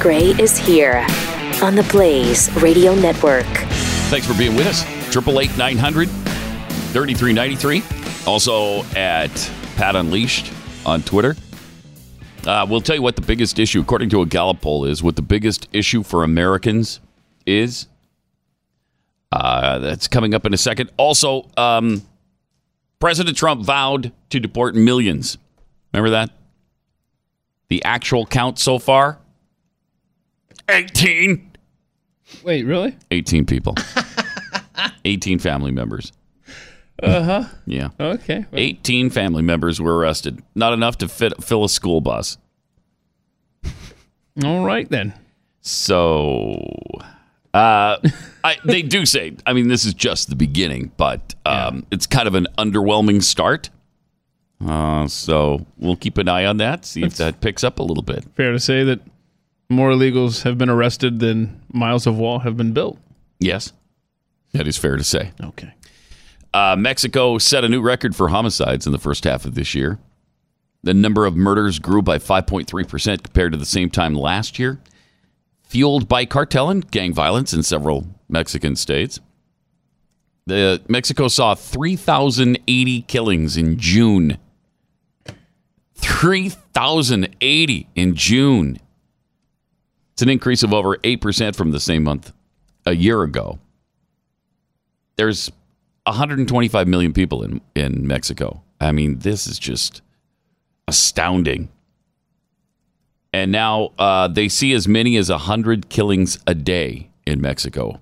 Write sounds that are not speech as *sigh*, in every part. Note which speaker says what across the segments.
Speaker 1: Gray is here on the Blaze Radio Network.
Speaker 2: Thanks for being with us. 888 900 3393. Also at Pat Unleashed on Twitter. Uh, we'll tell you what the biggest issue, according to a Gallup poll, is. What the biggest issue for Americans is. Uh, that's coming up in a second. Also, um, President Trump vowed to deport millions. Remember that? The actual count so far 18.
Speaker 3: Wait, really?
Speaker 2: 18 people, *laughs* 18 family members. Uh huh. Yeah.
Speaker 3: Okay. Well,
Speaker 2: 18 family members were arrested. Not enough to fit, fill a school bus.
Speaker 3: All right then.
Speaker 2: So, uh, I, they do say, I mean, this is just the beginning, but um, it's kind of an underwhelming start. Uh, so we'll keep an eye on that, see if that picks up a little bit.
Speaker 3: Fair to say that more illegals have been arrested than miles of wall have been built.
Speaker 2: Yes, that is fair to say.
Speaker 3: Okay.
Speaker 2: Uh, Mexico set a new record for homicides in the first half of this year. The number of murders grew by 5.3% compared to the same time last year, fueled by cartel and gang violence in several Mexican states. The Mexico saw 3,080 killings in June. 3,080 in June. It's an increase of over 8% from the same month a year ago. There's 125 million people in, in Mexico. I mean, this is just astounding. And now uh, they see as many as 100 killings a day in Mexico.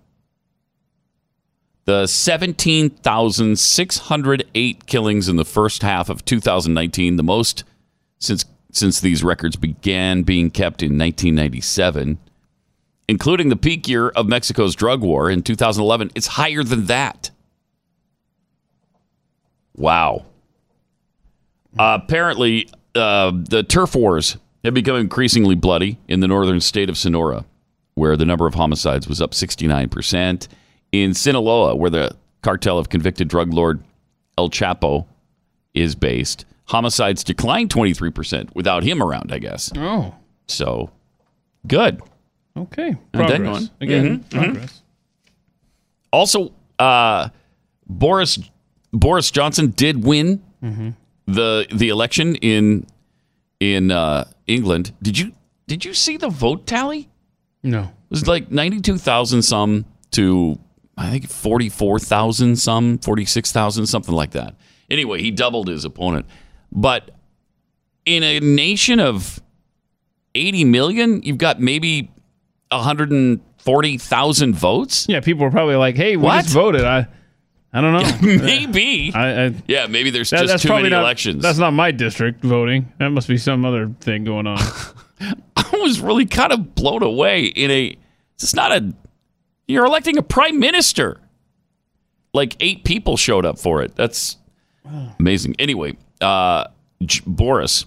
Speaker 2: The 17,608 killings in the first half of 2019, the most since since these records began being kept in 1997, including the peak year of Mexico's drug war in 2011. It's higher than that. Wow. Uh, apparently, uh, the turf wars have become increasingly bloody in the northern state of Sonora, where the number of homicides was up 69%. In Sinaloa, where the cartel of convicted drug lord El Chapo is based, homicides declined 23% without him around, I guess.
Speaker 3: Oh.
Speaker 2: So, good.
Speaker 3: Okay.
Speaker 2: And then Mm-hmm,
Speaker 3: Progress.
Speaker 2: on.
Speaker 3: Again. Progress.
Speaker 2: Also, uh, Boris Boris Johnson did win the the election in in uh, England. Did you did you see the vote tally? It
Speaker 3: No.
Speaker 2: was like ninety two thousand some to I think forty four thousand some, forty six thousand something like that. Anyway, he doubled his opponent. But in a nation of eighty million, you've got maybe hundred and forty thousand votes.
Speaker 3: Yeah, people were probably like, "Hey, we
Speaker 2: What?
Speaker 3: just voted." I, I
Speaker 2: *laughs*
Speaker 3: don't know.
Speaker 2: Maybe.
Speaker 3: I, I
Speaker 2: Yeah, maybe there's
Speaker 3: That-
Speaker 2: just too many
Speaker 3: not,
Speaker 2: elections.
Speaker 3: That's not my district voting. That must be some other thing going on.
Speaker 2: I *laughs* was really kind of blown away in a it's not a you're electing a prime minister. Like eight people showed up for it. That's amazing. Anyway, uh J- Boris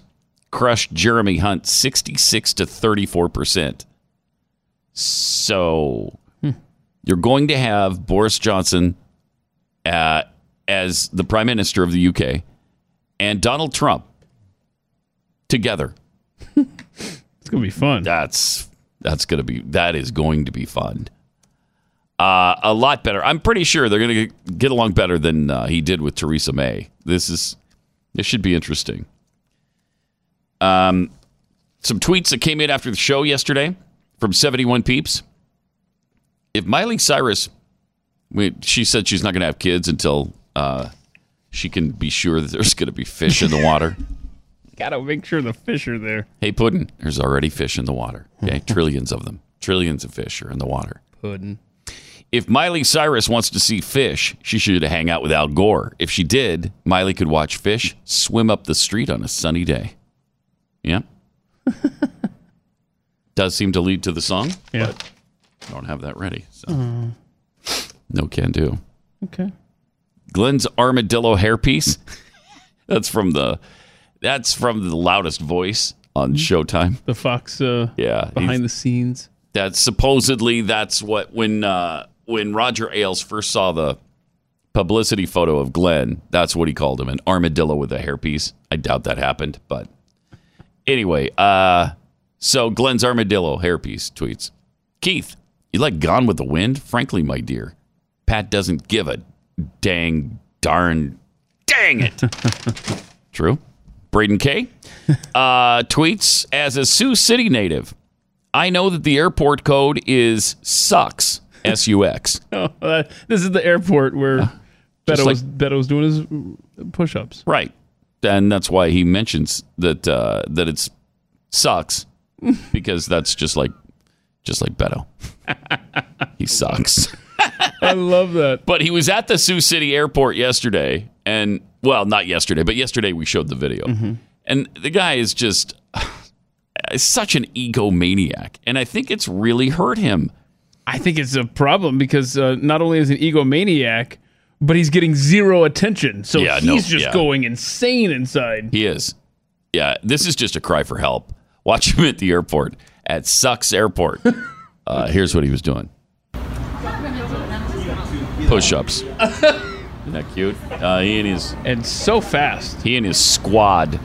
Speaker 2: crushed Jeremy Hunt 66 to 34%. So you're going to have Boris Johnson uh, as the prime minister of the UK and Donald Trump together
Speaker 3: It's gonna
Speaker 2: *laughs*
Speaker 3: be fun.
Speaker 2: that's that's gonna be that is going to be fun. Uh, a lot better. I'm pretty sure they're gonna get- get along better than uh, he did with Theresa May. This is this should be interesting. Um, some tweets that came in after the show yesterday from 71 peeps. If Miley Cyrus, we, she said she's not gonna have kids until uh, she can be sure that there's gonna be fish in the water.
Speaker 3: Gotta make sure the fish are there.
Speaker 2: Hey, Puddin, there's already fish in the water. Okay, *laughs* trillions of them. Trillions of fish are in the water.
Speaker 3: Puddin.
Speaker 2: If Miley Cyrus wants to see fish, she should hang out with Al Gore. If she did, Miley could watch fish swim up the street on a sunny day. Yeah. *laughs* Does seem to lead to the song.
Speaker 3: Yeah.
Speaker 2: I don't have that ready. So. No can do.
Speaker 3: Okay.
Speaker 2: Glenn's armadillo hairpiece. *laughs* that's from the that's from the loudest voice on Showtime.
Speaker 3: The fox. Uh,
Speaker 2: Yeah. he's-
Speaker 3: Behind the scenes.
Speaker 2: that supposedly that's what when uh, when Roger Ailes first saw the publicity photo of Glenn, that's what he called him, an armadillo with a hairpiece. I doubt that happened, but anyway, uh, So Glenn's armadillo hairpiece tweets, Keith, you like Gone with the Wind? Frankly, my dear, Pat doesn't give a dang darn dang it. True. Braden K uh, tweets as a Sioux City native. I know that the airport code is sucks. S U X.
Speaker 3: Oh, that, *laughs* this is the airport where Beto,
Speaker 2: just
Speaker 3: was, Beto was doing his push-ups.
Speaker 2: Right. And that's why he mentions that uh, that it's sucks because that's just like just like Beto. he sucks.
Speaker 3: I love that.
Speaker 2: But he was at the Sioux City airport yesterday and well, not yesterday, but yesterday we showed the video. And the guy is just *sighs* is such an egomaniac and I think it's really hurt him.
Speaker 3: I think it's a problem because uh, not only is he an egomaniac, but he's getting zero attention. So
Speaker 2: Yeah,
Speaker 3: he's
Speaker 2: no,
Speaker 3: just
Speaker 2: yeah.
Speaker 3: going insane inside.
Speaker 2: He is. Yeah, this is just a cry for help. Watch him at the airport at Sucks Airport. Uh, here's what he was doing push ups. Isn't that cute? Uh, he, and his,
Speaker 3: And so fast.
Speaker 2: he and his squad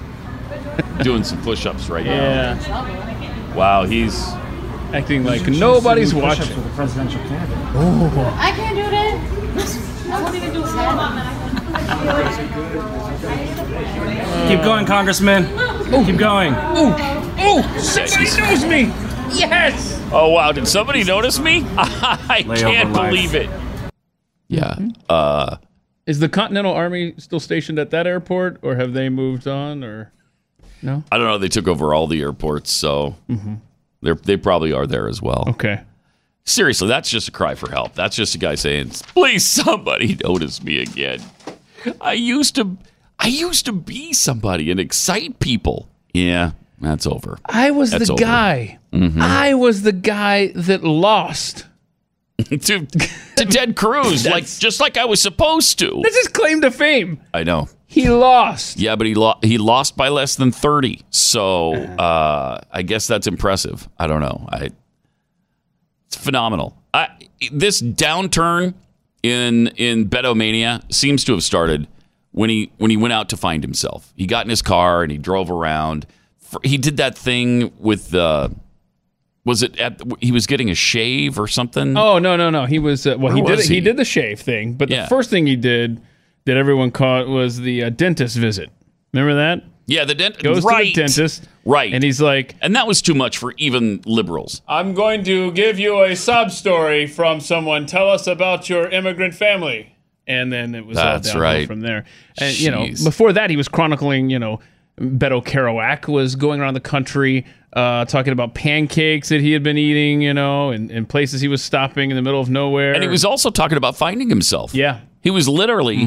Speaker 2: doing some push ups right
Speaker 3: Yeah.
Speaker 2: now. Wow, he's.
Speaker 3: Acting like nobody's watching.
Speaker 4: I can't do that. Nobody can do that.
Speaker 5: Keep going, Congressman. Keep going.
Speaker 3: Oh, somebody
Speaker 2: he's-
Speaker 3: knows me. Yes.
Speaker 2: Oh, wow, did somebody notice me? *laughs* I can't
Speaker 5: life.
Speaker 2: believe it. Yeah. Uh,
Speaker 3: Is the Continental Army still stationed at that airport, or have they moved on? Or
Speaker 2: I don't know. They took over all the airports, so they're, they probably are there as well.
Speaker 3: okay,
Speaker 2: seriously, that's just a cry for help. That's just a guy saying, "Please, somebody *laughs* notice me again." I used to, I used to be somebody and excite people. Yeah, that's over. *laughs*
Speaker 3: I was
Speaker 2: That's Mm-hmm.
Speaker 3: the
Speaker 2: over.
Speaker 3: guy. I was the guy that lost.
Speaker 2: to to Ted Cruz, like just like I was supposed to.
Speaker 3: That's his claim to fame.
Speaker 2: I know.
Speaker 3: He lost.
Speaker 2: Yeah, but he lo- he lost by less than thirty. So
Speaker 3: Uh-huh.
Speaker 2: uh, I guess that's impressive. I don't know. I it's phenomenal. I this downturn in in Betomania seems to have started when he when he went out to find himself. He got in his car and he drove around. For, he did that thing with the was it at he was getting a shave or something.
Speaker 3: Oh no no no! He was uh, well. He
Speaker 2: Where
Speaker 3: did
Speaker 2: was
Speaker 3: he?
Speaker 2: he?
Speaker 3: did the shave thing, but
Speaker 2: Yeah.
Speaker 3: the first thing he did that everyone caught was the uh, dentist visit. Remember that?
Speaker 2: yeah, the dentist.
Speaker 3: Goes
Speaker 2: right.
Speaker 3: to the dentist,
Speaker 2: Right.
Speaker 3: And he's like,
Speaker 2: and that was too much for even liberals.
Speaker 3: "I'm going to give you a sob story from someone. Tell us about your immigrant family." And then it was
Speaker 2: That's
Speaker 3: all downhill
Speaker 2: right.
Speaker 3: from there. And you know,
Speaker 2: Jeez.
Speaker 3: before that, he was chronicling. You know, Beto Kerouac was going around the country. Uh, talking about pancakes that he had been eating, you know, and, and places he was stopping in the middle of nowhere.
Speaker 2: And he was also talking about finding himself.
Speaker 3: yeah,
Speaker 2: He was literally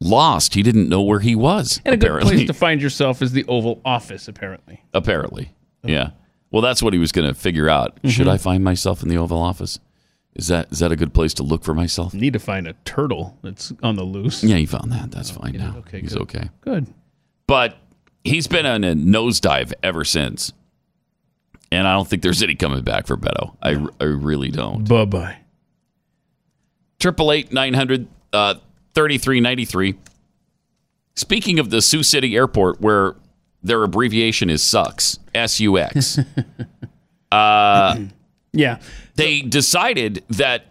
Speaker 2: lost. He didn't know where he was.
Speaker 3: And a good
Speaker 2: apparently.
Speaker 3: place to find yourself is the Oval Office, apparently.
Speaker 2: *laughs* apparently. Yeah. Well, that's what he was going to figure out.
Speaker 3: Mm-hmm.
Speaker 2: Should I find myself in the Oval Office? Is that is that a good place to look for myself?
Speaker 3: Need to find a turtle that's on the loose.
Speaker 2: Yeah, he found that. That's fine now.
Speaker 3: Okay,
Speaker 2: He's
Speaker 3: good.
Speaker 2: okay.
Speaker 3: Good.
Speaker 2: But he's been on a nosedive ever since. And I don't think there's any coming back for Beto. I, I really don't.
Speaker 3: Bye bye.
Speaker 2: Triple eight nine hundred uh, thirty three ninety three. Speaking of the Sioux City Airport, where their abbreviation is sucks S U X,
Speaker 3: Yeah.
Speaker 2: they decided that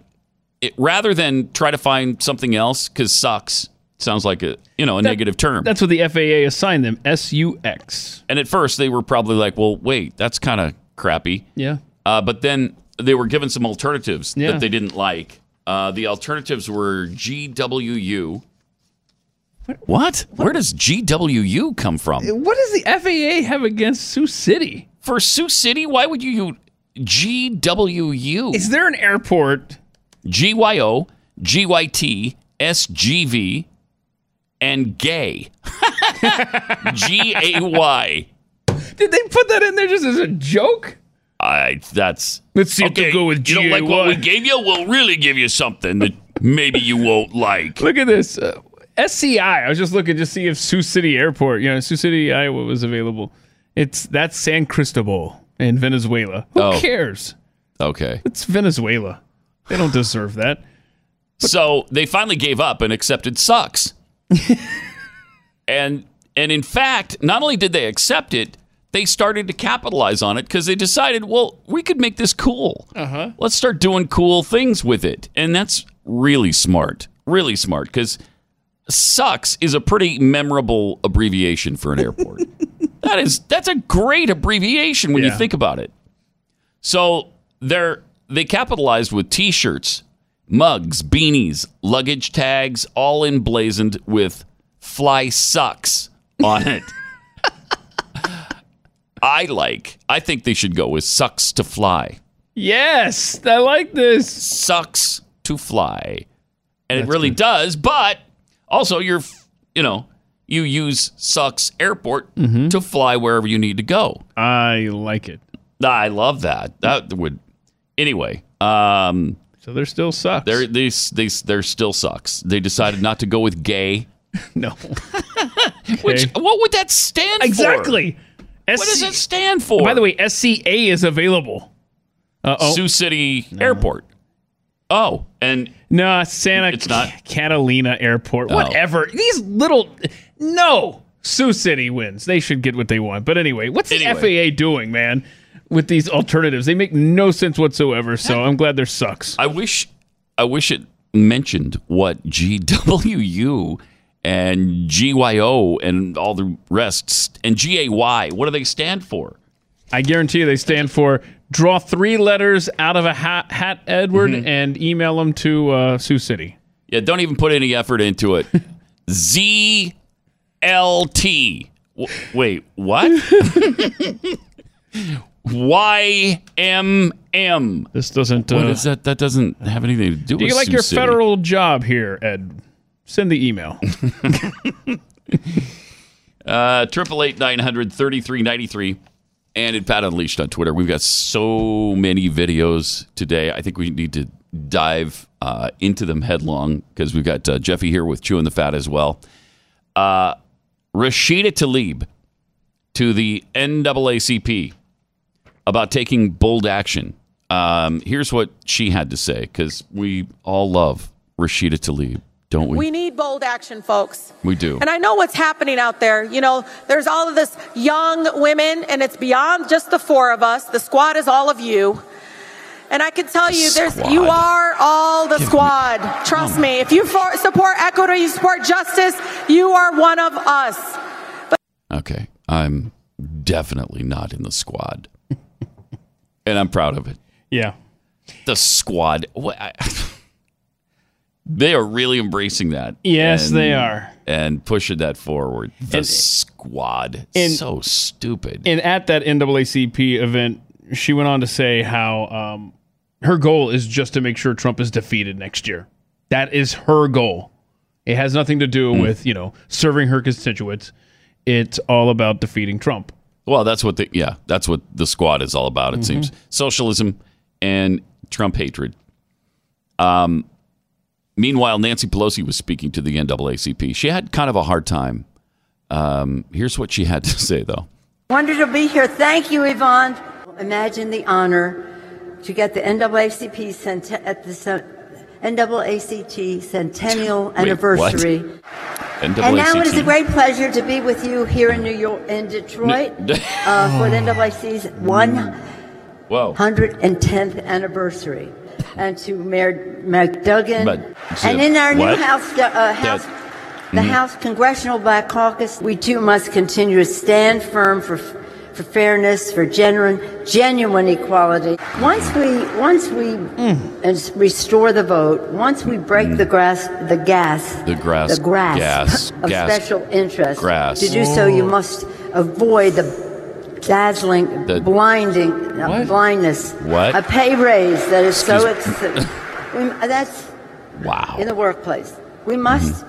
Speaker 2: it, rather than try to find something else, because sucks sounds like a you know a negative term.
Speaker 3: That's what the FAA assigned them S U X.
Speaker 2: And at first they were probably like, well, wait, that's kind of crappy.
Speaker 3: Yeah.
Speaker 2: Uh, but then they were given some alternatives
Speaker 3: Yeah.
Speaker 2: that they didn't like. Uh, the alternatives were GWU. What? Where does GWU come from?
Speaker 3: What does the FAA have against Sioux City?
Speaker 2: For Sioux City, why would you use GWU?
Speaker 3: Is there an airport?
Speaker 2: GYO, GYT, SGV, and gay. *laughs* G A Y.
Speaker 3: Did they put that in there just as a joke?
Speaker 2: I that's
Speaker 3: Let's see if
Speaker 2: okay.
Speaker 3: they'll go with
Speaker 2: you don't like what
Speaker 3: GAY.
Speaker 2: we gave you? We'll really give you something that maybe you won't
Speaker 3: *laughs*
Speaker 2: like.
Speaker 3: Look at this. Uh, SCI. I was just looking to see if Sioux City Airport, you know, Sioux City, Iowa was available. It's that's San Cristobal in Venezuela. Who
Speaker 2: Oh.
Speaker 3: cares?
Speaker 2: Okay.
Speaker 3: It's Venezuela. They don't deserve that.
Speaker 2: So they finally gave up and accepted sucks. and and in fact, not only did they accept it, they started to capitalize on it because they decided, well, we could make this cool. Uh-huh. Let's start doing cool things with it. And that's really smart. Really smart because sucks is a pretty memorable abbreviation for an airport. that is that's a great abbreviation when you
Speaker 3: Yeah.
Speaker 2: think about it. So they're they capitalized with t-shirts, mugs, beanies, luggage tags, all emblazoned with fly sucks on it. *laughs* I like. I think they should go with sucks to fly.
Speaker 3: Yes, I like this.
Speaker 2: Sucks to fly. And it really does, but also you're, f- you know, you use sucks airport
Speaker 3: Mm-hmm.
Speaker 2: to fly wherever you need to go.
Speaker 3: I like it.
Speaker 2: I love that. That would anyway. Um,
Speaker 3: So there still sucks.
Speaker 2: they're these these they're still sucks. They decided not to go with gay.
Speaker 3: *laughs*
Speaker 2: *laughs*
Speaker 3: no.
Speaker 2: Which
Speaker 3: Okay.
Speaker 2: what would that stand for?
Speaker 3: exactly.
Speaker 2: What does it stand for?
Speaker 3: By the way, SCA is available. Uh oh.
Speaker 2: Sioux City Airport. Oh, and
Speaker 3: No, Santa
Speaker 2: It's not? Oh.
Speaker 3: Catalina Airport. Whatever. These little no. Sioux City wins. They should get what they want. But anyway, what's
Speaker 2: Anyway.
Speaker 3: the FAA doing, man? With these alternatives, they make no sense whatsoever. So I'm glad there sucks.
Speaker 2: I wish I wish it mentioned what GWU and GYO and all the rest and GAY. What do they stand for?
Speaker 3: I guarantee you they stand for draw three letters out of a hat, hat Edward,
Speaker 2: Mm-hmm.
Speaker 3: and email them to uh, Sioux City.
Speaker 2: Yeah, don't even put any effort into it. *laughs* ZLT. W- wait, what? *laughs* YMM.
Speaker 3: This doesn't. Uh,
Speaker 2: What is that? That doesn't have anything to do with
Speaker 3: Do you like
Speaker 2: Sioux
Speaker 3: your
Speaker 2: City.
Speaker 3: federal job here, Ed? Send the
Speaker 2: *laughs*
Speaker 3: email.
Speaker 2: Triple eight nine hundred thirty three ninety three, and at Pat Unleashed on Twitter. We've got so many videos today. I think we need to dive uh, into them headlong because we've got uh, Jeffy here with Chewing the Fat as well. Uh, Rashida Tlaib to the NAACP about taking bold action. Um, here's what she had to say because we all love Rashida Tlaib, don't we?
Speaker 6: We need bold action, folks.
Speaker 2: We do.
Speaker 6: And I know what's happening out there. You know, there's all of this young women, and it's beyond just the four of us. The squad is all of you. And I can tell you, there's you
Speaker 2: Squad.
Speaker 6: are all the
Speaker 2: Give me-
Speaker 6: squad. Trust
Speaker 2: Come
Speaker 6: me. If you for, support equity, you support justice, you are one of us.
Speaker 2: Okay. I'm definitely not in the squad. and I'm proud of it.
Speaker 3: yeah.
Speaker 2: The squad. What, I, *laughs* they are really embracing that.
Speaker 3: Yes, they are.
Speaker 2: And pushing that forward. The
Speaker 3: And-
Speaker 2: squad.
Speaker 3: and-
Speaker 2: so stupid.
Speaker 3: and at that NAACP event, she went on to say how um, her goal is just to make sure Trump is defeated next year. That is her goal. It has nothing to
Speaker 2: Mm.
Speaker 3: do with you know serving her constituents. It's all about defeating Trump.
Speaker 2: well, that's what the yeah, that's what the squad is all about, it seems. Socialism and Trump hatred. Um meanwhile, Nancy Pelosi was speaking to the NAACP. She had kind of a hard time. Um, here's what she had to say though.
Speaker 7: Wonder to be here. Thank you, Yvonne. Imagine the honor to get the NAACP cent- at the cen- NAACP centennial
Speaker 2: what?
Speaker 7: anniversary. And now it is a great pleasure to be with you here in New York, in Detroit,
Speaker 2: N-
Speaker 7: uh, for the NAACP's
Speaker 2: *laughs* Whoa.
Speaker 7: 110th anniversary, and to Mayor McDougan,
Speaker 2: But-
Speaker 7: and in our
Speaker 2: what? Mm-hmm.
Speaker 7: new House, uh, House, the House Congressional Black Caucus, we too must continue to stand firm for. For fairness, for genuine, genuine equality. Once we, once we
Speaker 2: Mm.
Speaker 7: ins- restore the vote, once we break the grass, the gas,
Speaker 2: The grass-
Speaker 7: the grass
Speaker 2: gas,
Speaker 7: *laughs* of
Speaker 2: gas,
Speaker 7: special interest.
Speaker 2: grass.
Speaker 7: To do so, you must avoid the dazzling,
Speaker 2: The-
Speaker 7: blinding, uh,
Speaker 2: What?
Speaker 7: blindness.
Speaker 2: What?
Speaker 7: A pay raise that is so.
Speaker 2: Excuse *laughs*
Speaker 7: Ex- we- uh, that's
Speaker 2: Wow.
Speaker 7: in the workplace. We
Speaker 2: Mm-hmm.
Speaker 7: must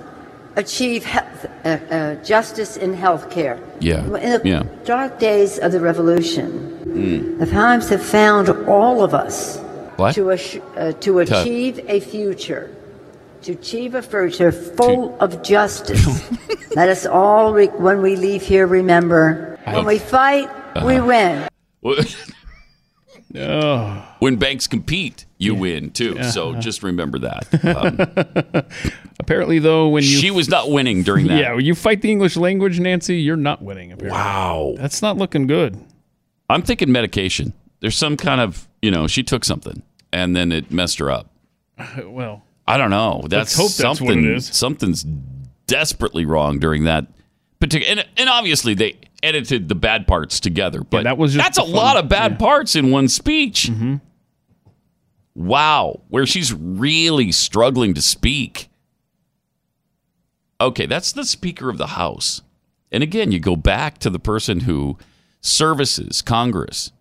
Speaker 7: achieve health, uh, uh, justice in health care.
Speaker 2: Yeah,
Speaker 7: In the
Speaker 2: yeah. Mm.
Speaker 7: dark days of the revolution, the times have found all of us
Speaker 2: What?
Speaker 7: to, assu- uh, to achieve a future. To achieve a future full of
Speaker 2: *laughs*
Speaker 7: justice. Let us all, re- when we leave here, remember when we fight,
Speaker 2: Uh-huh.
Speaker 7: we win. uh, *laughs*
Speaker 2: when banks compete, you win too. So just remember that. Um,
Speaker 3: Apparently, though, when you
Speaker 2: She was not winning during that.
Speaker 3: yeah, when you fight the English language, Nancy, you're not winning. Apparently,
Speaker 2: Wow.
Speaker 3: that's not looking good.
Speaker 2: I'm thinking medication. There's some kind of, you know, she took something and then it messed her up. Uh,
Speaker 3: Well,
Speaker 2: I don't know. That's
Speaker 3: hope that's
Speaker 2: something.
Speaker 3: what it is.
Speaker 2: Something's desperately wrong during that particular. And, and obviously, they edited the bad parts together. But
Speaker 3: that was just
Speaker 2: that's
Speaker 3: the
Speaker 2: a lot
Speaker 3: fun- Mm-hmm.
Speaker 2: of bad parts in one speech. Wow, where she's really struggling to speak. Okay, that's the Speaker of the House. And again, you go back to the person who services Congress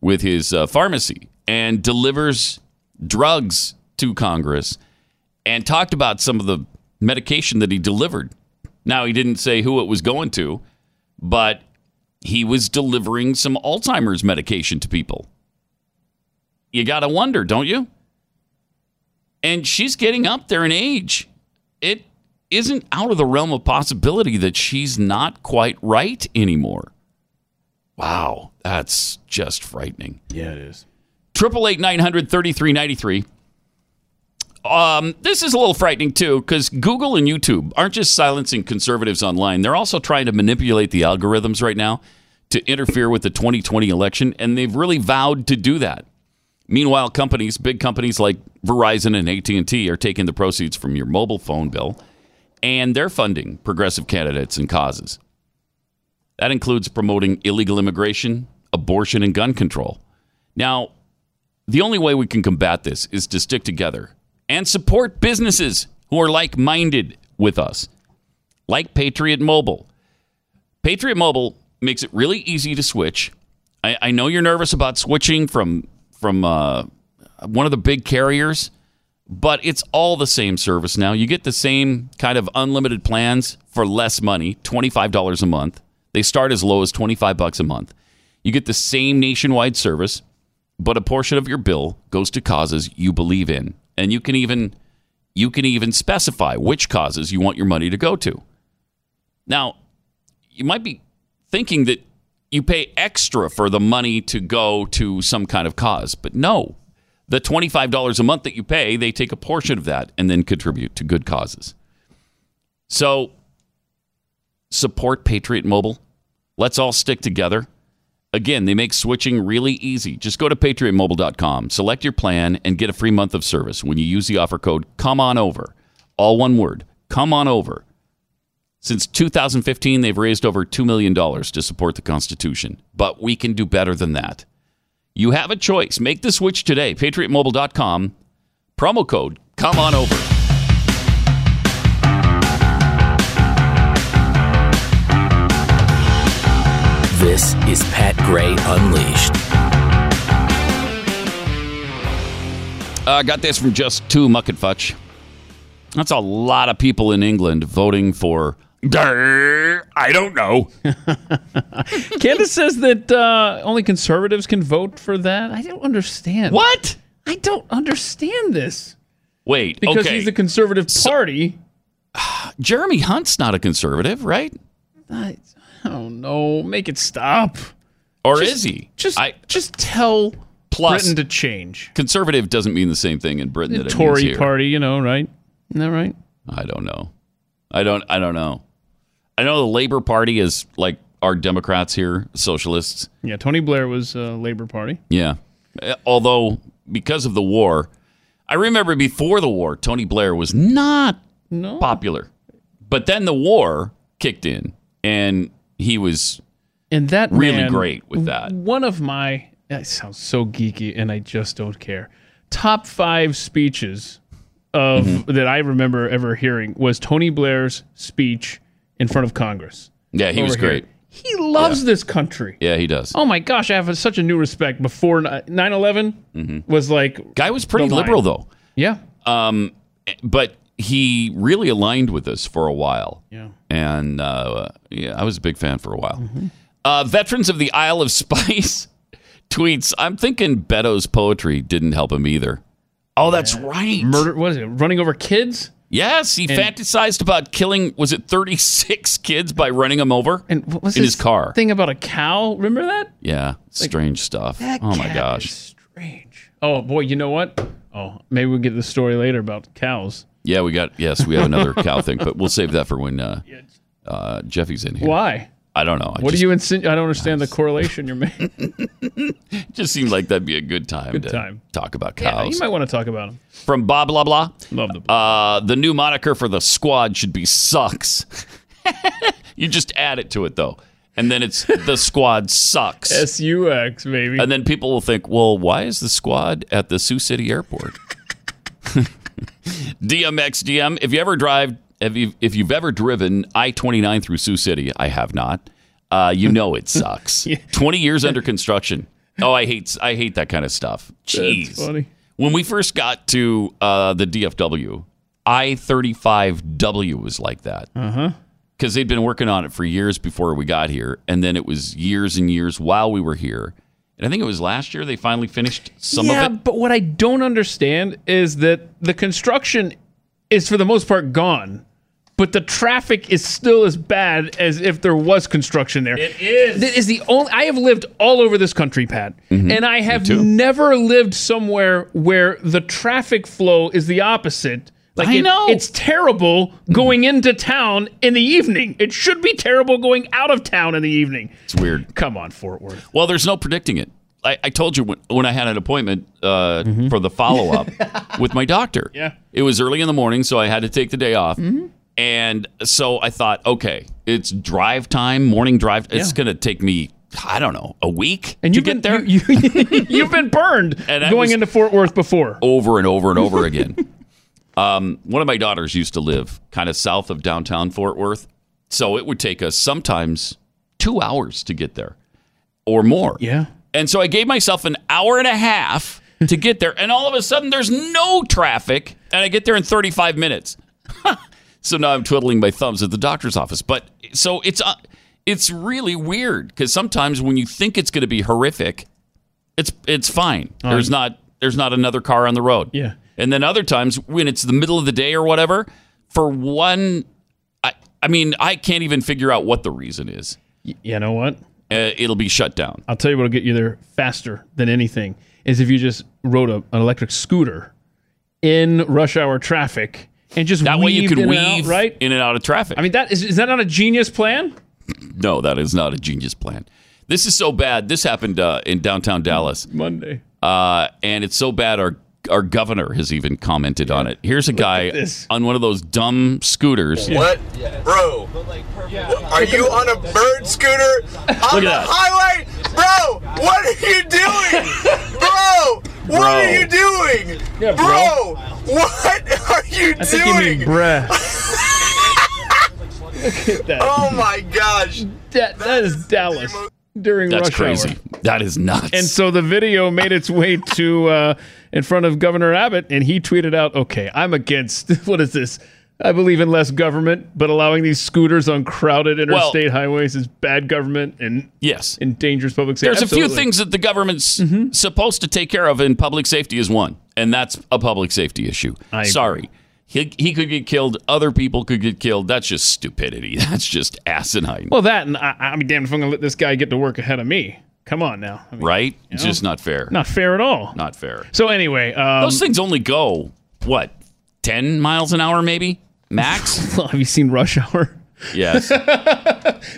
Speaker 2: with his uh, pharmacy and delivers drugs to Congress and talked about some of the medication that he delivered. Now, he didn't say who it was going to, but he was delivering some Alzheimer's medication to people. You got to wonder, don't you? And she's getting up there in age. It isn't out of the realm of possibility that she's not quite right anymore. Wow, that's just frightening.
Speaker 3: yeah, it is.
Speaker 2: Triple eight nine hundred thirty three ninety three. Um, this is a little frightening too, because Google and YouTube aren't just silencing conservatives online; they're also trying to manipulate the algorithms right now to interfere with the 2020 election, and they've really vowed to do that. Meanwhile, companies, big companies like Verizon and AT&T, are taking the proceeds from your mobile phone bill, and they're funding progressive candidates and causes. That includes promoting illegal immigration, abortion, and gun control. Now, the only way we can combat this is to stick together and support businesses who are like minded with us, like Patriot Mobile. Patriot Mobile makes it really easy to switch. I, I know you're nervous about switching from from uh, one of the big carriers, but it's all the same service now. You get the same kind of unlimited plans for less money, $25 a month. They start as low as 25 bucks a month. You get the same nationwide service but a portion of your bill goes to causes you believe in and you can even you can even specify which causes you want your money to go to now you might be thinking that you pay extra for the money to go to some kind of cause but no the $25 a month that you pay they take a portion of that and then contribute to good causes so support patriot mobile let's all stick together Again, they make switching really easy. Just go to patriotmobile.com, select your plan, and get a free month of service when you use the offer code Come On Over. All one word Come On Over. Since 2015, they've raised over $2 million to support the Constitution, but we can do better than that. You have a choice. Make the switch today. PatriotMobile.com, promo code Come On Over. Uh,
Speaker 8: This is Pat Gray Unleashed.
Speaker 2: I got this from just two muck and fudge. That's a lot of people in England voting for. "Grr, I don't know.
Speaker 3: Candace says that uh, only conservatives can vote for that. I don't understand.
Speaker 2: What?
Speaker 3: I don't understand this
Speaker 2: Wait,
Speaker 3: because
Speaker 2: okay.
Speaker 3: he's the conservative party.
Speaker 2: Jeremy Hunt's not a conservative, right?
Speaker 3: I, I don't know. Make it stop.
Speaker 2: Or
Speaker 3: Just-
Speaker 2: is he?
Speaker 3: Just,
Speaker 2: I,
Speaker 3: just tell
Speaker 2: Plus-
Speaker 3: Britain to change.
Speaker 2: conservative doesn't mean the same thing in Britain that it means
Speaker 3: Tory
Speaker 2: here.
Speaker 3: party, you know, right? Isn't that right?
Speaker 2: I don't know. I don't. I don't know. I know the Labor Party is like our Democrats here, socialists.
Speaker 3: Yeah, Tony Blair was uh, Labor Party.
Speaker 2: Yeah. Uh, Although because of the war, I remember before the war, Tony Blair was not
Speaker 3: No.
Speaker 2: popular. But then the war kicked in, and he was
Speaker 3: And that
Speaker 2: Really
Speaker 3: man-
Speaker 2: great with that.
Speaker 3: One of my that sounds so geeky, and I just don't care. Top five speeches of
Speaker 2: Mm-hmm.
Speaker 3: that I remember ever hearing was Tony Blair's speech in front of Congress.
Speaker 2: yeah, he was
Speaker 3: over here.
Speaker 2: great.
Speaker 3: He loves this country.
Speaker 2: Yeah, he does.
Speaker 3: Oh my gosh, I have such a new respect. Before 9 11
Speaker 2: Mm-hmm.
Speaker 3: was like,
Speaker 2: Guy was pretty
Speaker 3: The line.
Speaker 2: liberal though.
Speaker 3: yeah,
Speaker 2: but he really aligned with us for a while.
Speaker 3: Yeah. Mm-hmm.
Speaker 2: And uh, yeah, I was a big fan for a while. Uh, Veterans of the Isle of *laughs* Spice tweets I'm thinking Beto's poetry didn't help him either. Oh, that's right.
Speaker 3: murder. What is it? Running over kids?
Speaker 2: Yes, he fantasized about killing, was it 36 *laughs* kids by running them over?
Speaker 3: And what was
Speaker 2: In
Speaker 3: this
Speaker 2: his car.
Speaker 3: thing about a cow? Remember that?
Speaker 2: yeah, strange stuff. Oh, my
Speaker 3: cat
Speaker 2: gosh.
Speaker 3: is strange. Oh boy, you know what? Oh, maybe we'll get the story later about cows.
Speaker 2: Yeah, we got yes, we have another
Speaker 3: *laughs*
Speaker 2: cow thing, but we'll save that for when uh, uh, Jeffy's in here.
Speaker 3: Why?
Speaker 2: I don't know. I
Speaker 3: What
Speaker 2: just,
Speaker 3: do you insinuate? I don't understand the correlation you're *laughs* making.
Speaker 2: Just seemed like that'd be a good time
Speaker 3: Good
Speaker 2: to
Speaker 3: time.
Speaker 2: talk about
Speaker 3: Yeah,
Speaker 2: cows.
Speaker 3: you might want to talk about them.
Speaker 2: From Bob blah blah.
Speaker 3: Love the
Speaker 2: Uh, the new moniker for the squad should be
Speaker 3: *laughs*
Speaker 2: sucks. you just add it to it though, and then it's the squad sucks.
Speaker 3: *laughs* S U X, baby.
Speaker 2: And then people will think, well, why is the squad at the Sioux City Airport? *laughs* DMX DM, if you ever drive, if you've, if you've ever driven I 29 through Sioux City, I have not, uh, you know
Speaker 3: *laughs*
Speaker 2: it sucks. 20 years under construction. Oh, I hate, I hate that kind of stuff. Jeez.
Speaker 3: That's funny.
Speaker 2: When we first got to uh, the DFW, I 35W was like that. Because they'd been working on it for years before we got here. And then it was years and years while we were here. And I think it was last year they finally finished some
Speaker 3: yeah,
Speaker 2: of it.
Speaker 3: but what I don't understand is that the construction is for the most part gone, but the traffic is still as bad as if there was construction there. It is. That is the only. I have lived all over this country, Pat, and I have
Speaker 2: Mm-hmm. too.
Speaker 3: never lived somewhere where the traffic flow is the opposite. Like
Speaker 2: I
Speaker 3: it-
Speaker 2: know.
Speaker 3: it's terrible going into town in the evening. It should be terrible going out of town in the evening.
Speaker 2: It's weird.
Speaker 3: Come on, Fort Worth.
Speaker 2: Well, there's no predicting it. I, I told you when, when I had an appointment uh,
Speaker 3: Mm-hmm.
Speaker 2: for the follow
Speaker 3: *laughs*
Speaker 2: up with my doctor.
Speaker 3: Yeah.
Speaker 2: It was early in the morning, so I had to take the day off.
Speaker 3: Mm-hmm.
Speaker 2: And so I thought, okay, it's drive time, morning drive. It's
Speaker 3: Yeah.
Speaker 2: going to take me, I don't know, a week
Speaker 3: And
Speaker 2: to
Speaker 3: you've
Speaker 2: get there.
Speaker 3: been You, *laughs* have been burned
Speaker 2: And I
Speaker 3: going
Speaker 2: was-
Speaker 3: into Fort Worth before.
Speaker 2: over and over and over again. um, one of my daughters used to live kind of south of downtown Fort Worth, so it would take us sometimes two hours to get there or more.
Speaker 3: Yeah.
Speaker 2: And so I gave myself an hour and a half to get there, and all of a sudden there's no traffic, and I get there in 35 minutes. so now I'm twiddling my thumbs at the doctor's office. But so it's uh, it's really weird because sometimes when you think it's going to be horrific, it's it's fine. There's not there's not another car on the road.
Speaker 3: Oh, Yeah.
Speaker 2: And then other times when it's the middle of the day or whatever, for one, I I mean I can't even figure out what the reason is.
Speaker 3: You know what?
Speaker 2: Uh, it'll be shut down.
Speaker 3: I'll tell you what'll get you there faster than anything is if you just rode a, an electric scooter in rush hour traffic and just
Speaker 2: That way you
Speaker 3: weaved
Speaker 2: could
Speaker 3: in and out,
Speaker 2: weave
Speaker 3: right.
Speaker 2: in and out of traffic.
Speaker 3: I mean, that is is that not a genius plan?
Speaker 2: no, that is not a genius plan. This is so bad. This happened uh, in downtown Dallas.
Speaker 3: Monday.
Speaker 2: uh, and it's so bad our our governor has even commented on it. Here's a guy
Speaker 3: this.
Speaker 2: on one of those dumb scooters.
Speaker 9: What? Bro, are you on a bird scooter on
Speaker 2: Look
Speaker 9: the
Speaker 2: at that.
Speaker 9: highway? Bro, what are you doing? Bro, what are you doing? bro. what are you
Speaker 3: I think you mean
Speaker 9: doing? *laughs*
Speaker 3: bruh. *laughs*
Speaker 9: Oh my gosh.
Speaker 3: That, that is Dallas during
Speaker 2: That's
Speaker 3: rush
Speaker 2: crazy.
Speaker 3: hour.
Speaker 2: That is nuts.
Speaker 3: And so the video made its way to uh, in front of Governor Abbott, and he tweeted out, "Okay, I'm against *laughs* what is this? I believe in less government, but allowing these scooters on crowded
Speaker 2: Well-
Speaker 3: interstate highways is bad government and Mm-hmm.
Speaker 2: yes,
Speaker 3: endangers public safety."
Speaker 2: there's a few things that the government's supposed to take care of, and public safety is one, and that's a public safety issue.
Speaker 3: agree.
Speaker 2: Sorry. He, he could get killed. Other people could get killed. That's just stupidity. *laughs* That's just asinine,
Speaker 3: Well, that and I, I'm damned if I'm gonna let this guy get to work ahead of me. Come on now, I mean,
Speaker 2: right? It's just not fair.
Speaker 3: not fair at all.
Speaker 2: Not fair.
Speaker 3: So anyway, um,
Speaker 2: Those things only go, what, 10 miles an hour maybe?
Speaker 3: *laughs*
Speaker 2: Max?
Speaker 3: *laughs* have you seen Rush Hour? *laughs*
Speaker 2: Yes.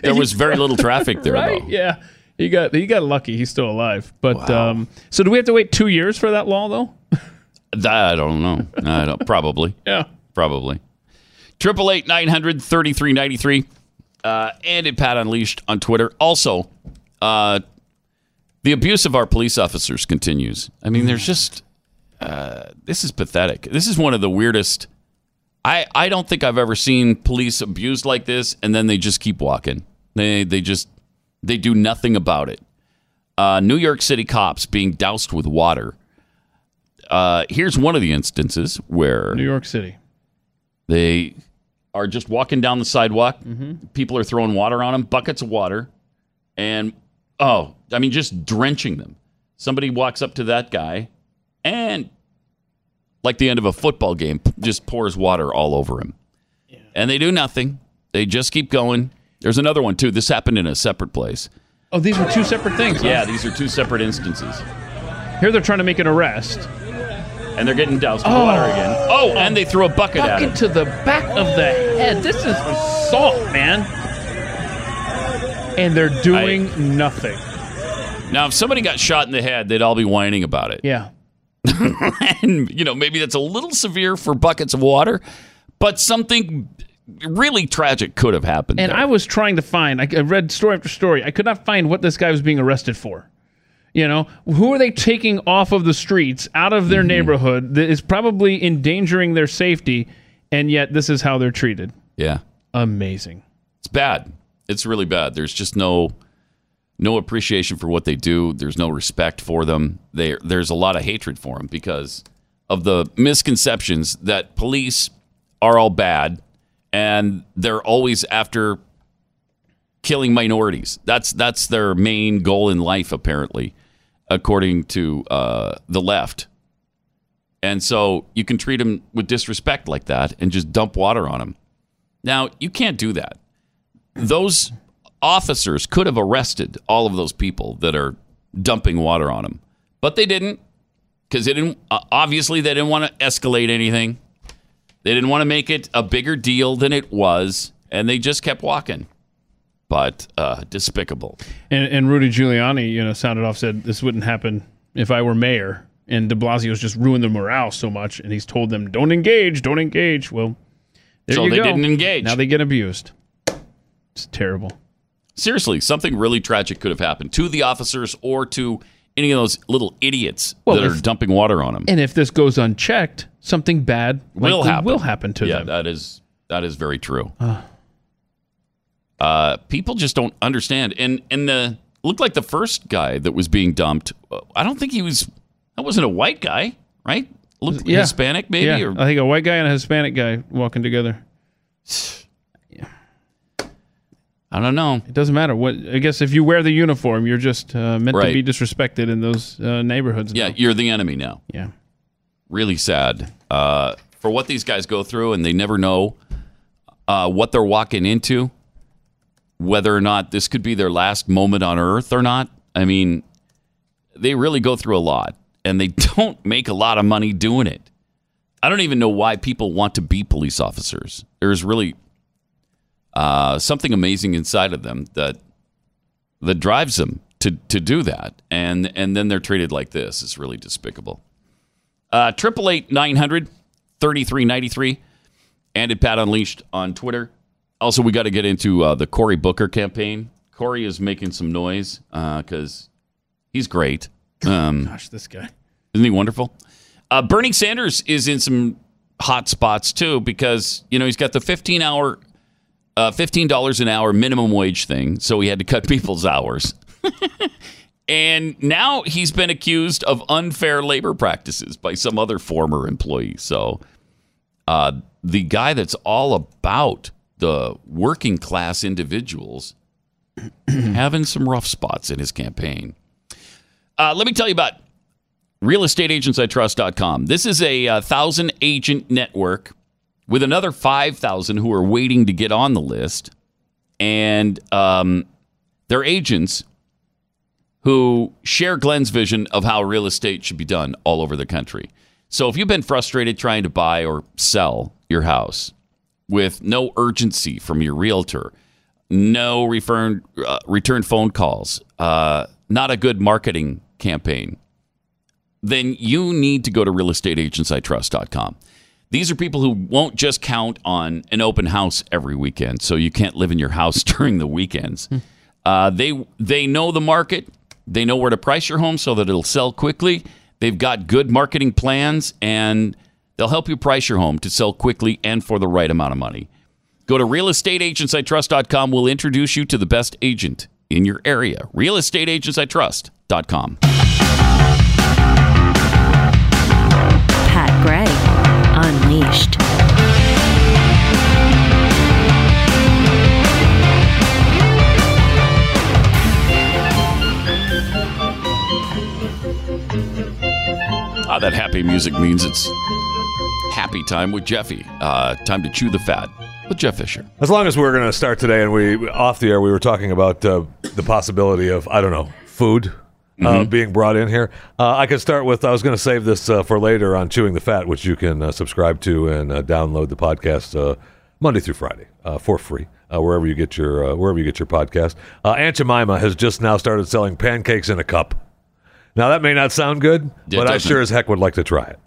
Speaker 2: there was very little traffic there,
Speaker 3: right?
Speaker 2: though.
Speaker 3: Yeah. He got he got lucky. He's still alive. But um, so do we have to wait two years for that law though?
Speaker 2: That- I don't know. I don't, probably.
Speaker 3: Yeah.
Speaker 2: Probably. Triple eight nine hundred thirty three ninety three, uh, and at Pat Unleashed on Twitter. Also, uh, the abuse of our police officers continues. I mean, there's just uh, this is pathetic. This is one of the weirdest. I I don't think I've ever seen police abused like this, and then they just keep walking. They they just they do nothing about it. Uh, New York City cops being doused with water. Uh, here's one of the instances where
Speaker 3: New York City.
Speaker 2: they are just walking down the sidewalk. People are throwing water on them, buckets of water, and oh, I mean, just drenching them. Somebody walks up to that guy and, like the end of a football game, p- just pours water all over him. And they do nothing. They just keep going. There's another one, too. This happened in a separate place.
Speaker 3: Oh, these were two separate things.
Speaker 2: Yeah, these are two separate instances.
Speaker 3: Here they're trying to make an arrest.
Speaker 2: And they're getting doused with water again. Oh, and they threw a bucket at him.
Speaker 3: Fucking to the back of the head. This is assault, man. And they're doing nothing.
Speaker 2: Now, if somebody got shot in the head, they'd all be whining about it.
Speaker 3: Yeah.
Speaker 2: *laughs* and you know maybe that's a little severe for buckets of water, but something really tragic could have happened.
Speaker 3: And
Speaker 2: there.
Speaker 3: I was trying to find, I I read story after story. I could not find what this guy was being arrested for. You know, who are they taking off of the streets, out of their neighborhood, that is probably endangering their safety, and yet this is how they're treated?
Speaker 2: yeah,
Speaker 3: Amazing.
Speaker 2: it's bad. It's really bad. There's just no no appreciation for what they do. There's no respect for them. There there's a lot of hatred for them because of the misconceptions that police are all bad and they're always after killing minorities. That's that's their main goal in life, apparently, according to uh, the left. And so you can treat them with disrespect like that and just dump water on them. Now you can't do that. Those officers could have arrested all of those people that are dumping water on them, but they didn't because they didn't. Uh, obviously, they didn't want to escalate anything. They didn't want to make it a bigger deal than it was, and they just kept walking. But uh, despicable.
Speaker 3: And, and Rudy Giuliani, you know, sounded off, said this wouldn't happen if I were mayor. And De Blasio's just ruined the morale so much, and he's told them, "Don't engage, don't engage." Well, there
Speaker 2: So
Speaker 3: you
Speaker 2: they
Speaker 3: go.
Speaker 2: didn't engage.
Speaker 3: Now they get abused. It's terrible.
Speaker 2: Seriously, something really tragic could have happened to the officers or to any of those little idiots
Speaker 3: Well,
Speaker 2: that are
Speaker 3: if-
Speaker 2: dumping water on them.
Speaker 3: And if this goes unchecked, something bad
Speaker 2: Will
Speaker 3: likely
Speaker 2: happen.
Speaker 3: will happen to
Speaker 2: yeah,
Speaker 3: them. Ah.
Speaker 2: that is that is very true. Uh, people just don't understand. And and the looked like the first guy that was being dumped. uh, I don't think he was. That wasn't a white guy, right? Looked
Speaker 3: Yeah.
Speaker 2: Hispanic, maybe.
Speaker 3: yeah,
Speaker 2: or,
Speaker 3: I think a white guy and a Hispanic guy walking together.
Speaker 2: I don't know.
Speaker 3: It doesn't matter what. I guess if you wear the uniform, you're just uh, meant
Speaker 2: Right.
Speaker 3: to be disrespected in those uh, neighborhoods.
Speaker 2: Yeah,
Speaker 3: now.
Speaker 2: you're the enemy now.
Speaker 3: yeah.
Speaker 2: really sad uh, for what these guys go through, and they never know uh, what they're walking into, whether or not this could be their last moment on earth or not. I mean, they really go through a lot, and they *laughs* don't make a lot of money doing it. I don't even know why people want to be police officers. There's really uh, something amazing inside of them that that drives them to to do that, and and then they're treated like this. It's really despicable. Uh, Triple eight nine hundred thirty three ninety three, and at Pat Unleashed on Twitter. Also, we got to get into uh, the Cory Booker campaign. Cory is making some noise because he's great. Um,
Speaker 3: Gosh, this guy.
Speaker 2: isn't he wonderful? Uh, Bernie Sanders is in some hot spots too because you know he's got the fifteen hour, uh, fifteen dollars an hour minimum wage thing, so he had to cut *laughs* people's hours. And now he's been accused of unfair labor practices by some other former employee. So uh, the guy that's all about the working class individuals *clears throat* having some rough spots in his campaign. Uh, let me tell you about realestateagentsitrust.com. This is a uh, thousand agent network with another 5,000 who are waiting to get on the list. And um, their agents who share Glenn's vision of how real estate should be done all over the country. So if you've been frustrated trying to buy or sell your house with no urgency from your realtor, no return, uh, return phone calls, uh, not a good marketing campaign, then you need to go to realestateagentsitrust.com. These are people who won't just count on an open house every weekend, so you can't live in your house *laughs* during the weekends. Uh, they they know the market, they know where to price your home so that it'll sell quickly. They've got good marketing plans, and they'll help you price your home to sell quickly and for the right amount of money. Go to realestateagentsitrust.com. We'll introduce you to the best agent in your area. Realestateagentsitrust.com.
Speaker 1: Pat Gray Unleashed.
Speaker 2: Ah, that happy music means it's happy time with Jeffy. Uh, time to chew the fat with Jeff Fisher.
Speaker 10: As long as we're going to start today, and we off the air, we were talking about uh, the possibility of I don't know food. uh,
Speaker 2: Mm-hmm.
Speaker 10: being brought in here. Uh, I could start with I was going to save this uh, for later on Chewing the Fat, which you can uh, subscribe to and uh, download the podcast uh, Monday through Friday uh, for free. Uh, wherever you get your uh, wherever you get your podcast, uh, Aunt Jemima has just now started selling pancakes in a cup. Now that may not sound good,
Speaker 2: It
Speaker 10: but I
Speaker 2: doesn't.
Speaker 10: sure as heck would like to try it.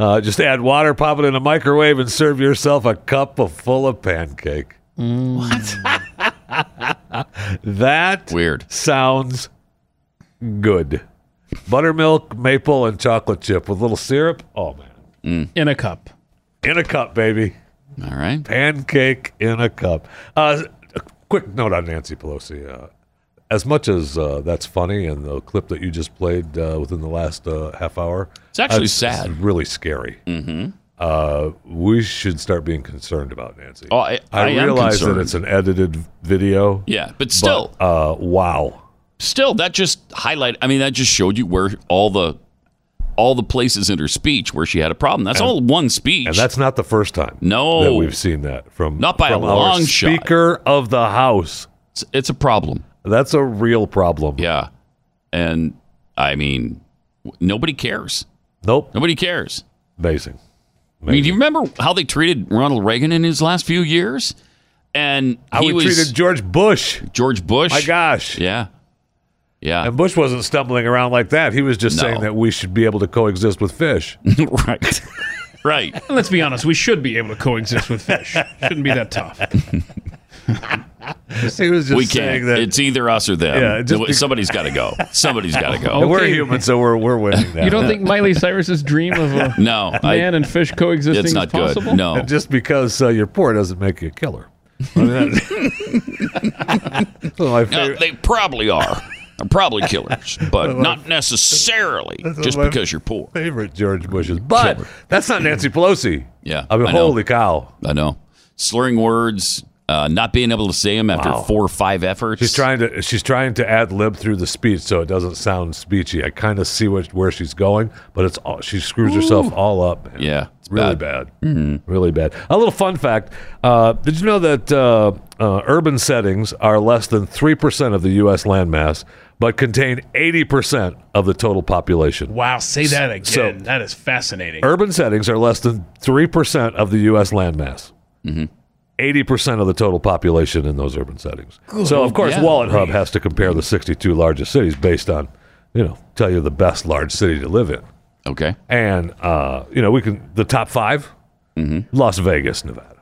Speaker 10: Uh, just add water, pop it in a microwave, and serve yourself a cup of full of pancake. What? that
Speaker 2: Weird.
Speaker 10: sounds good. Buttermilk, maple, and chocolate chip with a little syrup. Oh man,
Speaker 3: in a cup.
Speaker 10: in a cup, baby.
Speaker 2: All right.
Speaker 10: Pancake in a cup. Uh, a quick note on Nancy Pelosi. Uh, as much as uh, that's funny, and the clip that you just played uh, within the last uh, half hour,
Speaker 2: It's actually
Speaker 10: that's-
Speaker 2: sad.
Speaker 10: It's really scary. Mm-hmm. Uh, we should start being concerned about Nancy.
Speaker 2: Oh, I- I am
Speaker 10: realize
Speaker 2: concerned.
Speaker 10: that it's an edited video.
Speaker 2: Yeah, but still,
Speaker 10: but, uh, wow.
Speaker 2: still, that just highlight. I mean, that just showed you where all the all the places in her speech where she had a problem. That's all one speech.
Speaker 10: And that's not the first time.
Speaker 2: No.
Speaker 10: that we've seen that from
Speaker 2: Not by a
Speaker 10: from our
Speaker 2: long shot.
Speaker 10: Speaker of the House.
Speaker 2: it's, it's a problem.
Speaker 10: That's a real problem.
Speaker 2: Yeah, and I mean, w- nobody cares.
Speaker 10: Nope.
Speaker 2: Nobody cares.
Speaker 10: Amazing.
Speaker 2: I mean, do you remember how they treated Ronald Reagan in his last few years? And
Speaker 10: How
Speaker 2: he
Speaker 10: we
Speaker 2: was
Speaker 10: treated George Bush.
Speaker 2: George Bush.
Speaker 10: My gosh.
Speaker 2: Yeah, yeah, *laughs*
Speaker 10: And Bush wasn't stumbling around like that. He was just
Speaker 2: No.
Speaker 10: saying that we should be able to coexist with
Speaker 2: *laughs*
Speaker 10: fish. *laughs*
Speaker 2: right, right.
Speaker 3: And let's be honest, we should be able to coexist with fish. Shouldn't be that tough.
Speaker 10: he was just
Speaker 2: we
Speaker 10: saying
Speaker 2: can't.
Speaker 10: that.
Speaker 2: It's either us or them.
Speaker 10: Yeah, just be-
Speaker 2: Somebody's got to go. Somebody's got to
Speaker 10: *laughs*
Speaker 2: go.
Speaker 10: and we're
Speaker 3: Okay.
Speaker 10: human, so we're
Speaker 2: *laughs*
Speaker 10: we're winning that.
Speaker 3: You don't think Miley Cyrus's dream of a
Speaker 2: No, *laughs* I-
Speaker 3: man and fish coexisting
Speaker 2: it's not
Speaker 3: is
Speaker 2: good.
Speaker 3: possible?
Speaker 2: No,
Speaker 10: And just because uh, you're poor doesn't make you a killer. I mean,
Speaker 2: *laughs*
Speaker 10: that- That's one of *laughs* my
Speaker 2: No,
Speaker 10: favorite-
Speaker 2: they probably are. They're probably
Speaker 10: *laughs*
Speaker 2: killers, but not necessarily
Speaker 10: That's
Speaker 2: just
Speaker 10: my-
Speaker 2: because you're poor.
Speaker 10: favorite George Bush's, but
Speaker 2: Killer.
Speaker 10: that's not Nancy Pelosi.
Speaker 2: Yeah,
Speaker 10: I mean,
Speaker 2: I know.
Speaker 10: holy cow!
Speaker 2: I know. Slurring words, uh, not being able to say them after
Speaker 10: Wow.
Speaker 2: four or five efforts.
Speaker 10: She's trying to she's trying to ad lib through the speech so it doesn't sound speechy. I kind of see what, where she's going, but it's all, she screws herself all up. man.
Speaker 2: Yeah, it's Mm-hmm.
Speaker 10: really bad, really bad. A little fun fact: uh, Did you know that uh, uh, urban settings are less than three percent of the U.S. landmass, but contain eighty percent of the total population?
Speaker 3: Wow, say that again.
Speaker 10: So-
Speaker 3: that is fascinating.
Speaker 10: Urban settings are less than three percent of the U.S. landmass. 80 percent of the total population in those urban settings. so, of course,
Speaker 2: yeah.
Speaker 10: Wallet Hub has to compare the 62 largest cities based on, you know, tell you the best large city to live in,
Speaker 2: Okay.
Speaker 10: and uh, you know, we can the top 5 Las Vegas, Nevada.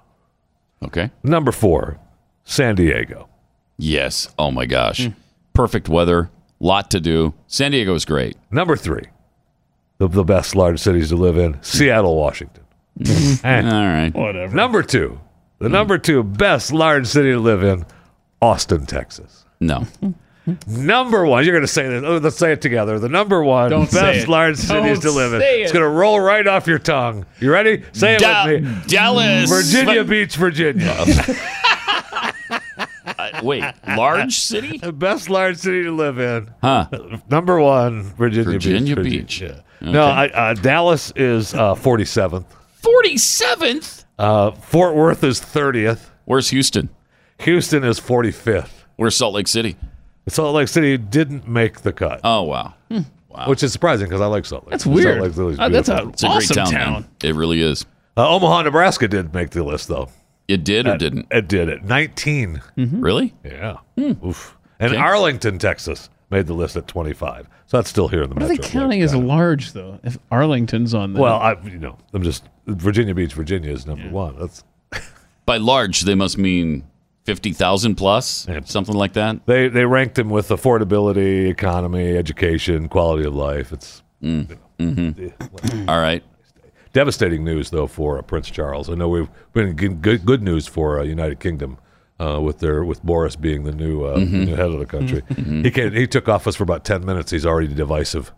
Speaker 2: Okay.
Speaker 10: Number four, San Diego.
Speaker 2: Yes. Oh my gosh.
Speaker 10: Hmm.
Speaker 2: Perfect weather. Lot to do. San Diego is great.
Speaker 10: Number three, the, the best large cities to live in, Seattle, Washington. Eh.
Speaker 2: All right.
Speaker 3: Whatever.
Speaker 10: Number two, the number two best large city to live in, Austin, Texas.
Speaker 2: No.
Speaker 10: Number one, you're going to say this. oh, Let's say it together. The number one
Speaker 3: Don't say it.
Speaker 10: best large cities
Speaker 3: Don't
Speaker 10: to live in.
Speaker 3: say
Speaker 10: It's
Speaker 3: it.
Speaker 10: going to roll right off your tongue. You ready? Say it
Speaker 2: Da-
Speaker 10: with me.
Speaker 2: Dallas.
Speaker 10: Virginia
Speaker 2: But-
Speaker 10: Beach, Virginia. *laughs*
Speaker 2: uh, wait. Large city?
Speaker 10: The best large city to live in.
Speaker 2: Huh.
Speaker 10: *laughs* Number one, Virginia,
Speaker 2: Virginia
Speaker 10: Beach.
Speaker 2: Beach.
Speaker 10: Virginia. No, I, uh, Dallas is uh, 47th.
Speaker 2: Forty seventh.
Speaker 10: Uh, Fort Worth is 30th.
Speaker 2: Where's Houston?
Speaker 10: Houston is 45th.
Speaker 2: Where's Salt Lake City?
Speaker 10: Salt Lake City didn't make the cut.
Speaker 2: Oh wow.
Speaker 10: Hmm. which is surprising because I like Salt Lake.
Speaker 3: That's
Speaker 10: Salt
Speaker 3: weird.
Speaker 10: Lake City's
Speaker 3: Uh, that's
Speaker 10: beautiful.
Speaker 3: a,
Speaker 2: It's a
Speaker 3: awesome
Speaker 2: great town.
Speaker 3: town.
Speaker 2: man. It really is.
Speaker 10: uh, Omaha, Nebraska did make the list though.
Speaker 2: It did
Speaker 10: Uh,
Speaker 2: or didn't?
Speaker 10: It did it. 19
Speaker 3: Hmm.
Speaker 2: Really?
Speaker 10: Yeah. Oof. And
Speaker 2: Okay.
Speaker 10: Arlington, Texas, made the list at twenty-five. So that's still here in the
Speaker 3: What are they
Speaker 10: metro.
Speaker 3: counting as large though? If Arlington's on there, *laughs*
Speaker 10: well, I you know I'm just Virginia Beach, Virginia is number one. That's
Speaker 2: By large, they must mean fifty thousand plus,
Speaker 10: Yeah.
Speaker 2: something like that.
Speaker 10: they they ranked them with affordability, economy, education, quality of life. It's
Speaker 3: Mm. Mm-hmm.
Speaker 10: Hmm.
Speaker 2: All right.
Speaker 10: devastating news though for uh, Prince Charles. I know we've been getting good, good news for uh, United Kingdom uh, with their with Boris being the new, uh, the new head of the country. He can, he took office for about ten minutes. He's already divisive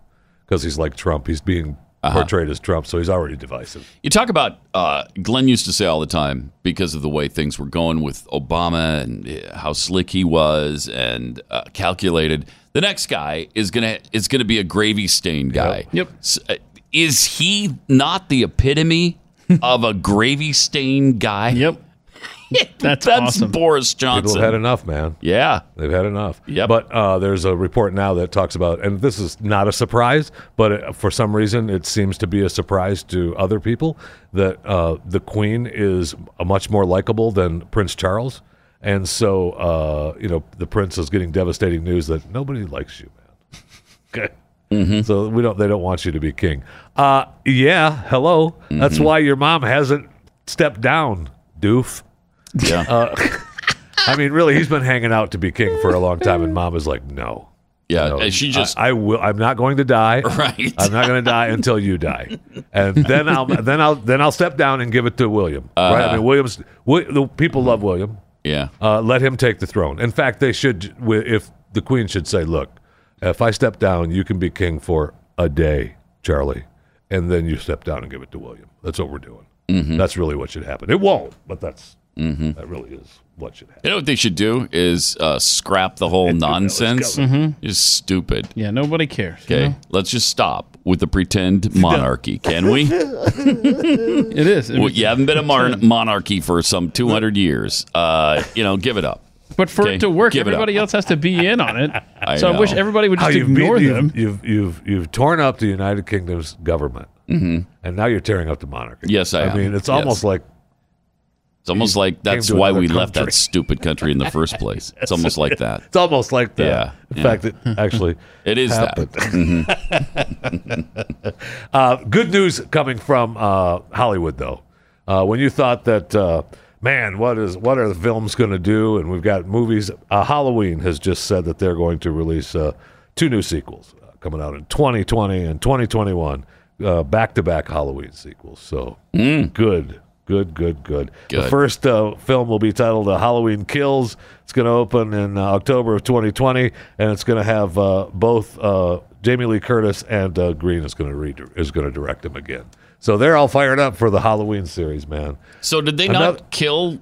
Speaker 10: because he's like Trump. He's being portrayed as Trump, so he's already divisive.
Speaker 2: You talk about uh, Glenn used to say all the time because of the way things were going with Obama and uh, how slick he was and uh, calculated. The next guy is gonna is gonna be a gravy stain guy.
Speaker 3: Yep.
Speaker 2: S- uh, is
Speaker 3: *laughs*
Speaker 2: he not the epitome of a gravy stain guy?
Speaker 3: yep. That's, awesome.
Speaker 2: Boris Johnson.
Speaker 10: People have had enough, man.
Speaker 2: Yeah,
Speaker 10: they've had enough. Yeah, but uh, there's a report now that talks about, and this is not a surprise, but it, for some reason it seems to be a surprise to other people that uh, the Queen is a much more likable than Prince Charles, and so uh, you know the Prince is getting devastating news that nobody likes you, man. *laughs* okay. So we don't. They don't want you to be king. Uh, yeah. Hello. That's
Speaker 2: Mhm.
Speaker 10: why your mom hasn't stepped down, doof.
Speaker 2: Yeah.
Speaker 10: Uh, I mean, really, he's been hanging out to be king for a long time, and mom is like, no.
Speaker 2: Yeah,
Speaker 10: No,
Speaker 2: and she just-
Speaker 10: I, I will. I'm not going to die.
Speaker 2: *laughs* Right.
Speaker 10: I'm not going to die until you die, and then I'll then I'll then I'll step down and give it to William. Right.
Speaker 2: Uh-huh.
Speaker 10: I mean, William's. Wi- the people love William.
Speaker 2: Yeah.
Speaker 10: Uh, let him take the throne. In fact, they should. wi- If the queen should say, "Look, if I step down, you can be king for a day, Charlie, and then you step down and give it to William." That's what we're doing.
Speaker 2: Mm-hmm.
Speaker 10: That's really what should happen. It won't, but that's that really is what should happen.
Speaker 2: You know what they should do is uh, scrap the whole nonsense.
Speaker 3: Mhm.
Speaker 2: It's stupid.
Speaker 3: Yeah, nobody cares.
Speaker 2: Okay, let's just stop with the
Speaker 10: *laughs*
Speaker 2: pretend monarchy, can we?
Speaker 3: It is.
Speaker 2: Well, you haven't been a mar- monarchy for some 200 years. Uh, you know, give it up.
Speaker 3: But for
Speaker 2: Okay,
Speaker 3: it to work,
Speaker 2: give it up.
Speaker 3: everybody else has to be in on it.
Speaker 2: *laughs* I
Speaker 3: so I wish
Speaker 2: know.
Speaker 3: everybody would
Speaker 10: How
Speaker 3: just
Speaker 10: you've beat-
Speaker 3: ignore
Speaker 10: you've-
Speaker 3: them.
Speaker 10: You've, you've you've torn up the United Kingdom's government,
Speaker 3: Mm-hmm.
Speaker 10: and now you're tearing up the monarchy.
Speaker 2: Yes, I am.
Speaker 10: mean, it's
Speaker 2: Yes.
Speaker 10: almost like
Speaker 2: It's almost like that's
Speaker 10: came to
Speaker 2: why
Speaker 10: another
Speaker 2: we left
Speaker 10: country.
Speaker 2: that stupid country in the first
Speaker 10: *laughs*
Speaker 2: place. It's almost like that.
Speaker 10: it's almost like that.
Speaker 2: Yeah,
Speaker 10: In
Speaker 2: yeah.
Speaker 10: fact, it
Speaker 2: *laughs*
Speaker 10: actually
Speaker 2: It is
Speaker 10: happened.
Speaker 2: that. Mhm.
Speaker 10: Uh, good news coming from uh, Hollywood, though. Uh, when you thought that, uh, man, what is what are the films going to do? And we've got movies. Uh, Halloween has just said that they're going to release uh, two new sequels uh, coming out in 2020 and 2021, uh, back-to-back Halloween sequels. So good. Good, good, good. The
Speaker 2: Good.
Speaker 10: first uh, film will be titled uh, Halloween Kills. It's going to open in uh, October of 2020, and it's going to have uh, both uh, Jamie Lee Curtis and uh, Green is going to read is going to direct them again. So they're all fired up for the Halloween series, man.
Speaker 2: So did they
Speaker 10: Another-
Speaker 2: not kill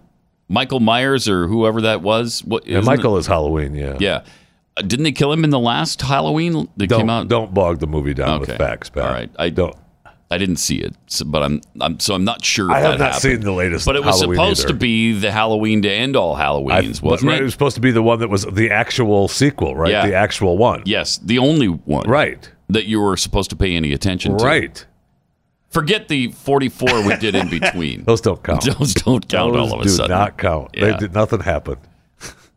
Speaker 2: Michael Myers or whoever that was? What,
Speaker 10: Yeah,
Speaker 2: isn't
Speaker 10: Michael is Halloween, yeah.
Speaker 2: it- Yeah. Uh, didn't they kill him in the last Halloween that
Speaker 10: Don't
Speaker 2: came out?
Speaker 10: don't bog the movie down with facts, pal.
Speaker 2: All right. I don't. I didn't see it, so, but I'm, I'm so I'm not sure.
Speaker 10: I
Speaker 2: if
Speaker 10: have
Speaker 2: that
Speaker 10: not
Speaker 2: happened.
Speaker 10: seen the latest
Speaker 2: But it was
Speaker 10: Halloween
Speaker 2: supposed
Speaker 10: either.
Speaker 2: to be the Halloween to end all
Speaker 10: I-
Speaker 2: Halloweens,
Speaker 10: but,
Speaker 2: wasn't
Speaker 10: right,
Speaker 2: it?
Speaker 10: was supposed to be the one that was the actual sequel, right?
Speaker 2: Yeah.
Speaker 10: The actual one.
Speaker 2: Yes, the only one.
Speaker 10: Right.
Speaker 2: That you were supposed to pay any attention to.
Speaker 10: Right.
Speaker 2: Forget the 44 we
Speaker 10: *laughs*
Speaker 2: did in between.
Speaker 10: Those don't count.
Speaker 2: *laughs* Those don't count
Speaker 10: Those
Speaker 2: all of a
Speaker 10: do
Speaker 2: sudden.
Speaker 10: not count.
Speaker 2: Yeah.
Speaker 10: They did nothing happened.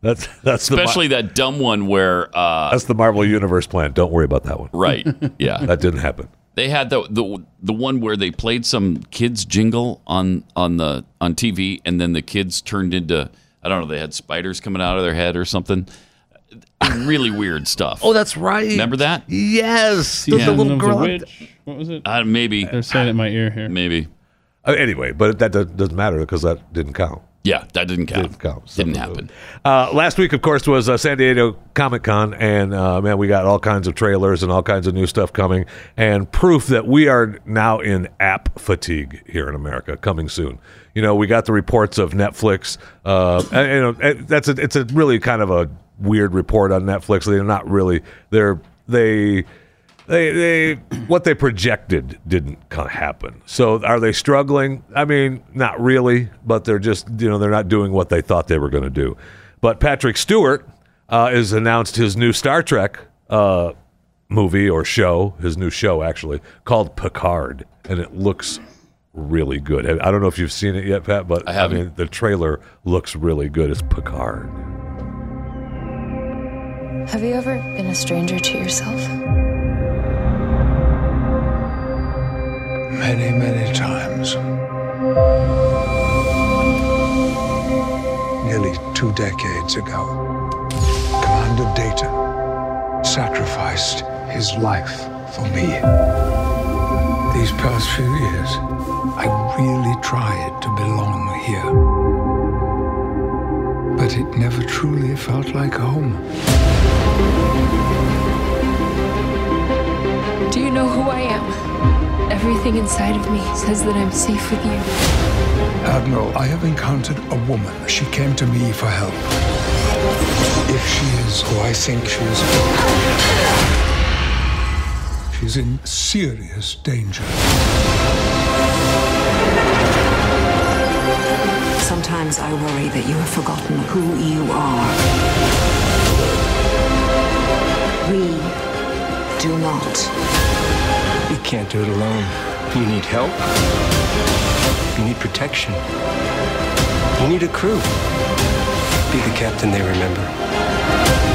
Speaker 10: That's that's
Speaker 2: Especially
Speaker 10: the,
Speaker 2: that dumb one where,
Speaker 10: *laughs* Mar-
Speaker 2: uh,
Speaker 10: that's the Marvel Universe plan. Don't worry about that one.
Speaker 2: right, yeah.
Speaker 10: that didn't happen.
Speaker 2: They had the, the the one where they played some kids jingle on on the on TV, and then the kids turned into I don't know. They had spiders coming out of their head or something. Really weird stuff.
Speaker 10: Oh, that's right.
Speaker 2: Remember that?
Speaker 10: Yes,
Speaker 2: Yeah.
Speaker 10: the little
Speaker 2: And it
Speaker 10: girl.
Speaker 2: was a
Speaker 3: Witch. What was it?
Speaker 2: Uh, maybe. They're
Speaker 3: saying it in my ear here.
Speaker 2: Maybe.
Speaker 10: Uh, anyway, but that do- doesn't matter because that didn't count.
Speaker 2: Yeah, that didn't count.
Speaker 10: Didn't count.
Speaker 2: Didn't happen.
Speaker 10: Uh, last week, of course, was uh, San Diego Comic Con, and uh, man, we got all kinds of trailers and all kinds of new stuff coming, and proof that we are now in app fatigue here in America. Coming soon, you know, we got the reports of Netflix. Uh, and, you know, and that's a, it's a really kind of a weird report on Netflix. They're not really they're they they they *clears throat* what they projected didn't co- happen. So are they struggling? I mean, not really, but they're just you know they're not doing what they thought they were going to do. But Patrick Stewart uh, has announced his new Star Trek uh, movie or show, his new show actually called Picard, and it looks really good. I I don't know if you've seen it yet, Pat, but
Speaker 2: I haven't.
Speaker 10: mean, the trailer looks really good. It's Picard.
Speaker 11: Have you ever been a stranger to yourself?
Speaker 12: Many, many times. Nearly two decades ago, Commander Data sacrificed his life for me. These past few years, I really tried to belong here. But it never truly felt like home.
Speaker 11: Do you know who I am? Everything inside of me says that I'm safe with you.
Speaker 12: Admiral, I have encountered a woman. She came to me for help. If she is who I think she is, she's in serious danger.
Speaker 13: Sometimes I worry that you have forgotten who you are. We do not.
Speaker 14: You can't do it alone. You need help. You need protection. You need a crew. Be the captain they remember.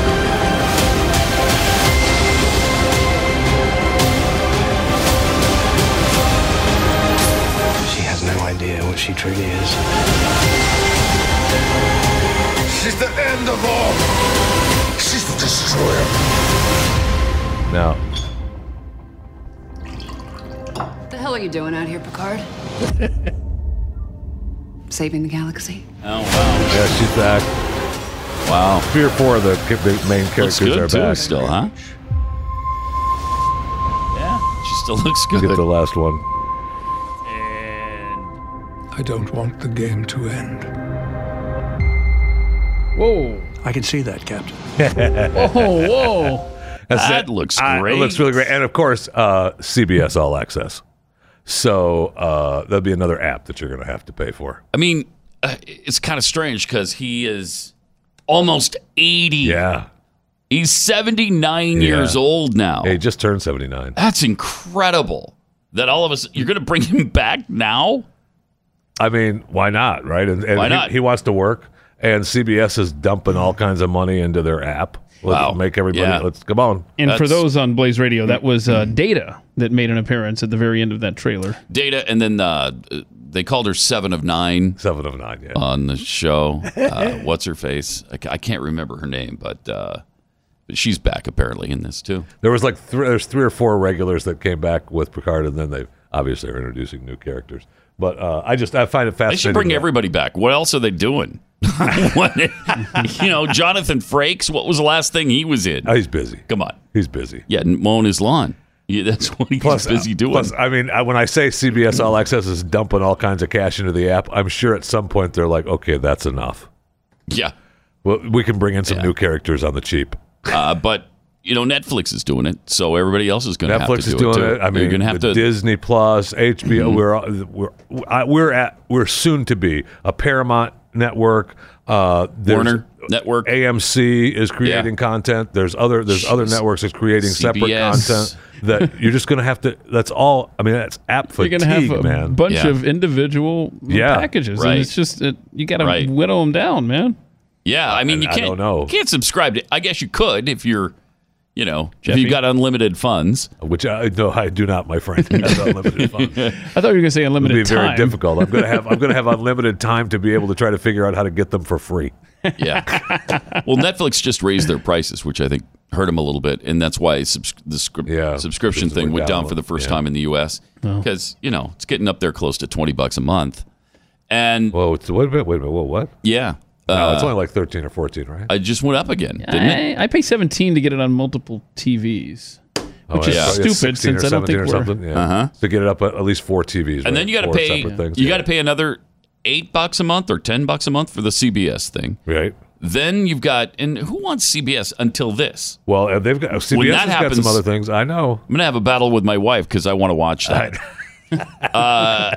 Speaker 14: She has no idea what she truly is.
Speaker 12: She's the end of all. She's the destroyer.
Speaker 10: Now,
Speaker 11: What the hell are you doing out here, *laughs* Picard? Saving the galaxy?
Speaker 2: Oh wow!
Speaker 10: Yeah, she's back.
Speaker 2: Wow.
Speaker 10: Three or four of the ki- big main characters
Speaker 2: good,
Speaker 10: are
Speaker 2: too,
Speaker 10: back.
Speaker 2: still, huh? Yeah, she still *laughs* looks good.
Speaker 10: Get the last one.
Speaker 12: I don't want the game to end.
Speaker 3: Whoa.
Speaker 14: I can see that, Captain.
Speaker 3: *laughs* Whoa, Oh, whoa.
Speaker 2: That looks
Speaker 10: I-
Speaker 2: great.
Speaker 10: It looks really great. And of course, uh, CBS All Access. So uh, that'll be another app that you're going to have to pay for.
Speaker 2: I mean, uh, it's kind of strange because he is almost 80.
Speaker 10: Yeah.
Speaker 2: He's 79 years
Speaker 10: Yeah.
Speaker 2: old now.
Speaker 10: Yeah, he just turned 79.
Speaker 2: That's incredible that all of us, you're going to bring him *laughs* back now?
Speaker 10: I mean, why not, right? And, and
Speaker 2: Why
Speaker 10: he,
Speaker 2: not?
Speaker 10: he wants to work, and CBS is dumping all kinds of money into their app. Let's
Speaker 2: Wow.
Speaker 10: make everybody.
Speaker 2: Yeah.
Speaker 10: Let's come on.
Speaker 3: And for those on Blaze Radio, that was uh,
Speaker 10: Mm-hmm.
Speaker 3: Data that made an appearance at the very end of that trailer.
Speaker 2: Data, and then uh, they called her Seven of Nine.
Speaker 10: Seven of Nine, yeah.
Speaker 2: On the show.
Speaker 10: *laughs*
Speaker 2: Uh, what's her face? I, ca- I can't remember her name, but uh, she's back apparently in this too.
Speaker 10: There was like three, there's three or four regulars that came back with Picard, and then they obviously are introducing new characters. But uh, I just I find it
Speaker 2: They
Speaker 10: fascinating.
Speaker 2: should bring
Speaker 10: that-
Speaker 2: everybody back. What else are they doing? *laughs* What- you know, Jonathan Frakes, what was the last thing he was in?
Speaker 10: Oh, he's busy.
Speaker 2: Come on.
Speaker 10: He's busy.
Speaker 2: Yeah, and mowing his lawn. Yeah, that's what he's busy doing.
Speaker 10: Plus, uh, I mean, I, when I say CBS All Access is dumping all kinds of cash into the app, I'm sure at some point they're like, okay, that's enough.
Speaker 2: *laughs* yeah.
Speaker 10: Well, we can bring in some new characters on the cheap.
Speaker 2: Uh, but you know, Netflix is doing it, so everybody else is going to have to
Speaker 10: Netflix
Speaker 2: do
Speaker 10: is
Speaker 2: it.
Speaker 10: doing
Speaker 2: too.
Speaker 10: it. I mean,
Speaker 2: you're going to have
Speaker 10: the
Speaker 2: to.
Speaker 10: Disney
Speaker 2: *clears throat*
Speaker 10: Plus, HBO. We're all- we're I- we're at we're soon to be a Paramount network. Uh, there's-
Speaker 2: Warner Network.
Speaker 10: AMC is creating content. There's other there's other
Speaker 2: Jeez.
Speaker 10: networks that's creating separate
Speaker 2: CBS.
Speaker 10: content that you're just going to have to. That's all. I mean, that's app fatigue,
Speaker 3: You're gonna have a
Speaker 10: man.
Speaker 3: bunch of individual
Speaker 10: Yeah,
Speaker 3: packages,
Speaker 2: right.
Speaker 3: and it's just it, you got to
Speaker 2: Right.
Speaker 3: whittle them down, man.
Speaker 2: yeah, I mean, you
Speaker 10: I
Speaker 2: can't.
Speaker 10: don't know.
Speaker 2: you can't subscribe to. I guess you could if you're, you know, if
Speaker 3: Jeffy?
Speaker 2: you got unlimited funds.
Speaker 10: which I no, I do not, my friend.
Speaker 2: *laughs*
Speaker 10: That's unlimited funds.
Speaker 3: I thought you were gonna say
Speaker 10: It'll
Speaker 3: unlimited
Speaker 10: be very
Speaker 3: time.
Speaker 10: difficult. I'm gonna have I'm gonna have unlimited time to be able to try to figure out how to get them for free. *laughs*
Speaker 2: Yeah. well, Netflix just raised their prices, which I think hurt them a little bit, and that's why subs- the scri- subscription
Speaker 10: subscriptions
Speaker 2: thing
Speaker 10: were
Speaker 2: went
Speaker 10: down a
Speaker 2: down for the
Speaker 10: little,
Speaker 2: first
Speaker 10: yeah.
Speaker 2: time in the U.S.
Speaker 10: Oh.
Speaker 2: because you know it's getting up there close to twenty bucks a month, and
Speaker 10: whoa, it's, wait a minute, wait a minute, whoa, what?
Speaker 2: Yeah,
Speaker 10: No, it's
Speaker 2: Uh,
Speaker 10: only like thirteen or fourteen, right?
Speaker 2: I just went up again, didn't it?
Speaker 3: I, I pay seventeen to get it on multiple TVs, which is
Speaker 10: Oh, yeah.
Speaker 3: stupid
Speaker 10: 16 or
Speaker 3: since I don't
Speaker 10: 17
Speaker 3: think
Speaker 10: or
Speaker 3: we're.
Speaker 10: something. Yeah. To get it up at, at least four TVs,
Speaker 2: Uh-huh. and then
Speaker 10: right?
Speaker 2: you got to
Speaker 10: Four
Speaker 2: pay
Speaker 10: separate things.
Speaker 2: you got to pay another eight bucks a month or ten bucks a month for the CBS thing.
Speaker 10: Right.
Speaker 2: Then you've got and who wants CBS until this?
Speaker 10: Well, uh, they've got CBS
Speaker 2: When that
Speaker 10: has
Speaker 2: happens,
Speaker 10: got some other things. I know.
Speaker 2: I'm gonna have a battle with my wife because I want to watch *laughs* that. uh,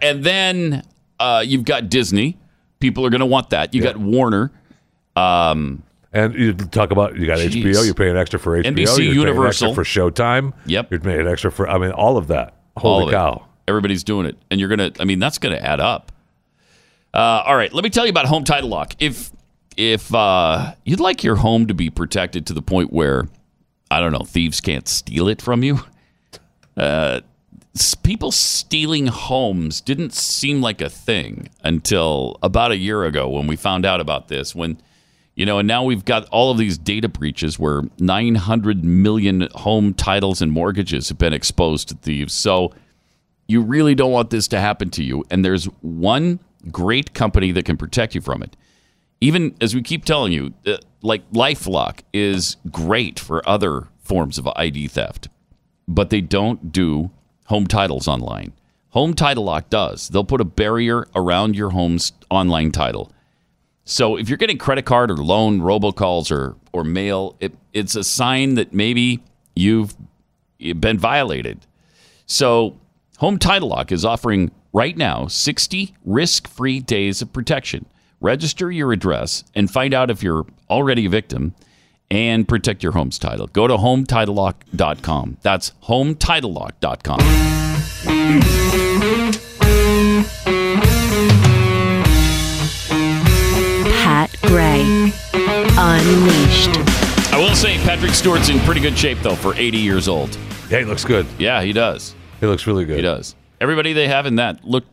Speaker 2: and then uh, you've got Disney. People are gonna want that. You got Warner. Um,
Speaker 10: and you talk about you got HBO. You're paying extra for HBO.
Speaker 2: NBC
Speaker 10: you're
Speaker 2: Universal.
Speaker 10: paying extra for Showtime.
Speaker 2: Yep.
Speaker 10: You're paying extra for. I mean, all of that.
Speaker 2: All
Speaker 10: Holy
Speaker 2: of it.
Speaker 10: cow!
Speaker 2: Everybody's doing it, and you're gonna. I mean, that's gonna add up. Uh, all right, let me tell you about home title lock. If if uh, you'd like your home to be protected to the point where I don't know thieves can't steal it from you, uh, s- people stealing homes didn't seem like a thing until about a year ago when we found out about this. When you know, and now we've got all of these data breaches where 900 million home titles and mortgages have been exposed to thieves. So you really don't want this to happen to you. And there's one great company that can protect you from it. Even as we keep telling you, uh, like Lifelock is great for other forms of ID theft, but they don't do home titles online. Home Title Lock does. They'll put a barrier around your home's online title. So if you're getting credit card or loan robocalls or or mail, it, it's a sign that maybe you've been violated. So Home Title Lock is offering right now 60 risk free days of protection. Register your address and find out if you're already a victim and protect your home's title. Go to hometitlelock.com. That's hometitlelock.com.
Speaker 1: Pat Gray. Unleashed.
Speaker 2: I will say Patrick Stewart's in pretty good shape though for 80 years old.
Speaker 10: Yeah, he looks good.
Speaker 2: Yeah, he does.
Speaker 10: He looks really good.
Speaker 2: He does. Everybody they have in that look,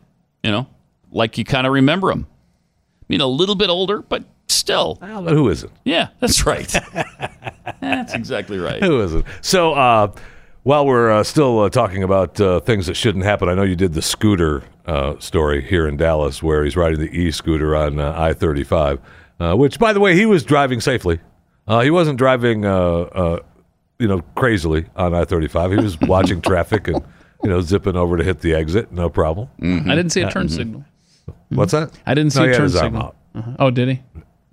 Speaker 2: you know, like you kind of remember him. I mean, a little bit older, but still.
Speaker 10: Well, but who isn't?
Speaker 2: Yeah, that's right. *laughs* that's exactly right.
Speaker 10: Who isn't? So, uh, while we're uh, still uh, talking about uh, things that shouldn't happen, I know you did the scooter uh, story here in Dallas where he's riding the e scooter on uh, I 35, uh, which, by the way, he was driving safely. Uh, he wasn't driving, uh, uh, you know, crazily on I 35. He
Speaker 3: *laughs*
Speaker 10: was watching traffic and, you know, zipping over to hit the exit, no problem.
Speaker 3: I didn't see a turn
Speaker 10: Mhm.
Speaker 3: signal.
Speaker 10: What's that?
Speaker 3: Mm-hmm. I didn't see
Speaker 10: No,
Speaker 3: a
Speaker 10: he had
Speaker 3: turn
Speaker 10: his arm
Speaker 3: signal.
Speaker 10: out.
Speaker 3: Uh-huh. Oh, did he?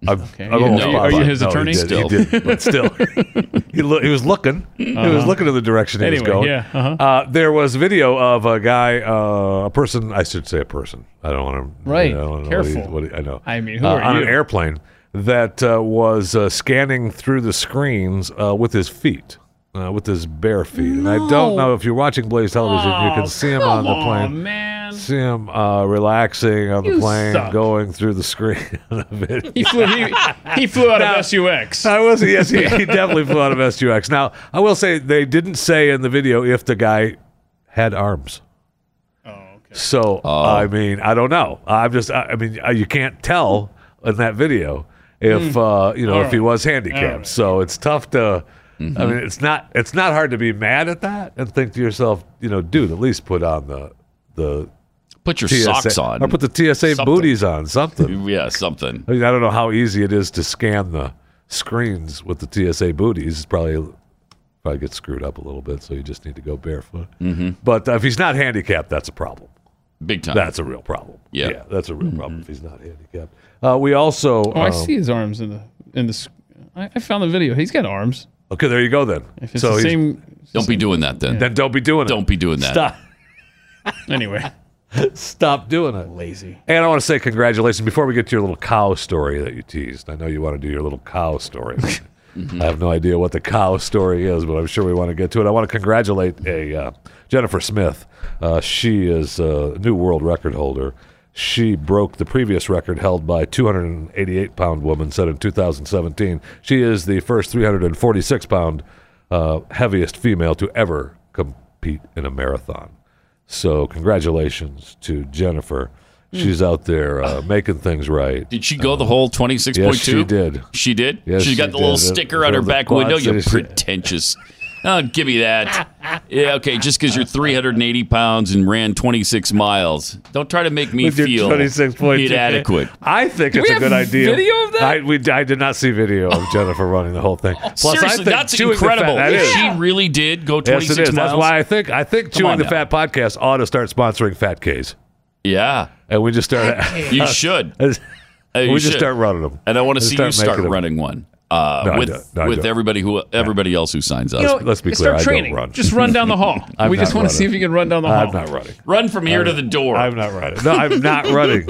Speaker 10: I've,
Speaker 3: Okay.
Speaker 10: I've
Speaker 3: Are you-
Speaker 10: almost
Speaker 3: are you-
Speaker 10: popped
Speaker 3: are you
Speaker 10: out.
Speaker 3: his
Speaker 10: No,
Speaker 3: attorney?
Speaker 10: He did,
Speaker 3: Still.
Speaker 10: He did, but still,
Speaker 3: *laughs*
Speaker 10: he, lo- he was looking. He was
Speaker 3: Uh-huh.
Speaker 10: looking in the direction he
Speaker 3: Anyway,
Speaker 10: was going.
Speaker 3: yeah, uh-huh.
Speaker 10: Uh, there was video of a guy, uh, a person. I should say a person. I don't want to.
Speaker 3: Right.
Speaker 10: I don't know
Speaker 3: Careful.
Speaker 10: What he, what he- I know.
Speaker 3: I mean, who
Speaker 10: Uh,
Speaker 3: are
Speaker 10: on
Speaker 3: you?
Speaker 10: an airplane that uh, was uh, scanning through the screens uh, with his feet. Uh, with his bare feet, and I don't
Speaker 3: No.
Speaker 10: know if you're watching Blaze Television, you
Speaker 3: Oh,
Speaker 10: can see him
Speaker 3: come
Speaker 10: on the
Speaker 3: on,
Speaker 10: plane,
Speaker 3: man.
Speaker 10: see him uh, relaxing on the
Speaker 3: You
Speaker 10: plane,
Speaker 3: suck.
Speaker 10: going through the screen *laughs* of it.
Speaker 3: He flew. He, he flew out of SUX.
Speaker 10: I was yes, he,
Speaker 2: *laughs*
Speaker 10: he definitely flew out of SUX. Now, I will say they didn't say in the video if the guy had arms. Oh, okay. So I mean, I don't know. I'm just, I, I mean, uh, you can't tell in that video if
Speaker 3: Hmm.
Speaker 10: uh, you know
Speaker 3: All
Speaker 10: if he
Speaker 3: right.
Speaker 10: was
Speaker 3: All
Speaker 10: handicapped.
Speaker 3: right.
Speaker 10: So it's tough to.
Speaker 2: Mm-hmm.
Speaker 10: I mean, it's not it's not hard to be mad at that and think to yourself, you know, dude, at least put on the the
Speaker 2: Put your
Speaker 10: TSA
Speaker 2: socks on.
Speaker 10: or put the TSA
Speaker 2: Something.
Speaker 10: booties on, something.
Speaker 2: Yeah, something.
Speaker 10: I mean, I don't know how easy it is to scan the screens with the TSA booties. It's probably probably gets screwed up a little bit, so you just need to go barefoot.
Speaker 2: Mhm.
Speaker 10: But uh, if he's not handicapped, that's a problem.
Speaker 2: Big time.
Speaker 10: That's a real problem.
Speaker 2: Yeah. Mm-hmm.
Speaker 10: yeah that's a real problem if he's not handicapped. Uh, we also.
Speaker 3: Oh, I
Speaker 10: um,
Speaker 3: see his arms in the in the. s- I, I found the video. He's got arms.
Speaker 10: Okay, there you go then.
Speaker 3: If it's
Speaker 10: So
Speaker 3: the
Speaker 10: he's-
Speaker 3: same.
Speaker 2: Don't be doing that then.
Speaker 10: Then don't be doing it.
Speaker 2: Don't be doing that.
Speaker 10: Stop.
Speaker 3: Anyway.
Speaker 10: Stop doing it.
Speaker 3: Lazy.
Speaker 10: And I want to say congratulations before we get to your little cow story that you teased. I know you want to do your little cow story. I have no idea what the cow story is, but I'm sure we want to get to it. I want to congratulate a uh, Jennifer Smith. Uh, she is a new world record holder. She broke the previous record held by a 288 pound woman set in 2017. She is the first 346 pound uh, heaviest female to ever compete in a marathon. So congratulations to Jennifer. She's out there *sighs* uh, making things right.
Speaker 2: Did she go the whole 26.2?
Speaker 10: Yes, she did.
Speaker 2: She did?
Speaker 10: Yes,
Speaker 2: she got
Speaker 10: she
Speaker 2: the little
Speaker 10: did.
Speaker 2: sticker
Speaker 10: It
Speaker 2: on her
Speaker 10: was a
Speaker 2: back
Speaker 10: quad
Speaker 2: window. You
Speaker 10: citizen.
Speaker 2: pretentious. Oh, give me that. Yeah, okay, just because you're 380 pounds and ran 26 miles. Don't try to make me
Speaker 10: With your
Speaker 2: feel
Speaker 10: 26.2.
Speaker 2: inadequate.
Speaker 10: I think
Speaker 2: Do
Speaker 10: it's
Speaker 2: we
Speaker 10: a good
Speaker 2: have
Speaker 10: idea.
Speaker 2: video of that?
Speaker 10: I, we, I did not see video
Speaker 2: *laughs*
Speaker 10: of Jennifer running the whole thing. Plus, I
Speaker 2: Seriously,
Speaker 10: think
Speaker 2: that's
Speaker 10: chewing the fat-
Speaker 2: incredible.
Speaker 10: that is.
Speaker 2: She really did go
Speaker 10: Yes,
Speaker 2: 26
Speaker 10: it is.
Speaker 2: miles.
Speaker 10: That's why I think I think
Speaker 2: Come
Speaker 10: chewing
Speaker 2: on
Speaker 10: the
Speaker 2: now.
Speaker 10: fat podcast ought to start sponsoring Fat K's.
Speaker 2: Yeah,
Speaker 10: and we just start. *laughs*
Speaker 2: You should. Uh,
Speaker 10: we
Speaker 2: you
Speaker 10: just
Speaker 2: should.
Speaker 10: start running them.
Speaker 2: And I want to
Speaker 10: Just
Speaker 2: see you start
Speaker 10: making them.
Speaker 2: running one uh,
Speaker 10: No, I
Speaker 2: with
Speaker 10: don't. No, I
Speaker 2: with
Speaker 10: don't.
Speaker 2: everybody who everybody else who signs up.
Speaker 3: You know,
Speaker 10: let's be
Speaker 3: start
Speaker 10: clear, I don't
Speaker 3: training.
Speaker 10: run.
Speaker 3: Just run down the
Speaker 10: *laughs*
Speaker 3: hall.
Speaker 10: I'm
Speaker 3: we
Speaker 10: not
Speaker 3: just want to see if
Speaker 10: running.
Speaker 3: you can run down the hall.
Speaker 10: I'm not running.
Speaker 2: Run from here to the door.
Speaker 10: I'm not running. No,
Speaker 2: *laughs*
Speaker 10: I'm not running.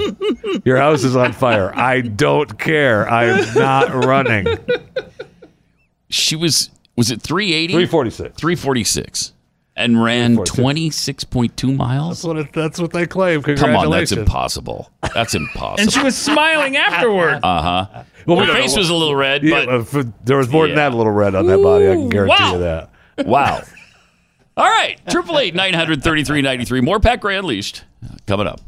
Speaker 10: Your house is on fire. I don't care. I'm not running.
Speaker 2: *laughs* She was was it 380?
Speaker 10: 346.
Speaker 2: 346 and ran 26.2 miles.
Speaker 10: That's what it, that's what they claim.
Speaker 2: Come on, that's
Speaker 10: Congratulations.
Speaker 2: impossible.
Speaker 10: *laughs*
Speaker 2: That's impossible.
Speaker 3: And she was smiling afterward.
Speaker 2: uh huh.
Speaker 10: Well, we
Speaker 2: Her
Speaker 10: don't
Speaker 2: face
Speaker 10: know.
Speaker 2: was a little red,
Speaker 10: Yeah,
Speaker 2: but
Speaker 10: uh, f- there was more than
Speaker 2: Yeah.
Speaker 10: that little red on that body. I can guarantee
Speaker 2: wow.
Speaker 10: you that. *laughs*
Speaker 2: wow. All right, triple eight nine hundred thirty three ninety three. More Pat Gray unleashed uh, coming up.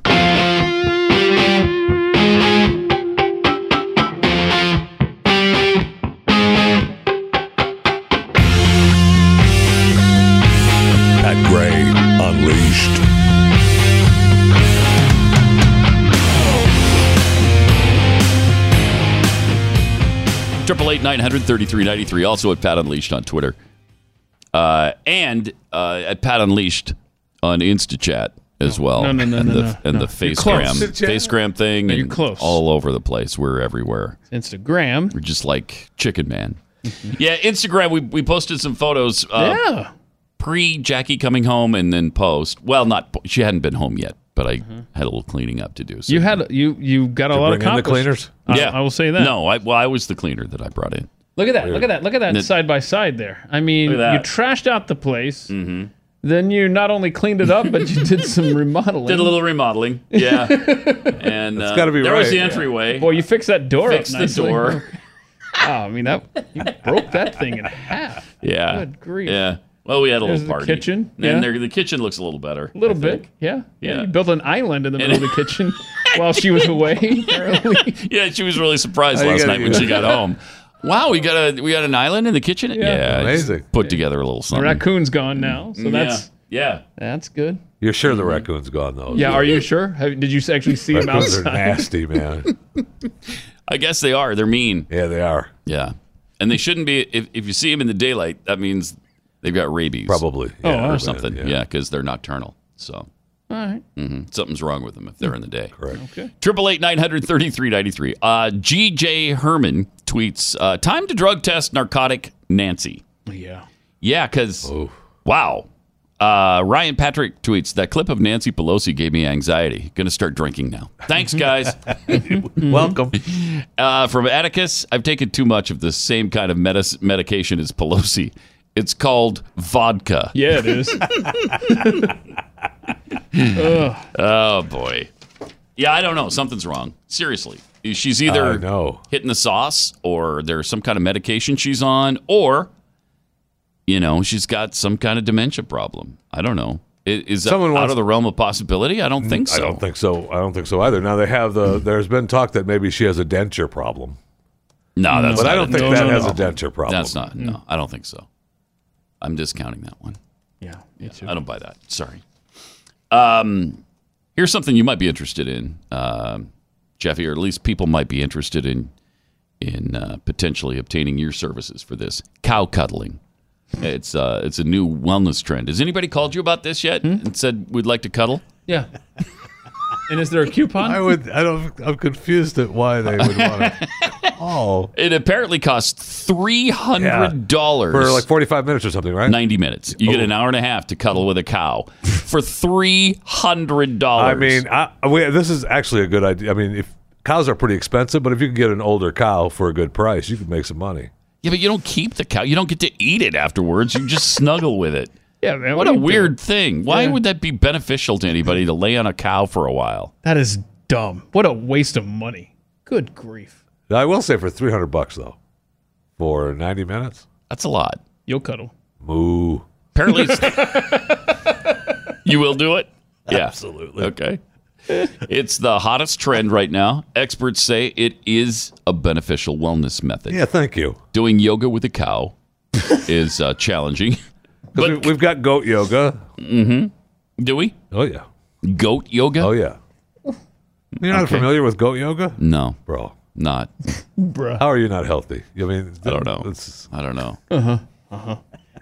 Speaker 12: Pat Gray Unleashed.
Speaker 2: Triple eight nine hundred thirty three ninety three. Also at Pat Unleashed on Twitter, uh, and uh, at Pat Unleashed on InstaChat as well.
Speaker 3: no, no, no,
Speaker 2: and
Speaker 3: no,
Speaker 2: the
Speaker 3: no,
Speaker 2: and
Speaker 3: no.
Speaker 2: the
Speaker 3: You're close.
Speaker 2: FaceGram
Speaker 3: InstaChat?
Speaker 2: FaceGram thing.
Speaker 3: No,
Speaker 2: and
Speaker 3: you're close.
Speaker 2: All over the place. We're everywhere.
Speaker 3: Instagram.
Speaker 2: We're just like Chicken
Speaker 3: *laughs*
Speaker 2: Man. yeah, Instagram. We we posted some photos. Uh,
Speaker 3: yeah.
Speaker 2: Pre Jackie coming home and then post. Well, not she hadn't been home yet, but I had a little cleaning up to do. So
Speaker 3: Mm-hmm. You had you you got a lot of Uh,
Speaker 2: Yeah,
Speaker 3: I, I will say that.
Speaker 2: No, I, well, I was the cleaner that I brought in.
Speaker 3: Look at that. Look at that. Look at that
Speaker 2: N-
Speaker 3: side by side there. I mean, you
Speaker 2: Look at that.
Speaker 3: trashed out the place. Mm-hmm. Then you not only cleaned it up, but
Speaker 2: *laughs*
Speaker 3: you did some remodeling.
Speaker 2: Did a little remodeling.
Speaker 3: *laughs*
Speaker 2: Yeah, and uh,
Speaker 3: gotta be
Speaker 2: there was
Speaker 3: right,
Speaker 2: the
Speaker 3: yeah.
Speaker 2: entryway.
Speaker 3: Boy, you fixed that door.
Speaker 2: Fixed
Speaker 3: up
Speaker 2: the
Speaker 3: nicely.
Speaker 2: door.
Speaker 3: wow, I mean that you broke that thing in half.
Speaker 2: *laughs* *laughs* Yeah.
Speaker 3: Good grief.
Speaker 2: Yeah. Well, we had a
Speaker 3: There's
Speaker 2: little
Speaker 3: the
Speaker 2: party.
Speaker 3: kitchen,
Speaker 2: And
Speaker 3: yeah.
Speaker 2: there, the kitchen looks a little better.
Speaker 3: A little bit, yeah.
Speaker 2: Yeah.
Speaker 3: You built an island in the middle
Speaker 2: *laughs*
Speaker 3: of the kitchen while she was away. apparently.
Speaker 2: yeah, she was really surprised
Speaker 3: Oh, you
Speaker 2: last
Speaker 3: gotta
Speaker 2: night
Speaker 3: do
Speaker 2: when she
Speaker 3: that. *laughs*
Speaker 2: got home. Wow, we got a we got an island in the kitchen.
Speaker 3: Yeah.
Speaker 2: I just Put together a little
Speaker 3: The
Speaker 2: something.
Speaker 3: raccoon's gone now, so
Speaker 2: Yeah.
Speaker 3: that's
Speaker 2: yeah,
Speaker 3: that's good.
Speaker 10: You're sure the raccoon's gone though?
Speaker 3: Yeah, are you sure? Have, did you actually see him
Speaker 10: Raccoons
Speaker 3: outside?
Speaker 10: are nasty, man.
Speaker 2: I guess they are. They're mean.
Speaker 10: Yeah, they
Speaker 2: *laughs*
Speaker 10: are.
Speaker 2: Yeah, and they shouldn't be. If if you see them in the daylight, that means they've got rabies, probably,
Speaker 3: Oh, wow.
Speaker 2: or something. Yeah, because they're nocturnal. So
Speaker 3: All right.
Speaker 2: hmm something's wrong with them if they're in the day. Correct.
Speaker 3: Okay.
Speaker 2: Triple eight nine hundred thirty three ninety three. Uh, G.J. Herman tweets: uh, Time to drug test narcotic Nancy.
Speaker 3: Yeah.
Speaker 2: Yeah, because wow. Uh, Ryan Patrick tweets that clip of Nancy Pelosi gave me anxiety. Gonna start drinking now. Thanks, guys.
Speaker 10: Welcome.
Speaker 2: Uh, from Atticus, I've taken too much of the same kind of medis- medication as Pelosi. It's called vodka.
Speaker 3: Yeah, it is. Ugh.
Speaker 2: oh boy. Yeah, I don't know. Something's wrong. Seriously, she's
Speaker 10: I
Speaker 2: either
Speaker 10: know.
Speaker 2: hitting the sauce, or there's some kind of medication she's on, or you know, she's got some kind of dementia problem. I don't know. I- Is, that
Speaker 10: Someone
Speaker 2: out
Speaker 10: wants-
Speaker 2: of the realm of possibility? I don't think so.
Speaker 10: I don't think so. I don't think so either. Now they have the. There's been talk that maybe she has a denture problem.
Speaker 2: No, that's
Speaker 10: But
Speaker 2: not
Speaker 10: I don't
Speaker 2: a
Speaker 10: think
Speaker 2: denture
Speaker 10: that has a
Speaker 2: problem.
Speaker 10: denture problem.
Speaker 2: That's not.
Speaker 10: Mm.
Speaker 2: No, I don't think so. I'm discounting that one.
Speaker 3: Yeah,
Speaker 2: Yeah, I don't buy that. Sorry. Um, here's something you might be interested in, um, Jeffy, or at least people might be interested in in uh, potentially obtaining your services for this cow cuddling. It's uh, it's a new wellness trend. Has anybody called you about this
Speaker 10: Hmm?
Speaker 2: yet and said we'd like to cuddle?
Speaker 3: *laughs* Yeah. And is there a coupon?
Speaker 10: I would. I don't. I'm confused at why they
Speaker 2: *laughs*
Speaker 10: would want to. Oh,
Speaker 2: It apparently costs three hundred dollars
Speaker 10: for like 45 minutes or something, right?
Speaker 2: 90 minutes. You get
Speaker 10: Oh.
Speaker 2: an hour and a half to cuddle with a cow for three hundred dollars.
Speaker 10: *laughs* I mean, I, we, this is actually a good idea. I mean, if cows are pretty expensive, but if you can get an older cow for a good price, you could make some money.
Speaker 2: Yeah, but you don't keep the cow. You don't get to eat it afterwards. You just snuggle with
Speaker 10: *laughs*
Speaker 2: it.
Speaker 3: Yeah, man.
Speaker 2: What,
Speaker 3: are
Speaker 2: a
Speaker 3: you
Speaker 2: weird
Speaker 3: doing?
Speaker 2: thing. Why
Speaker 3: Yeah.
Speaker 2: would that be beneficial to anybody to lay on a cow for a while?
Speaker 3: That is dumb. What a waste of money. Good grief.
Speaker 10: Now, I will say for 300 bucks though, for 90 minutes,
Speaker 2: that's a lot.
Speaker 3: You'll cuddle.
Speaker 10: Moo.
Speaker 2: Apparently, it's, *laughs* you will do it. Yeah.
Speaker 10: Absolutely.
Speaker 2: Okay. It's the hottest trend right now. Experts say it is a beneficial wellness method.
Speaker 10: Yeah, thank you.
Speaker 2: Doing yoga with a cow is uh, challenging.
Speaker 10: But we, have got goat yoga.
Speaker 2: Mm-hmm. Do we?
Speaker 10: Oh yeah.
Speaker 2: Goat yoga. *laughs*
Speaker 10: Oh yeah. You're not
Speaker 2: Okay.
Speaker 10: familiar with goat yoga?
Speaker 2: No,
Speaker 10: bro,
Speaker 2: not.
Speaker 3: Bruh.
Speaker 10: How are you not healthy? I mean,
Speaker 2: I don't know. I don't
Speaker 10: *laughs*
Speaker 2: know.
Speaker 3: Uh huh. Uh huh.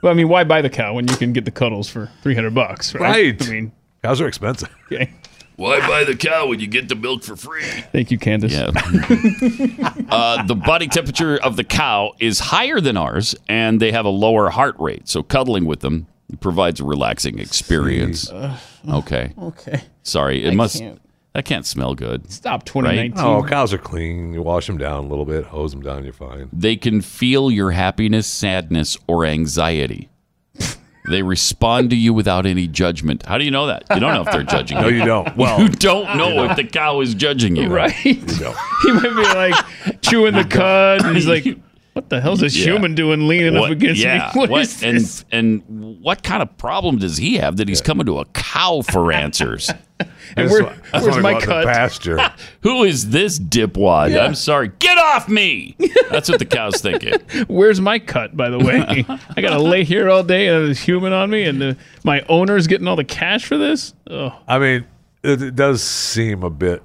Speaker 3: Well, I mean, why buy the cow when you can get the cuddles for 300 bucks, right?
Speaker 10: Right.
Speaker 3: I mean,
Speaker 10: cows are expensive.
Speaker 3: Okay.
Speaker 2: Why buy the cow when you get the milk for free?
Speaker 3: Thank you, Candace.
Speaker 2: Yeah. *laughs* Uh, the body temperature of the cow is higher than ours, and they have a lower heart rate. So cuddling with them provides a relaxing experience.
Speaker 3: Ugh.
Speaker 2: *sighs* Okay.
Speaker 3: Okay.
Speaker 2: Sorry, it
Speaker 3: I
Speaker 2: must.
Speaker 3: can't.
Speaker 2: That can't smell good.
Speaker 3: Stop
Speaker 2: right?
Speaker 3: 2019.
Speaker 10: Oh, cows are clean. You wash them down a little bit, hose them down, you're fine.
Speaker 2: They can feel your happiness, sadness, or
Speaker 3: *laughs*
Speaker 2: anxiety. They respond to you without any judgment. How do you know that? You don't know if they're judging you.
Speaker 10: No, *laughs*
Speaker 2: *laughs*
Speaker 10: you don't. Well,
Speaker 2: you don't know if the cow is judging you.
Speaker 3: Right? *laughs* *laughs*
Speaker 10: *laughs*
Speaker 3: he might be like chewing the cud. And he's like, what the hell's this
Speaker 2: Yeah.
Speaker 3: human doing leaning
Speaker 2: What-
Speaker 3: up against *laughs*
Speaker 2: yeah,
Speaker 3: me?
Speaker 2: what-
Speaker 3: is
Speaker 2: and
Speaker 3: this?
Speaker 2: and what kind of problem does he have that he's coming to a cow for answers?
Speaker 3: And where- I just wa- I just where's wanna go my out in the cut?
Speaker 10: pasture.
Speaker 2: Who is this dipwad? I'm sorry. Get off me. That's what the cow's thinking.
Speaker 3: Where's my cut, by the way? I got to lay here all day and there's human on me, and the, my owner's getting all the cash for this? Oh,
Speaker 10: *laughs* I mean, it, it does seem a bit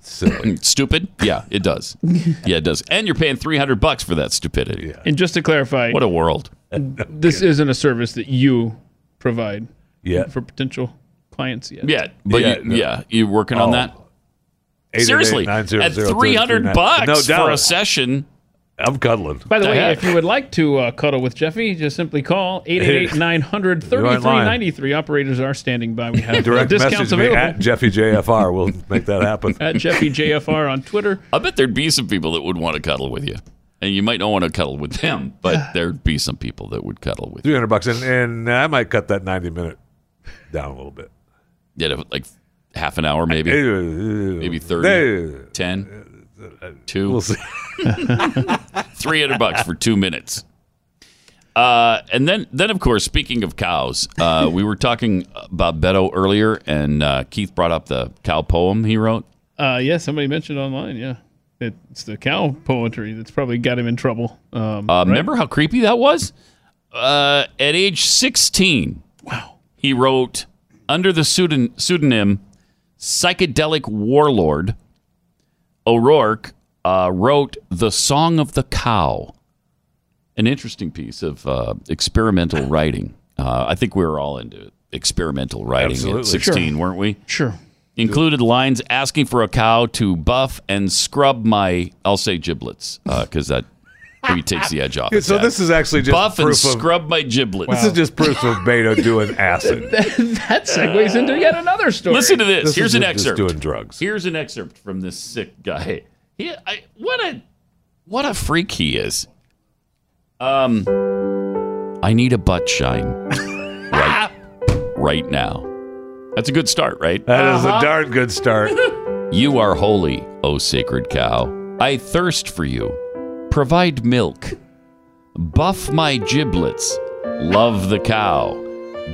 Speaker 10: silly.
Speaker 2: Stupid? Yeah, it does. Yeah, it does. And you're paying 300 bucks for that stupidity.
Speaker 3: And just to clarify,
Speaker 2: What a world.
Speaker 3: this isn't a service that you provide
Speaker 2: Yeah.
Speaker 3: for potential clients yet.
Speaker 2: Yeah, but
Speaker 3: Yeah,
Speaker 2: you,
Speaker 3: no.
Speaker 2: yeah, you working on
Speaker 3: Oh.
Speaker 2: that?
Speaker 10: 888-900-3399.
Speaker 2: Seriously, at 300 bucks
Speaker 10: No
Speaker 2: for
Speaker 10: doubt.
Speaker 2: a session
Speaker 10: I'm cuddling.
Speaker 3: By the way,
Speaker 10: Yeah.
Speaker 3: if you would like to uh, cuddle with Jeffy, just simply call 888-900-3393. Operators are standing by. We *laughs* have
Speaker 10: *laughs* direct
Speaker 3: discounts
Speaker 10: message me
Speaker 3: available
Speaker 10: at Jeffy JFR. We'll make that happen.
Speaker 3: at Jeffy JFR on Twitter.
Speaker 2: I bet there'd be some people that would want to cuddle with you. And you might not want to cuddle with them,
Speaker 10: *sighs*
Speaker 2: but there'd be some people that would cuddle with you.
Speaker 10: Three hundred bucks, and and I might cut that ninety minute down a little bit.
Speaker 2: Yeah, like half an hour maybe. Maybe 30, 10, 2.
Speaker 10: We'll see. *laughs*
Speaker 2: 300 bucks for 2 minutes. Uh, and then, then of course, speaking of cows, uh, we were talking about Beto earlier, and uh, Keith brought up the cow poem he wrote.
Speaker 3: Uh, yeah, somebody mentioned online, yeah. It's the cow poetry that's probably got him in trouble. Um,
Speaker 2: Uh,
Speaker 3: right?
Speaker 2: Remember how creepy that was? Uh, at age 16, wow, he wrote under the pseudon- pseudonym Psychedelic Warlord. O'Rourke uh, wrote The Song of the Cow, an interesting piece of uh, experimental writing. Uh, I think we were all into experimental writing
Speaker 10: Absolutely.
Speaker 2: at 16,
Speaker 10: Sure.
Speaker 2: weren't we?
Speaker 3: Sure.
Speaker 2: Included lines asking for a cow to buff and scrub my, I'll say giblets, because that maybe takes the edge off.
Speaker 10: Yeah, so
Speaker 2: of that.
Speaker 10: this is actually just
Speaker 2: buff and
Speaker 10: proof of-
Speaker 2: scrub my giblets.
Speaker 10: This is just proof of Beto
Speaker 2: *laughs*
Speaker 10: doing acid.
Speaker 3: that segues into yet another story.
Speaker 2: Listen to this.
Speaker 10: This
Speaker 2: Here's
Speaker 10: is
Speaker 2: an
Speaker 10: just
Speaker 2: excerpt.
Speaker 10: doing drugs.
Speaker 2: Here's an excerpt from this sick guy. He, I, what a what a freak he is. Um, I need a butt
Speaker 10: *laughs*
Speaker 2: shine right right now. That's a good start, right?
Speaker 10: That is
Speaker 2: Uh-huh.
Speaker 10: a darn good
Speaker 2: *laughs*
Speaker 10: start.
Speaker 2: you are holy, O sacred cow. I thirst for you. Provide milk. Buff my giblets. Love the cow.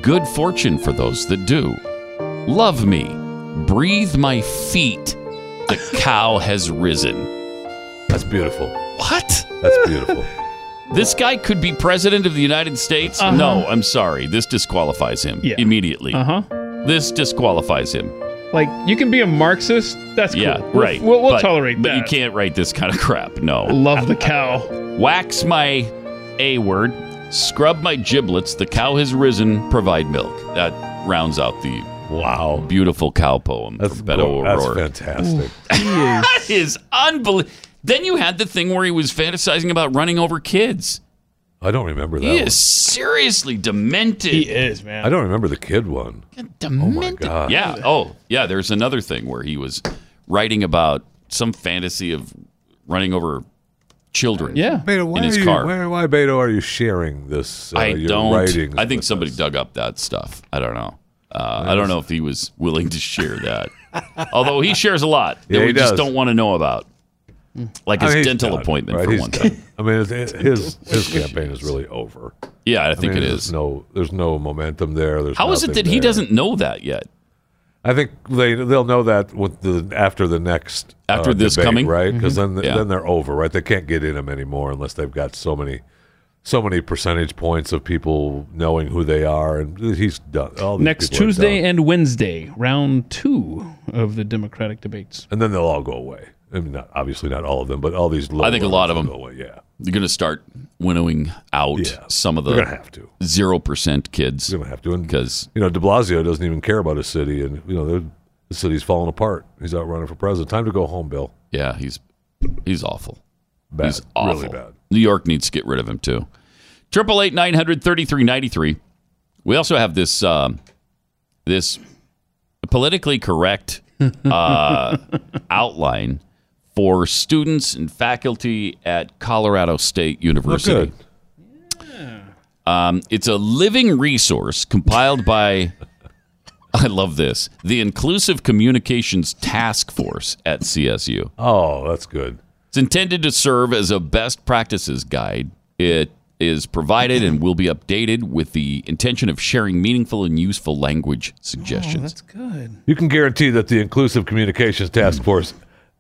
Speaker 2: Good fortune for those that do. Love me. Breathe my feet. The
Speaker 3: *laughs*
Speaker 2: cow has risen.
Speaker 10: That's beautiful.
Speaker 2: What?
Speaker 10: That's beautiful.
Speaker 2: This guy could be president of the United States?
Speaker 3: Uh-huh.
Speaker 2: No, I'm sorry. This disqualifies him
Speaker 3: Yeah.
Speaker 2: immediately.
Speaker 3: Uh-huh.
Speaker 2: This disqualifies him.
Speaker 3: Like, you can be a Marxist. That's
Speaker 2: Yeah,
Speaker 3: cool. We'll-
Speaker 2: right.
Speaker 3: We'll, we'll
Speaker 2: but,
Speaker 3: tolerate
Speaker 2: But
Speaker 3: that.
Speaker 2: you can't write this kind of crap. No.
Speaker 3: Love the cow.
Speaker 2: Wax my A word, scrub my giblets, the cow has risen, provide milk. That rounds out the
Speaker 10: wow
Speaker 2: beautiful cow poem *laughs* that's from Beto
Speaker 10: glo- that's
Speaker 2: O'Rourke.
Speaker 10: fantastic.
Speaker 2: that is unbelievable. Then you had the thing where he was fantasizing about running over kids.
Speaker 10: I don't remember that.
Speaker 2: He
Speaker 10: one.
Speaker 2: is seriously demented.
Speaker 3: He is, man.
Speaker 10: I don't remember the kid one. Oh,
Speaker 2: Demented.
Speaker 10: God.
Speaker 2: Yeah. Oh, yeah. There's another thing where he was writing about some fantasy of running over children.
Speaker 3: Yeah.
Speaker 10: Beto, why
Speaker 2: in his
Speaker 10: are you,
Speaker 2: car.
Speaker 10: Why, why, Beto, are you sharing this? Uh,
Speaker 2: I
Speaker 10: your
Speaker 2: don't.
Speaker 10: Writings
Speaker 2: I think
Speaker 10: with
Speaker 2: somebody
Speaker 10: us?
Speaker 2: dug up that stuff. I don't know. Uh, I don't know if he was willing to share
Speaker 10: *laughs*
Speaker 2: that. Although he shares a lot that
Speaker 10: Yeah, he
Speaker 2: we just
Speaker 10: does.
Speaker 2: don't want to know about, like
Speaker 10: I
Speaker 2: his
Speaker 10: mean, he's
Speaker 2: dental
Speaker 10: done,
Speaker 2: appointment
Speaker 10: right?
Speaker 2: for
Speaker 10: He's
Speaker 2: one
Speaker 10: done.
Speaker 2: time.
Speaker 10: I mean, it's- it- his
Speaker 2: *laughs*
Speaker 10: his campaign is really over.
Speaker 2: Yeah, I think
Speaker 10: mean,
Speaker 2: it
Speaker 10: there's
Speaker 2: is.
Speaker 10: No, there's no momentum there. There's
Speaker 2: How is it
Speaker 10: nothing
Speaker 2: that he
Speaker 10: there.
Speaker 2: doesn't know that yet?
Speaker 10: I think they they'll know that with the after the next uh,
Speaker 2: After this
Speaker 10: debate,
Speaker 2: coming? Mm-hmm.
Speaker 10: right because then
Speaker 2: Yeah.
Speaker 10: then they're over right they can't get in them anymore unless they've got so many so many percentage points of people knowing who they are and he's done all these
Speaker 3: Next
Speaker 10: people are
Speaker 3: Tuesday
Speaker 10: done.
Speaker 3: and Wednesday, round two of the Democratic debates.
Speaker 10: and then they'll all go away I mean not obviously not all of them but all these low
Speaker 2: I think a lot of
Speaker 10: levels
Speaker 2: them.
Speaker 10: will go away yeah
Speaker 2: You're going to start winnowing out some of
Speaker 10: they're gonna
Speaker 2: the
Speaker 10: have to
Speaker 2: zero percent kids.
Speaker 10: They're gonna have to
Speaker 2: because
Speaker 10: you know De Blasio doesn't even care about his city and you know they're- the city's falling apart he's out running for president time to go home Bill
Speaker 2: yeah he's he's awful.
Speaker 10: Bad.
Speaker 2: He's awful.
Speaker 10: Really bad.
Speaker 2: New York needs to get rid of him too. Triple eight nine hundred thirty three ninety three. We also have this um, this politically correct *laughs* uh, outline for students and faculty at Colorado State University. Um, it's a living resource compiled by, *laughs* I love this, the Inclusive Communications Task Force at CSU.
Speaker 10: Oh, that's good.
Speaker 2: It's intended to serve as a best practices guide. It is provided and will be updated with the intention of sharing meaningful and useful language
Speaker 3: Oh,
Speaker 2: suggestions.
Speaker 3: Good.
Speaker 10: You can guarantee that the Inclusive Communications Task Force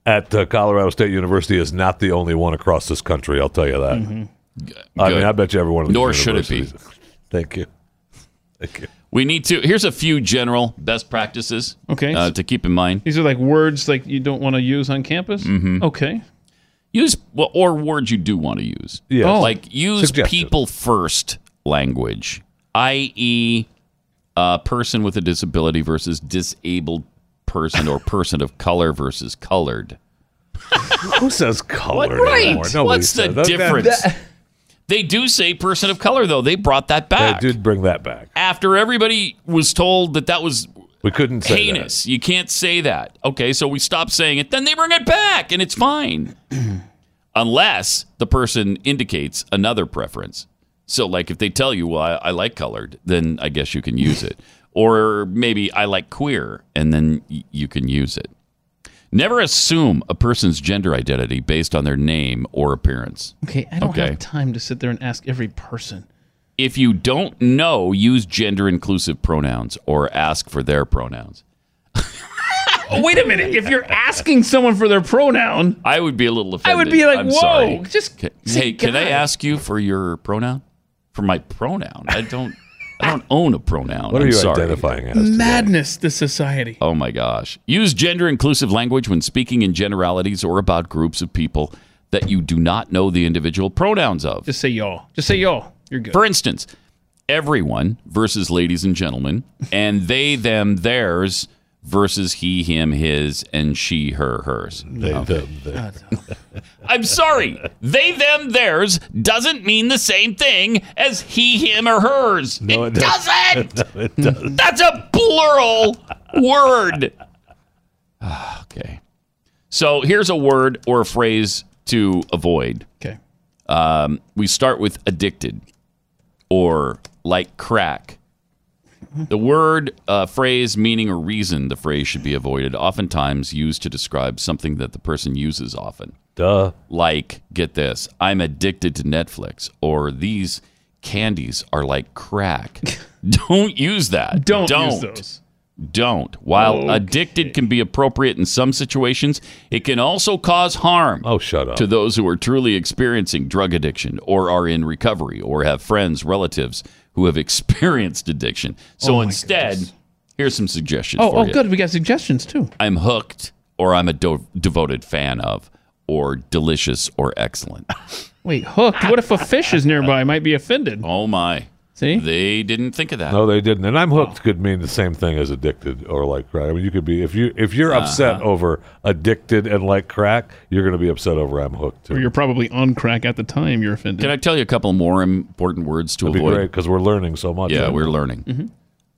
Speaker 10: at uh, Colorado State University is not the only one across this country. I'll tell you that. I
Speaker 2: Mm-hmm. Good.
Speaker 10: mean, I bet you every one of these
Speaker 2: Nor should it be.
Speaker 10: universities- Thank you. Thank you.
Speaker 2: we need to. Here's a few general best practices
Speaker 3: Okay.
Speaker 2: uh, to keep in mind.
Speaker 3: These are like words like you don't want to use on campus.
Speaker 2: Mhm.
Speaker 3: Okay.
Speaker 2: Use well, or words you do want to use.
Speaker 10: Yes. Oh.
Speaker 2: like use
Speaker 10: Suggested.
Speaker 2: people first language, i.e., uh, person with a disability versus disabled person, or person of color versus colored.
Speaker 10: Who says color?
Speaker 2: Right.
Speaker 10: anymore? Nobody
Speaker 2: What's the
Speaker 10: says that.
Speaker 2: difference? they do say person of color, though. They brought that
Speaker 10: That,
Speaker 2: back.
Speaker 10: they did bring that back.
Speaker 2: After everybody was told that that was
Speaker 10: We couldn't say that.
Speaker 2: heinous. You can't say that. Okay, so we stop saying it. Then they bring it back, and it's fine, *clears throat* unless the person indicates another preference. So, like, if they tell you, "Well, I, I like colored," then I guess you can use
Speaker 10: *laughs*
Speaker 2: it, or maybe I like queer, and then y- you can use it. Never assume a person's gender identity based on their name or appearance.
Speaker 3: Okay, I don't have time to sit there and ask every person.
Speaker 2: If you don't know, use gender inclusive pronouns or ask for their pronouns.
Speaker 3: Oh, wait a minute. If you're asking someone for their pronoun,
Speaker 2: I would be a little offended.
Speaker 3: I would be like,
Speaker 2: I'm
Speaker 3: "Whoa,
Speaker 2: sorry.
Speaker 3: just
Speaker 2: Ca-
Speaker 3: say
Speaker 2: hey, can I
Speaker 3: God."
Speaker 2: ask you for your pronoun? For my pronoun, I don't, I don't own a pronoun.
Speaker 10: What are
Speaker 2: I'm
Speaker 10: you
Speaker 2: sorry.
Speaker 10: identifying as?
Speaker 3: madness to society.
Speaker 2: Oh my gosh! Use gender inclusive language when speaking in generalities or about groups of people that you do not know the individual pronouns of.
Speaker 3: Just say y'all. Just say y'all. You're good.
Speaker 2: For instance, everyone versus ladies and gentlemen, and they, them, theirs versus he, him, his, and she, her, hers. Okay. *laughs* I'm sorry. They, them, theirs doesn't mean the same thing as he, him, or hers. it, doesn't.
Speaker 10: *laughs* No, it doesn't.
Speaker 2: That's a plural word. *sighs* okay. So here's a word or a phrase to avoid.
Speaker 3: Okay.
Speaker 2: Um, we start with addicted or like crack. The word, uh, phrase, meaning, or reason the phrase should be avoided, oftentimes used to describe something that the person uses often.
Speaker 10: Duh.
Speaker 2: Like, get this, I'm addicted to Netflix, or these candies are like
Speaker 3: *laughs*
Speaker 2: crack. Don't use that.
Speaker 3: Don't use
Speaker 2: Don't.
Speaker 3: those.
Speaker 2: Don't. While
Speaker 3: Okay.
Speaker 2: addicted can be appropriate in some situations, it can also cause harm.
Speaker 10: Oh, shut up.
Speaker 2: To those who are truly experiencing drug addiction or are in recovery or have friends, relatives who have *laughs* experienced addiction. So instead, here's some suggestions
Speaker 3: Oh,
Speaker 2: for
Speaker 3: oh,
Speaker 2: you.
Speaker 3: good. We got suggestions too.
Speaker 2: I'm hooked or I'm a do- devoted fan of or delicious or excellent.
Speaker 3: Wait, hooked. What if a fish is nearby? Might be offended.
Speaker 2: Oh my.
Speaker 3: See?
Speaker 2: They didn't think of that.
Speaker 10: No, they didn't. And I'm
Speaker 3: Oh.
Speaker 10: hooked could mean the same thing as addicted or like crack. I mean, you could be if you if you're upset
Speaker 3: Uh-huh.
Speaker 10: over addicted and like crack, you're going to be upset over I'm hooked
Speaker 3: Or
Speaker 10: too.
Speaker 3: you're probably on crack at the time you're offended.
Speaker 2: Can I tell you a couple more important words to
Speaker 10: That'd be
Speaker 2: avoid?
Speaker 10: great because we're learning so much.
Speaker 2: Yeah,
Speaker 10: right?
Speaker 2: we're learning.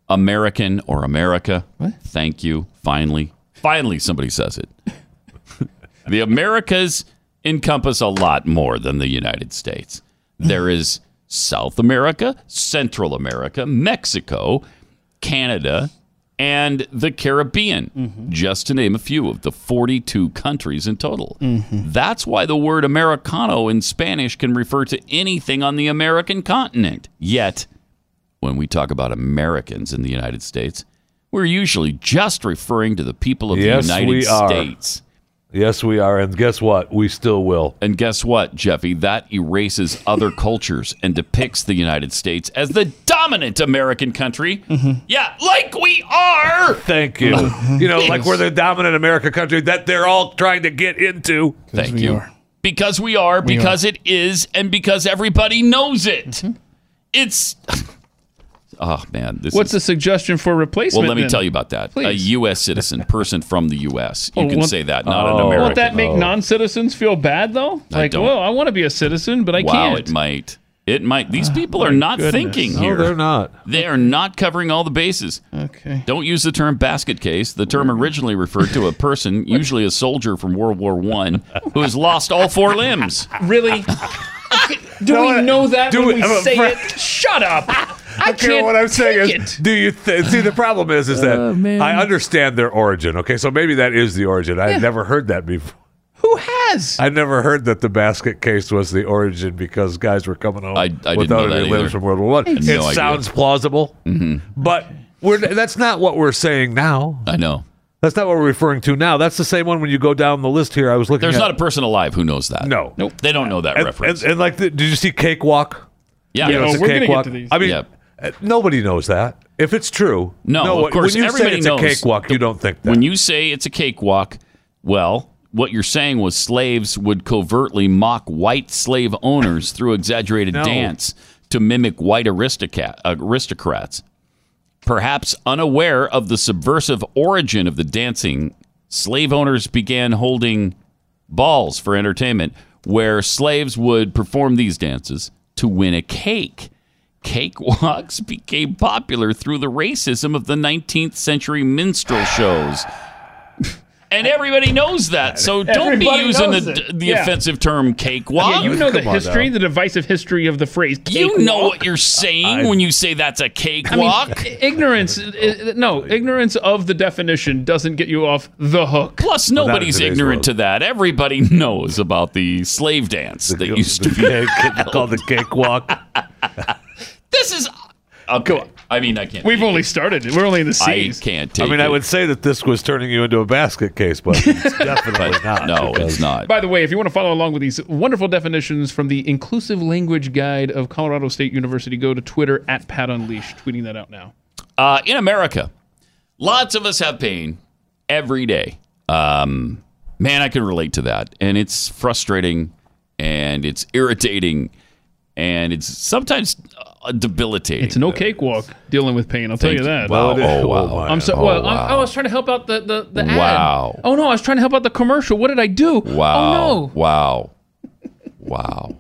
Speaker 2: American or America. Thank you. Finally. Finally, somebody says it. *laughs* the Americas encompass a lot more than the United States. There is South America, Central America, Mexico, Canada, and the Caribbean,
Speaker 10: Mm-hmm.
Speaker 2: just to name a few of the 42 countries in total.
Speaker 10: Mm-hmm.
Speaker 2: That's why the word Americano in Spanish can refer to anything on the American continent. Yet, when we talk about Americans in the United States, we're usually just referring to the people of
Speaker 10: Yes,
Speaker 2: the United
Speaker 10: we are.
Speaker 2: States.
Speaker 10: Yes, we are. And guess what? We still will.
Speaker 2: And guess what, Jeffy? That erases
Speaker 10: *laughs*
Speaker 2: other cultures and depicts the United States as the dominant American country.
Speaker 10: Mm-hmm.
Speaker 2: Yeah, like we are.
Speaker 10: Thank you.
Speaker 3: *laughs*
Speaker 10: you know, like we're the dominant America country that they're all trying to get into.
Speaker 2: Thank you. Because we are, because it is, and because everybody knows it.
Speaker 3: Mm-hmm.
Speaker 2: It's. *laughs* Oh, man. This
Speaker 3: What's
Speaker 2: is...
Speaker 3: the suggestion for replacement?
Speaker 2: Well, let me
Speaker 3: then?
Speaker 2: tell you about that. A
Speaker 3: Please.
Speaker 2: U.S. citizen, person from the U.S. You
Speaker 3: Well,
Speaker 2: can
Speaker 3: won't-
Speaker 2: say that, not an
Speaker 10: Oh.
Speaker 2: American.
Speaker 3: Won't that make non-citizens feel bad though?
Speaker 2: I
Speaker 3: Like,
Speaker 2: don't-
Speaker 3: whoa, I want to be a citizen, but I
Speaker 2: wow,
Speaker 3: can't. Oh,
Speaker 2: it might. It might. These people are not
Speaker 3: goodness. Oh,
Speaker 2: thinking
Speaker 10: No,
Speaker 2: here.
Speaker 10: they're not.
Speaker 2: They are not covering all the bases.
Speaker 3: Okay.
Speaker 2: Don't use the term basket case. The term originally referred to a
Speaker 3: *laughs*
Speaker 2: person, usually a soldier from World War One, who has lost all four limbs. *laughs*
Speaker 3: Really? do
Speaker 10: No, I-
Speaker 3: we know that
Speaker 10: do
Speaker 3: when
Speaker 10: we-
Speaker 3: we,
Speaker 10: I'm a
Speaker 3: say
Speaker 10: fr-
Speaker 3: it? Shut
Speaker 10: *laughs*
Speaker 3: up. I
Speaker 10: Okay,
Speaker 3: can't
Speaker 10: what I'm saying
Speaker 3: take
Speaker 10: is,
Speaker 3: it. Oh,
Speaker 10: do you th- see the problem is is that I understand their origin. Okay, so maybe that is the origin. I had never heard that before.
Speaker 3: Who has?
Speaker 10: I never heard that the basket case was the origin because guys were coming home
Speaker 2: I- I didn't
Speaker 10: without
Speaker 2: know that
Speaker 10: any
Speaker 2: either.
Speaker 10: limbs from World War One.
Speaker 2: I had
Speaker 10: It
Speaker 2: no idea. Mm-hmm.
Speaker 10: sounds plausible, but we're that's not what we're saying now.
Speaker 2: I know.
Speaker 10: That's not what we're referring to now. That's the same one when you go down the list here. I was looking.
Speaker 2: There's
Speaker 10: at,
Speaker 2: not a person alive who knows that.
Speaker 10: No.
Speaker 2: Nope. They don't know that
Speaker 10: and,
Speaker 2: reference.
Speaker 10: and- and like, the, did you see Cakewalk?
Speaker 2: yeah.
Speaker 10: You know,
Speaker 3: Oh,
Speaker 10: it's a
Speaker 3: we're gonna get
Speaker 10: cakewalk.
Speaker 3: to these.
Speaker 10: I mean,
Speaker 2: Yep.
Speaker 10: uh, nobody knows that. If it's true,
Speaker 2: No, of
Speaker 10: one-
Speaker 2: course,
Speaker 10: When you
Speaker 2: everybody
Speaker 10: say it's
Speaker 2: knows.
Speaker 10: a cakewalk, you don't think that.
Speaker 2: When you say it's a cakewalk, well, what you're saying was slaves would covertly mock white slave owners through exaggerated
Speaker 10: No.
Speaker 2: dance to mimic white aristocrat, aristocrats, perhaps unaware of the subversive origin of the dancing. Slave owners began holding balls for entertainment where slaves would perform these dances to win a cake. Cakewalks *laughs* became popular through the racism of the 19th century minstrel shows. And everybody knows that, so don't
Speaker 3: Everybody
Speaker 2: be using
Speaker 3: knows
Speaker 2: the,
Speaker 3: it.
Speaker 2: the
Speaker 3: Yeah.
Speaker 2: offensive term cakewalk.
Speaker 3: Yeah, you know the history, the divisive history of the phrase.
Speaker 2: You know
Speaker 3: cakewalk.
Speaker 2: what you're saying when you say that's a
Speaker 3: I mean,
Speaker 2: cakewalk.
Speaker 3: i- ignorance. i- i- No, ignorance of the definition doesn't get you off the hook.
Speaker 2: Plus, Nobody's ignorant to that. Everybody *laughs* knows about the slave dance that used to be called *laughs*
Speaker 10: the cakewalk.
Speaker 2: this is okay. I mean, I can't.
Speaker 3: We've only started. We're only in the
Speaker 2: I
Speaker 3: C's.
Speaker 2: can't
Speaker 10: I
Speaker 2: take.
Speaker 10: mean,
Speaker 2: it.
Speaker 10: I would say that this was turning you into a basket
Speaker 2: *laughs*
Speaker 10: case, but it's definitely not.
Speaker 2: no, it's not.
Speaker 3: By the way, if you want to follow along with these wonderful definitions from the Inclusive Language Guide of Colorado State University, go to Twitter at Pat Unleashed, tweeting that out now.
Speaker 2: Uh, in America, lots of us have pain every day. Um, man, I can relate to that. And it's frustrating and it's irritating and it's sometimes uh, debilitating.
Speaker 3: It's no cakewalk dealing with pain. I'll tell
Speaker 2: Thank
Speaker 3: you
Speaker 2: you.
Speaker 3: that.
Speaker 2: Wow, Well, it is. oh, wow.
Speaker 3: I'm so.
Speaker 2: Oh,
Speaker 3: well, I'm-
Speaker 2: wow.
Speaker 3: i was trying to help out the the, the ad.
Speaker 2: Wow.
Speaker 3: Oh no, I was trying to help out the commercial. What did I do?
Speaker 2: Wow.
Speaker 3: Oh
Speaker 2: Wow. Wow.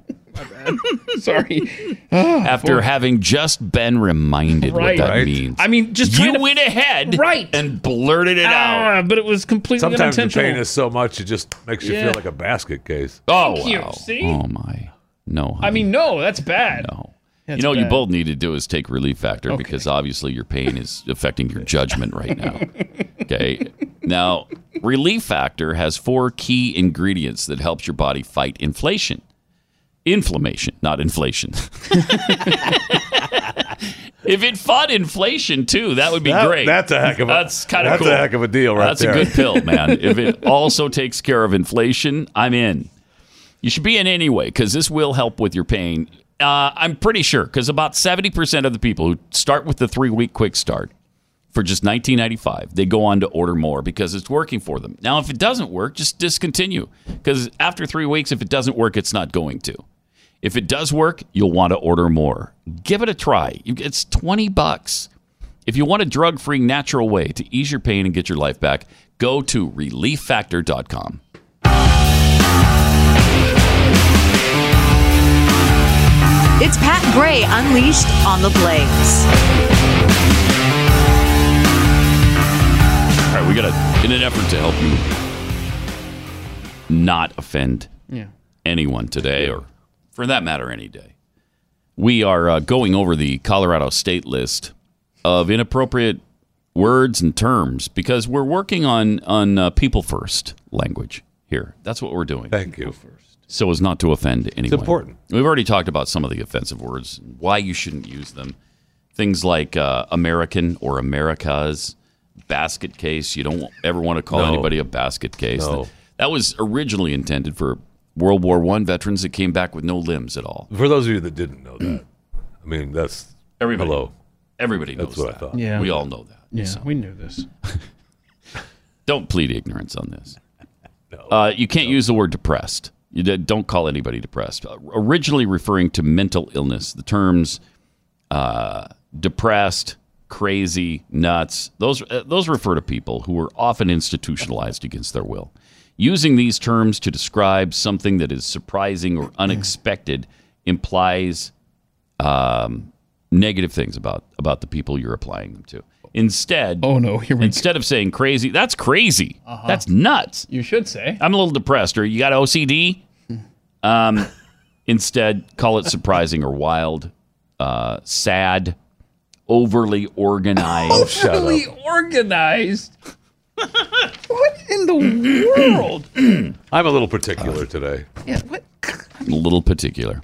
Speaker 3: no. *laughs* Sorry.
Speaker 2: After having just been reminded
Speaker 3: Right.
Speaker 2: what that
Speaker 3: Right.
Speaker 2: means.
Speaker 3: I mean, just
Speaker 2: you
Speaker 3: trying to-
Speaker 2: went ahead
Speaker 3: Right.
Speaker 2: and blurted it out.
Speaker 3: Ah, but it was completely
Speaker 10: Sometimes the
Speaker 3: unintentional.
Speaker 10: pain is so much it just makes you
Speaker 3: Yeah.
Speaker 10: feel like a basket case.
Speaker 2: Oh,
Speaker 3: Thank you.
Speaker 2: wow.
Speaker 3: See?
Speaker 2: Oh, my. No.
Speaker 3: I mean, no, that's bad.
Speaker 2: No.
Speaker 3: That's
Speaker 2: you know what you
Speaker 3: bad.
Speaker 2: both need to do is take relief factor because obviously your pain is affecting your judgment right now. Okay. Now, relief factor has four key ingredients that helps your body fight inflation. Inflammation, not inflation. *laughs* if it fought inflation too, that would be
Speaker 10: That-
Speaker 2: great.
Speaker 10: That's a heck of a
Speaker 2: That's kind of
Speaker 10: that's
Speaker 2: cool.
Speaker 10: a heck of a deal right
Speaker 2: That's
Speaker 10: there.
Speaker 2: a good pill,
Speaker 10: *laughs*
Speaker 2: man. if it also takes care of inflation, I'm in. You should be in anyway because this will help with your pain. Uh, I'm pretty sure because about 70% of the people who start with the three week quick start for just 19.95, they go on to order more because it's working for them. Now, if it doesn't work, just discontinue because after three weeks, if it doesn't work, it's not going to. If it does work, you'll want to order more. Give it a try. You- It's 20 bucks. If you want a drug free, natural way to ease your pain and get your life back, go to relieffactor.com.
Speaker 15: It's Pat Gray unleashed on the Blaze.
Speaker 2: All right, we got to, in an effort to help you not offend
Speaker 3: Yeah.
Speaker 2: anyone today, or for that matter, any day, we are uh, going over the Colorado state list of inappropriate words and terms because we're working on on uh, people first language here. That's what we're doing.
Speaker 10: Thank you.
Speaker 2: So as not to offend anyone.
Speaker 10: important.
Speaker 2: We've already talked about some of the offensive words, why you shouldn't use them. Things like uh, American or Americas, basket case. You don't ever want to call
Speaker 10: No.
Speaker 2: anybody a basket case.
Speaker 10: No.
Speaker 2: That was originally intended for World War One veterans that came back with no limbs at all.
Speaker 10: For those of you that didn't know that, I mean that's
Speaker 2: Everybody.
Speaker 10: Hello,
Speaker 2: Everybody knows
Speaker 10: That's what
Speaker 2: that.
Speaker 10: I thought.
Speaker 3: Yeah.
Speaker 2: We all know that.
Speaker 3: Yeah,
Speaker 2: So
Speaker 3: we knew this.
Speaker 2: don't plead ignorance on this. Uh, you can't use the word depressed. You d- don't call anybody depressed. Uh, originally referring to mental illness, the terms uh, depressed, crazy, nuts, those, uh, those refer to people who are often institutionalized against their will. Using these terms to describe something that is surprising or unexpected implies um, negative things about, about the people you're applying them to. Instead,
Speaker 3: oh no, here we
Speaker 2: instead of saying crazy, that's crazy.
Speaker 3: Uh-huh.
Speaker 2: That's nuts.
Speaker 3: You should say.
Speaker 2: I'm a little depressed, or you got OCD. Um, instead, call it surprising or wild, uh, sad, overly organized.
Speaker 3: Overly organized. *laughs* what in the world?
Speaker 10: I'm a little particular
Speaker 2: Uh.
Speaker 10: today.
Speaker 3: Yeah, what?
Speaker 2: a little particular.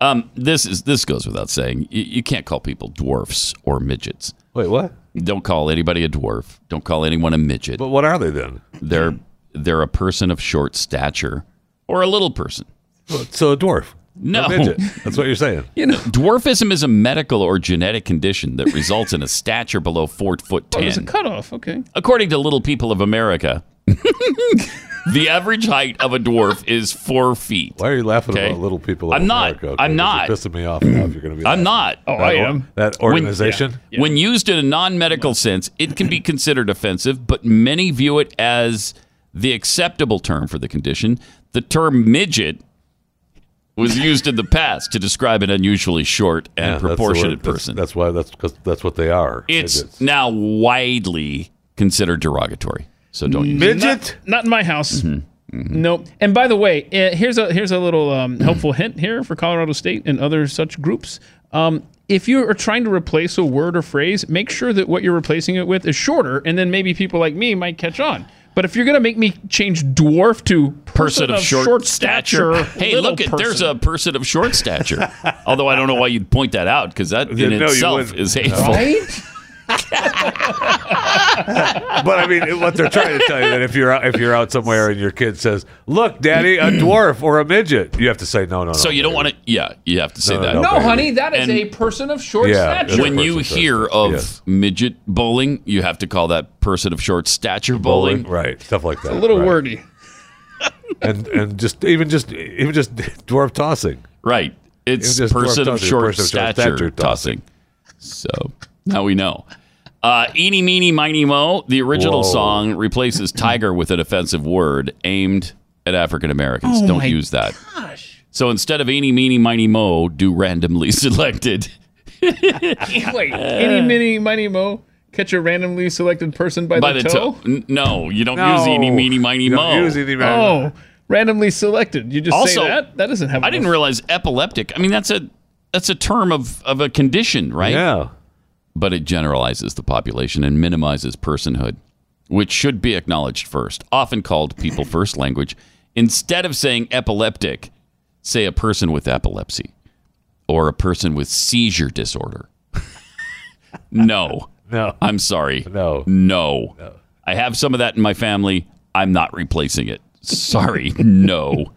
Speaker 2: Um, this is this goes without saying. You, you can't call people dwarfs or midgets.
Speaker 10: Wait, what?
Speaker 2: Don't call anybody a dwarf. Don't call anyone a midget. But
Speaker 10: what are they then?
Speaker 2: They're they're a person of short stature or a little person.
Speaker 10: So a dwarf.
Speaker 2: No.
Speaker 10: A midget. That's what you're
Speaker 2: *laughs*
Speaker 10: saying.
Speaker 2: You know, dwarfism is a medical or genetic condition that results in a stature below four foot
Speaker 3: Oh,
Speaker 2: ten.
Speaker 3: there's a cutoff. Okay.
Speaker 2: According to Little People of America, *laughs* the average height of a dwarf is four feet. Why
Speaker 10: are you laughing about Little People of
Speaker 2: I'm not.
Speaker 10: America, okay,
Speaker 2: I'm
Speaker 10: you're
Speaker 2: not.
Speaker 10: pissing me off now if you're going to be.
Speaker 2: I'm not.
Speaker 10: That or- Oh, That organization.
Speaker 2: When, yeah. When used in a non medical sense, it can be considered offensive, but many view it as the acceptable term for the condition. The term midget was used in the past to describe an unusually short and
Speaker 10: that's the word.
Speaker 2: proportionate
Speaker 10: That's-
Speaker 2: person.
Speaker 10: That's, why. That's because that's what they are.
Speaker 2: It's
Speaker 10: Midgets.
Speaker 2: now widely considered derogatory. So don't use it.
Speaker 3: Not, not in my house.
Speaker 2: Mm-hmm.
Speaker 3: Nope. And by the way, eh, here's a here's a little um, helpful hint here for Colorado State and other such groups. Um, if you are trying to replace a word or phrase, make sure that what you're replacing it with is shorter, and then maybe people like me might catch on. But if you're going to make me change dwarf to person,
Speaker 2: Person of short, stature. *laughs* Hey,
Speaker 3: little
Speaker 2: look at
Speaker 3: person.
Speaker 2: there's a person of short stature. *laughs* Although I don't know why you'd point that out because that
Speaker 10: Yeah,
Speaker 2: in
Speaker 10: no, you
Speaker 2: itself
Speaker 10: wouldn't.
Speaker 2: is hateful. *laughs*
Speaker 10: but I mean, what they're trying to tell you that if you're out, if you're out somewhere and your kid says, "Look,
Speaker 2: *clears throat*
Speaker 10: Daddy, a dwarf or a midget," you have to say, "No, no, no."
Speaker 2: So you don't want to. Yeah, you have to say
Speaker 10: No,
Speaker 2: that.
Speaker 10: no,
Speaker 3: No, honey, that is
Speaker 2: And-
Speaker 3: a person of short stature.
Speaker 2: When you hear of midget bowling, you have to call that person of short stature bowling.
Speaker 10: right? Stuff like that.
Speaker 3: a little
Speaker 2: *laughs*
Speaker 10: right.
Speaker 3: wordy.
Speaker 10: and and just even just even just *laughs* dwarf tossing.
Speaker 2: Right. It's
Speaker 10: Even just dwarf
Speaker 2: person of
Speaker 10: tossing,
Speaker 2: short
Speaker 10: person of short
Speaker 2: stature,
Speaker 10: stature
Speaker 2: tossing. So now we know. Uh, Eeny, meeny, miny, mo. The original
Speaker 10: Whoa.
Speaker 2: song replaces tiger with an offensive word aimed at African Americans.
Speaker 3: Oh
Speaker 2: Don't
Speaker 3: my
Speaker 2: use that. So instead of eeny, meeny, miny, mo, do randomly *laughs* selected.
Speaker 3: Wait,
Speaker 2: Uh.
Speaker 3: any mini miny mo catch a randomly selected person by, the, toe?
Speaker 2: N- No, you don't
Speaker 3: No.
Speaker 2: use eeny, meeny, miny,
Speaker 10: You
Speaker 2: mo.
Speaker 10: don't use
Speaker 2: *laughs*
Speaker 10: eeny, miny,
Speaker 3: Oh,
Speaker 10: mo.
Speaker 3: randomly selected. You just
Speaker 2: Also-
Speaker 3: say that. That doesn't have.
Speaker 2: I didn't realize epileptic. I mean, that's a that's a term of of a condition, right?
Speaker 10: Yeah.
Speaker 2: But it generalizes the population and minimizes personhood, which should be acknowledged first. Often called people first language. Instead of saying epileptic, say a person with epilepsy or a person with seizure disorder. no.
Speaker 10: No.
Speaker 2: I'm sorry.
Speaker 10: No.
Speaker 2: No. I have some of that in my family. I'm not replacing it. Sorry. *laughs*
Speaker 10: *laughs*
Speaker 2: no.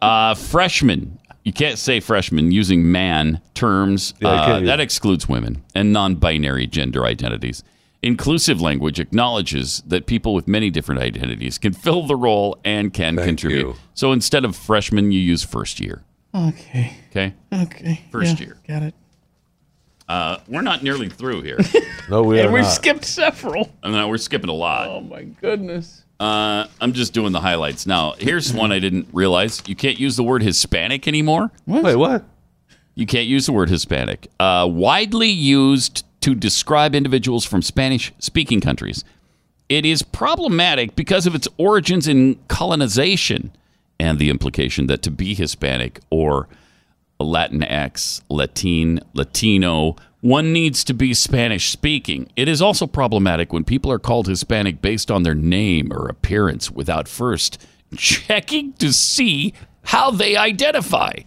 Speaker 2: Uh, freshman. You can't say freshman using man terms.
Speaker 10: Yeah, I can't
Speaker 2: uh,
Speaker 10: use-
Speaker 2: that excludes women and non binary gender identities. Inclusive language acknowledges that people with many different identities can fill the role and can contribute. So instead of freshman, you use first year.
Speaker 3: Okay.
Speaker 2: Okay.
Speaker 3: Okay.
Speaker 2: First
Speaker 3: Yeah,
Speaker 2: year.
Speaker 3: Got it.
Speaker 2: Uh, we're not nearly through
Speaker 10: *laughs*
Speaker 2: here.
Speaker 10: No, we
Speaker 3: and
Speaker 10: are
Speaker 3: we've
Speaker 10: not.
Speaker 3: skipped several. *laughs*
Speaker 2: I mean, we're skipping a lot.
Speaker 3: Oh my goodness.
Speaker 2: Uh, I'm just doing the highlights now. Here's one I didn't realize: you can't use the word Hispanic anymore.
Speaker 10: Wait, what?
Speaker 2: You can't use the word Hispanic. Uh, widely used to describe individuals from Spanish-speaking countries, it is problematic because of its origins in colonization and the implication that to be Hispanic or Latinx, Latin, Latino, one needs to be Spanish speaking. It is also problematic when people are called Hispanic based on their name or appearance without first checking to see how they identify.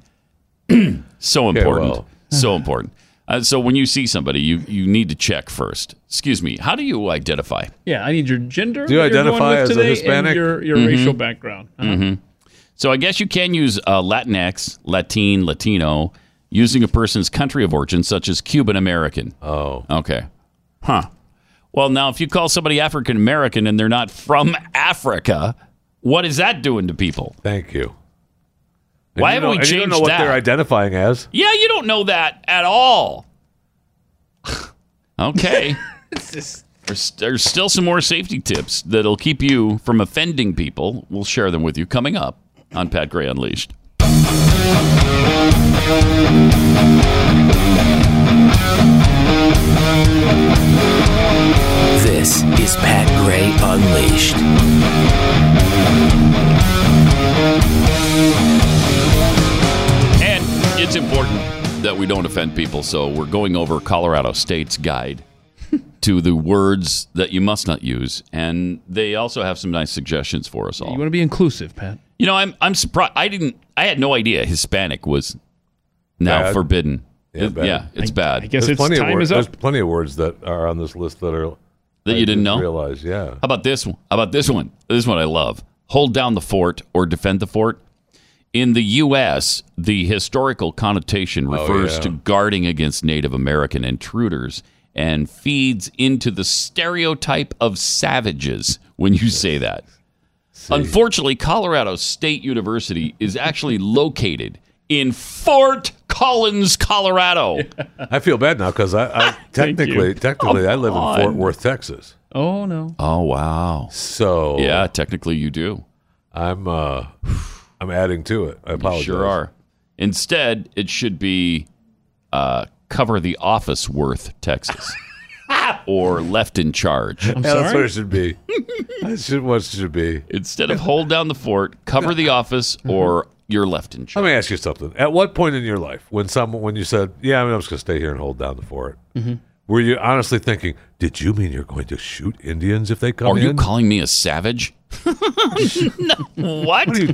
Speaker 2: *clears throat* so important.
Speaker 10: well.
Speaker 2: So important. Uh, so when you see somebody, you, you need to check first. Excuse me, how do you identify?
Speaker 3: Yeah, I need your gender.
Speaker 10: Do you
Speaker 3: that you're going
Speaker 10: identify
Speaker 3: with
Speaker 10: as a
Speaker 3: today and
Speaker 10: Hispanic?
Speaker 3: your your
Speaker 2: Mhm.
Speaker 3: racial background. Uh-huh.
Speaker 2: hmm So I guess you can use uh, Latinx, Latin, Latino, using a person's country of origin, such as Cuban American.
Speaker 10: Oh.
Speaker 2: Okay. Huh. Well, now if you call somebody African American and they're not from Africa, what is that doing to people?
Speaker 10: Thank you. And
Speaker 2: Why
Speaker 10: you
Speaker 2: haven't
Speaker 10: know-
Speaker 2: we
Speaker 10: and
Speaker 2: changed
Speaker 10: you don't know what
Speaker 2: that?
Speaker 10: they're identifying as?
Speaker 2: yeah, you don't know that at all. *sighs* okay. There's, there's still some more safety tips that'll keep you from offending people. We'll share them with you coming up on Pat Gray Unleashed.
Speaker 8: This is Pat Gray Unleashed.
Speaker 2: And it's important that we don't offend people, so we're going over Colorado State's guide to the words that you must not use. And they also have some nice suggestions for us all.
Speaker 3: You want to be inclusive, Pat.
Speaker 2: You know, I'm I'm surprised. I didn't. I had no idea Hispanic was now
Speaker 10: Bad.
Speaker 2: forbidden.
Speaker 10: Yeah,
Speaker 2: It-
Speaker 10: bad.
Speaker 2: it's bad.
Speaker 10: There's plenty of
Speaker 3: time
Speaker 10: wor-
Speaker 3: is up.
Speaker 10: There's plenty of words that are on this list that are
Speaker 2: That
Speaker 10: I
Speaker 2: you didn't know?
Speaker 10: Realize, yeah.
Speaker 2: How about this one? How about this one? This one I love. Hold down the fort or defend the fort. In the U.S., the historical connotation refers
Speaker 10: yeah.
Speaker 2: to guarding against Native American intruders and feeds into the stereotype of savages when you say that. Unfortunately, Colorado State University is actually located in Fort Collins, Colorado.
Speaker 10: I feel bad now
Speaker 3: *laughs*
Speaker 10: because I, I technically, technically, I live in Fort
Speaker 2: on.
Speaker 10: Worth, Texas.
Speaker 3: Oh no.
Speaker 2: *laughs* Oh wow.
Speaker 10: So
Speaker 2: yeah, technically you do.
Speaker 10: I'm uh, I'm adding to Oh, it. I apologize.
Speaker 2: You sure are. Instead, it should be uh, cover the office worth
Speaker 10: *laughs*
Speaker 2: Texas or left in charge.
Speaker 10: Yeah, That's what it
Speaker 3: *laughs*
Speaker 10: should be. That's should, what it should be.
Speaker 2: Instead of hold down the fort, cover the office
Speaker 10: Mm-hmm.
Speaker 2: or you're left in charge.
Speaker 10: Let me ask you something. At what point in your life, when someone, when you said, "Yeah, I mean, I'm just going to stay here and hold down the fort,"
Speaker 3: Mm-hmm.
Speaker 2: Mhm.
Speaker 10: were you honestly thinking, "Did you mean you're going to shoot Indians if they come
Speaker 2: Are
Speaker 10: in?"
Speaker 2: you calling me a
Speaker 10: *laughs*
Speaker 2: savage? *laughs* What?
Speaker 10: What are you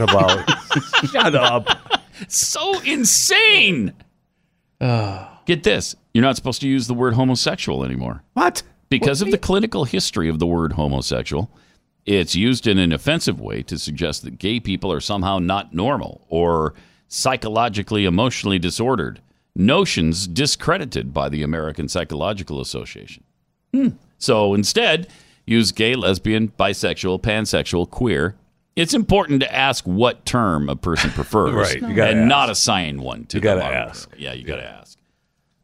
Speaker 2: *laughs*
Speaker 10: about? Shut up.
Speaker 3: *laughs*
Speaker 2: So insane. Get this. You're not supposed to use the word homosexual anymore.
Speaker 10: What?
Speaker 2: Because of the clinical history of the word homosexual, it's used in an offensive way to suggest that gay people are somehow not normal or psychologically emotionally disordered, notions discredited by the American Psychological Association. Hmm. So instead, use gay, lesbian, bisexual, pansexual, queer. It's important to ask what term a *laughs* person prefers,
Speaker 10: Right, you
Speaker 2: and
Speaker 10: gotta
Speaker 2: not assign one to. You gotta ask. Yeah, you gotta ask.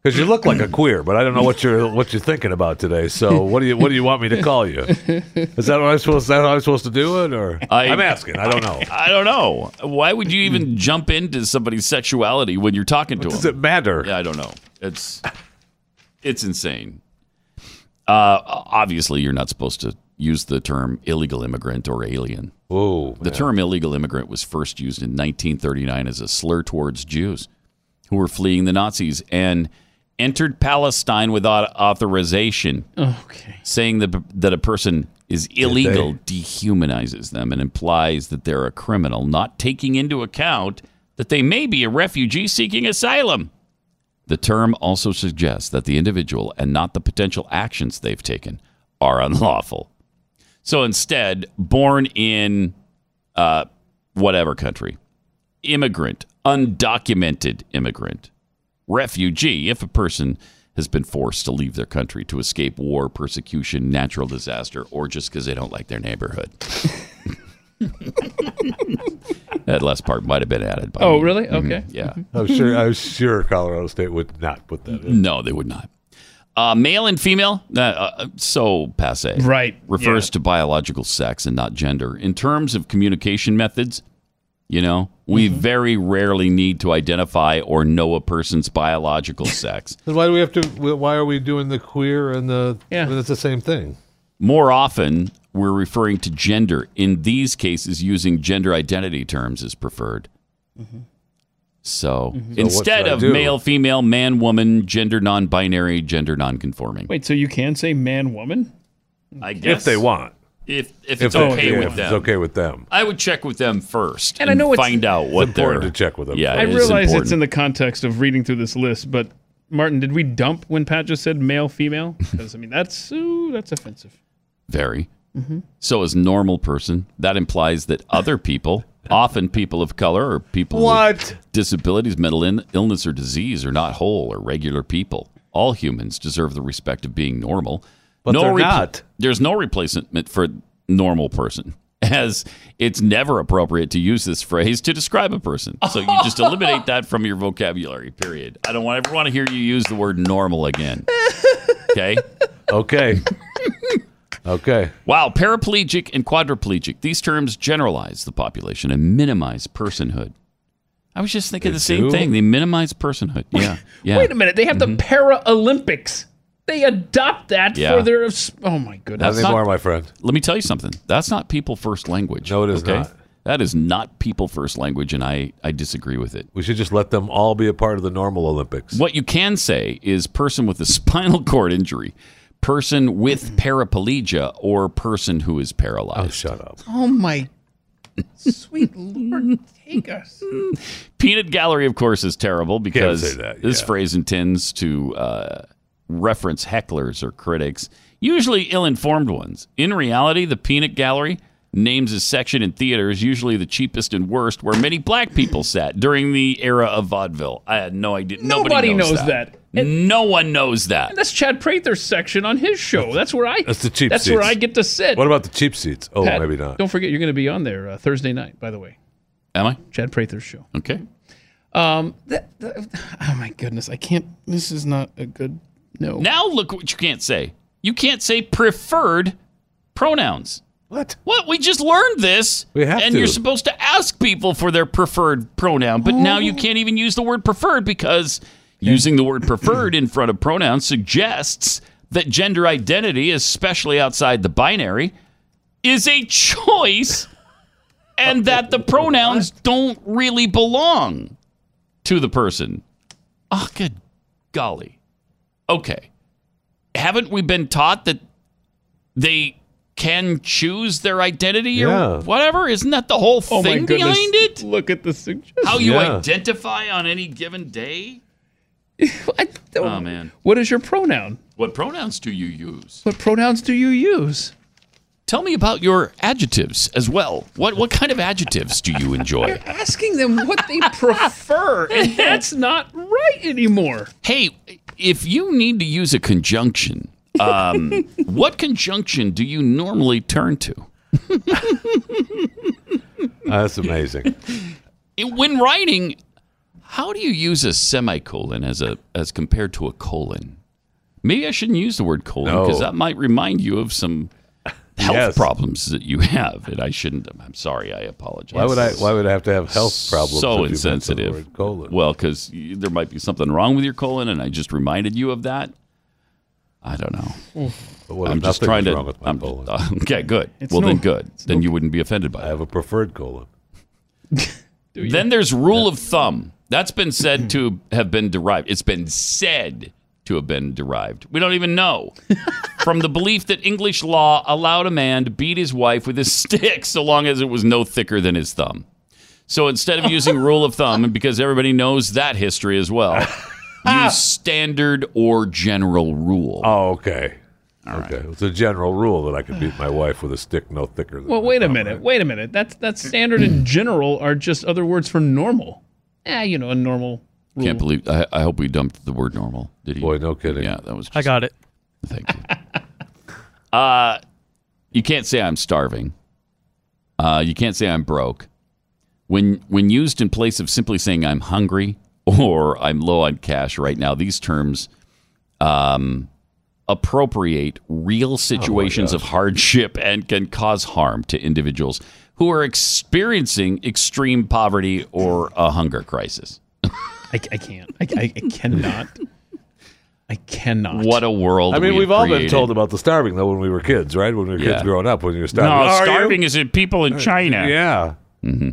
Speaker 10: Because you look like a queer, but I don't know what you're what you're thinking about today. So what do you what do you want me to call you? Is that what I'm supposed? Is that how I'm supposed to do it? Or
Speaker 2: I-
Speaker 10: am asking. I don't know.
Speaker 2: I don't know. Why would you
Speaker 10: *laughs*
Speaker 2: even jump into somebody's sexuality when you're talking to them?
Speaker 10: does it matter?
Speaker 2: Yeah, I don't know.
Speaker 10: *laughs*
Speaker 2: It's it's insane. Uh, obviously, you're not supposed to use the term illegal immigrant or alien.
Speaker 10: Whoa.
Speaker 2: The term illegal immigrant was first used in 1939 as a slur towards Jews who were fleeing the Nazis and entered Palestine without authorization. Okay. Saying that, that a person is illegal dehumanizes them and implies that they're a criminal, not taking into account that they may be a refugee seeking asylum. The term also suggests that the individual and not the potential actions they've taken are unlawful. So instead, born in uh, whatever country, immigrant, undocumented immigrant, refugee, if a person has been forced to leave their country to escape war, persecution, natural disaster, or just because they don't like their neighborhood. *laughs* that last part might have been added by
Speaker 3: Oh,
Speaker 2: me.
Speaker 3: really?
Speaker 2: Mhm,
Speaker 3: Okay.
Speaker 2: Yeah.
Speaker 10: I'm sure. I'm sure Colorado State would not put that. in.
Speaker 2: No, they would not. Uh, male and female, uh, uh, so passe.
Speaker 3: Right,
Speaker 2: Refers to biological sex and not gender. In terms of communication methods, you know, we
Speaker 3: Mm-hmm.
Speaker 2: very rarely need to identify or know a person's
Speaker 3: *laughs*
Speaker 2: biological sex.
Speaker 10: Then why do we have to? Why are we doing the queer and the? Yeah, it's the same thing.
Speaker 2: More often, we're referring to gender. In these cases, using gender identity terms is preferred. So
Speaker 3: Mm-hmm. what
Speaker 2: instead
Speaker 3: should I
Speaker 2: of
Speaker 3: do?
Speaker 2: male, female, man, woman, gender non binary, gender non conforming.
Speaker 3: Wait, so you can say man woman?
Speaker 2: I guess.
Speaker 10: they want.
Speaker 2: If, if
Speaker 10: If
Speaker 2: it's
Speaker 10: they-
Speaker 2: okay
Speaker 10: yeah,
Speaker 2: with
Speaker 10: if it's
Speaker 2: them.
Speaker 10: okay with them.
Speaker 2: I would check with them first and,
Speaker 3: And I know it's-
Speaker 2: find out what
Speaker 10: It's important
Speaker 2: they're-
Speaker 10: to check with them
Speaker 2: Yeah,
Speaker 10: first.
Speaker 3: I
Speaker 2: it is
Speaker 3: realize
Speaker 2: important.
Speaker 3: it's in the context of reading through this list, but Martin, did we dump when Pat just said male female? Because I mean that's ooh, that's offensive.
Speaker 2: Very.
Speaker 3: Mhm.
Speaker 2: So, as normal person, that implies that other people, often people of color or people
Speaker 10: What?
Speaker 2: with disabilities, mental in- illness, or disease, are not whole or regular people. All humans deserve the respect of being normal.
Speaker 10: But they're not.
Speaker 2: There's no replacement for normal person, *laughs* as it's never appropriate to use this phrase to describe a person. So you just eliminate that from your vocabulary. Period. I don't want ever want to hear you use the word normal
Speaker 10: *laughs*
Speaker 2: again. Okay.
Speaker 10: Okay. okay.
Speaker 2: Wow, paraplegic and quadriplegic. These terms generalize the population and minimize personhood. I was just thinking the same
Speaker 3: do?
Speaker 2: thing. They minimize personhood. Yeah. yeah.
Speaker 3: Wait a minute, they have the Para Olympics. They adopt that
Speaker 2: Yeah.
Speaker 3: for their oh my goodness.
Speaker 10: my friend.
Speaker 2: Let me tell you something. That's not people first language. No, it
Speaker 10: is not.
Speaker 2: That is not people first language, and I, I disagree with it.
Speaker 10: We should just let them all be a part of the normal Olympics.
Speaker 2: What you can say is person with a *laughs* spinal cord injury, person with paraplegia, or person who is paralyzed. Oh,
Speaker 10: shut up.
Speaker 3: Oh my sweet *laughs* lord, take us.
Speaker 2: Peanut gallery, of course, is terrible because
Speaker 10: say that,
Speaker 2: this phrase intends to uh, reference hecklers or critics, usually ill-informed ones. In reality, the peanut gallery names a section in theaters, usually the cheapest and worst, where many black people sat during the era of vaudeville. I had no idea.
Speaker 3: Nobody
Speaker 2: Nobody knows,
Speaker 3: knows
Speaker 2: no one knows that.
Speaker 3: That's Chad Prather's section on his show. That's where I
Speaker 10: That's the cheap
Speaker 3: That's
Speaker 10: seats.
Speaker 3: where I get to
Speaker 2: *laughs*
Speaker 3: sit.
Speaker 10: What about the cheap seats? Oh,
Speaker 3: Pat,
Speaker 10: maybe not.
Speaker 3: Don't forget you're going to be on there uh, Thursday night, by the way.
Speaker 2: Am I?
Speaker 3: Chad Prather's show.
Speaker 2: Okay.
Speaker 3: Um, that, that- oh my goodness, I can't. This is not a good no.
Speaker 2: Now look what you can't say. You can't say preferred pronouns.
Speaker 10: What?
Speaker 2: What? We just learned this.
Speaker 10: We have
Speaker 2: and
Speaker 10: to.
Speaker 2: you're supposed to ask people for their preferred pronoun, but now you can't even use the word preferred because using the word preferred in front of pronouns suggests that gender identity, especially outside the binary, is a choice and that the pronouns don't really belong to the person. Oh, good golly. Okay. Haven't we been taught that they can choose their identity
Speaker 3: Yeah.
Speaker 2: or whatever? Isn't that the whole
Speaker 3: Oh my
Speaker 2: thing
Speaker 3: goodness!
Speaker 2: behind it?
Speaker 3: Look at the suggestion. *laughs*
Speaker 2: How you identify on any given day? oh, man.
Speaker 3: What is your pronoun?
Speaker 2: What pronouns do you use?
Speaker 3: What pronouns do you use?
Speaker 2: Tell me about your adjectives as well. What what kind of adjectives do you *laughs* enjoy?
Speaker 3: Asking them what they prefer, and that's not right anymore.
Speaker 2: Hey, if you need to use a conjunction, *laughs* um, what conjunction do you normally turn to?
Speaker 10: that's amazing.
Speaker 2: *laughs* It- when writing, how do you use a semicolon as a as compared to a colon? Maybe I shouldn't use the word colon
Speaker 10: No.
Speaker 2: because that might remind you of
Speaker 10: *laughs*
Speaker 2: some health
Speaker 10: Yes.
Speaker 2: problems that you have, and I shouldn't. I'm sorry. I apologize.
Speaker 10: Why would I? Why would I have to have health problems? if you
Speaker 2: So
Speaker 10: mention the
Speaker 2: insensitive.
Speaker 10: word colon?
Speaker 2: Well, because there might be something wrong with your colon, and I just reminded you of that. I don't know.
Speaker 10: But what if
Speaker 2: I'm just
Speaker 10: nothing
Speaker 2: trying
Speaker 10: was
Speaker 2: to.
Speaker 10: wrong with my
Speaker 2: I'm-
Speaker 10: colon?
Speaker 2: *laughs* okay, good.
Speaker 10: It's
Speaker 2: well, then
Speaker 10: no-
Speaker 2: good. Then you wouldn't be offended by. it. I
Speaker 10: have a preferred colon.
Speaker 2: Then there's rule of thumb. That's been said to have been derived. It's been said to have been derived. We don't even know. From the belief that English law allowed a man to beat his wife with his *laughs* stick so long as it was no thicker than his thumb. So instead of using rule of thumb, and because everybody knows that history as well, use standard or general rule.
Speaker 10: Oh, okay. Okay, it's a general rule that I could beat my wife with a stick no thicker than.
Speaker 3: Well, wait a minute. Wait a minute. That's that's standard and general are just other words for normal. Eh, you know, a normal rule.
Speaker 2: Can't believe. I, I hope we dumped the word normal. Did he? Boy,
Speaker 10: no kidding.
Speaker 2: Yeah, that was. Just,
Speaker 16: I got it.
Speaker 2: *laughs* Uh, you can't say I'm starving. Uh, you can't say I'm broke. When when used in place of simply saying I'm hungry *laughs* or I'm low on cash right now, these terms um, appropriate
Speaker 10: Oh
Speaker 2: real situations of hardship and can cause harm to individuals who are experiencing extreme poverty or a hunger crisis.
Speaker 3: I, I can't. I, I, I cannot. I cannot.
Speaker 2: What a world!
Speaker 10: I mean,
Speaker 2: we
Speaker 10: we've
Speaker 2: have
Speaker 10: all been
Speaker 2: created.
Speaker 10: told about the starving though when we were kids, right? When we were kids
Speaker 2: Yeah.
Speaker 10: growing up, when you were starving. Are you? Uh,
Speaker 2: is in people in China.
Speaker 10: Yeah.
Speaker 2: hmm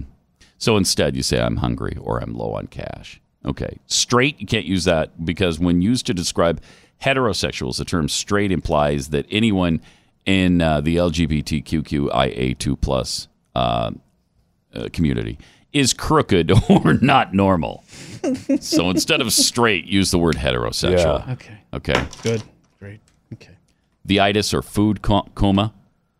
Speaker 2: So instead, you say, I'm hungry or I'm low on cash. Okay. Straight, you can't use that because when used to describe heterosexuals, the term straight implies that anyone in uh, the LGBTQIA2 plus uh, uh, community is crooked *laughs* or not normal. so instead of straight, use the word heterosexual.
Speaker 3: Yeah. Okay.
Speaker 2: Okay.
Speaker 3: Good. Great. Okay.
Speaker 2: The itis or food co- coma,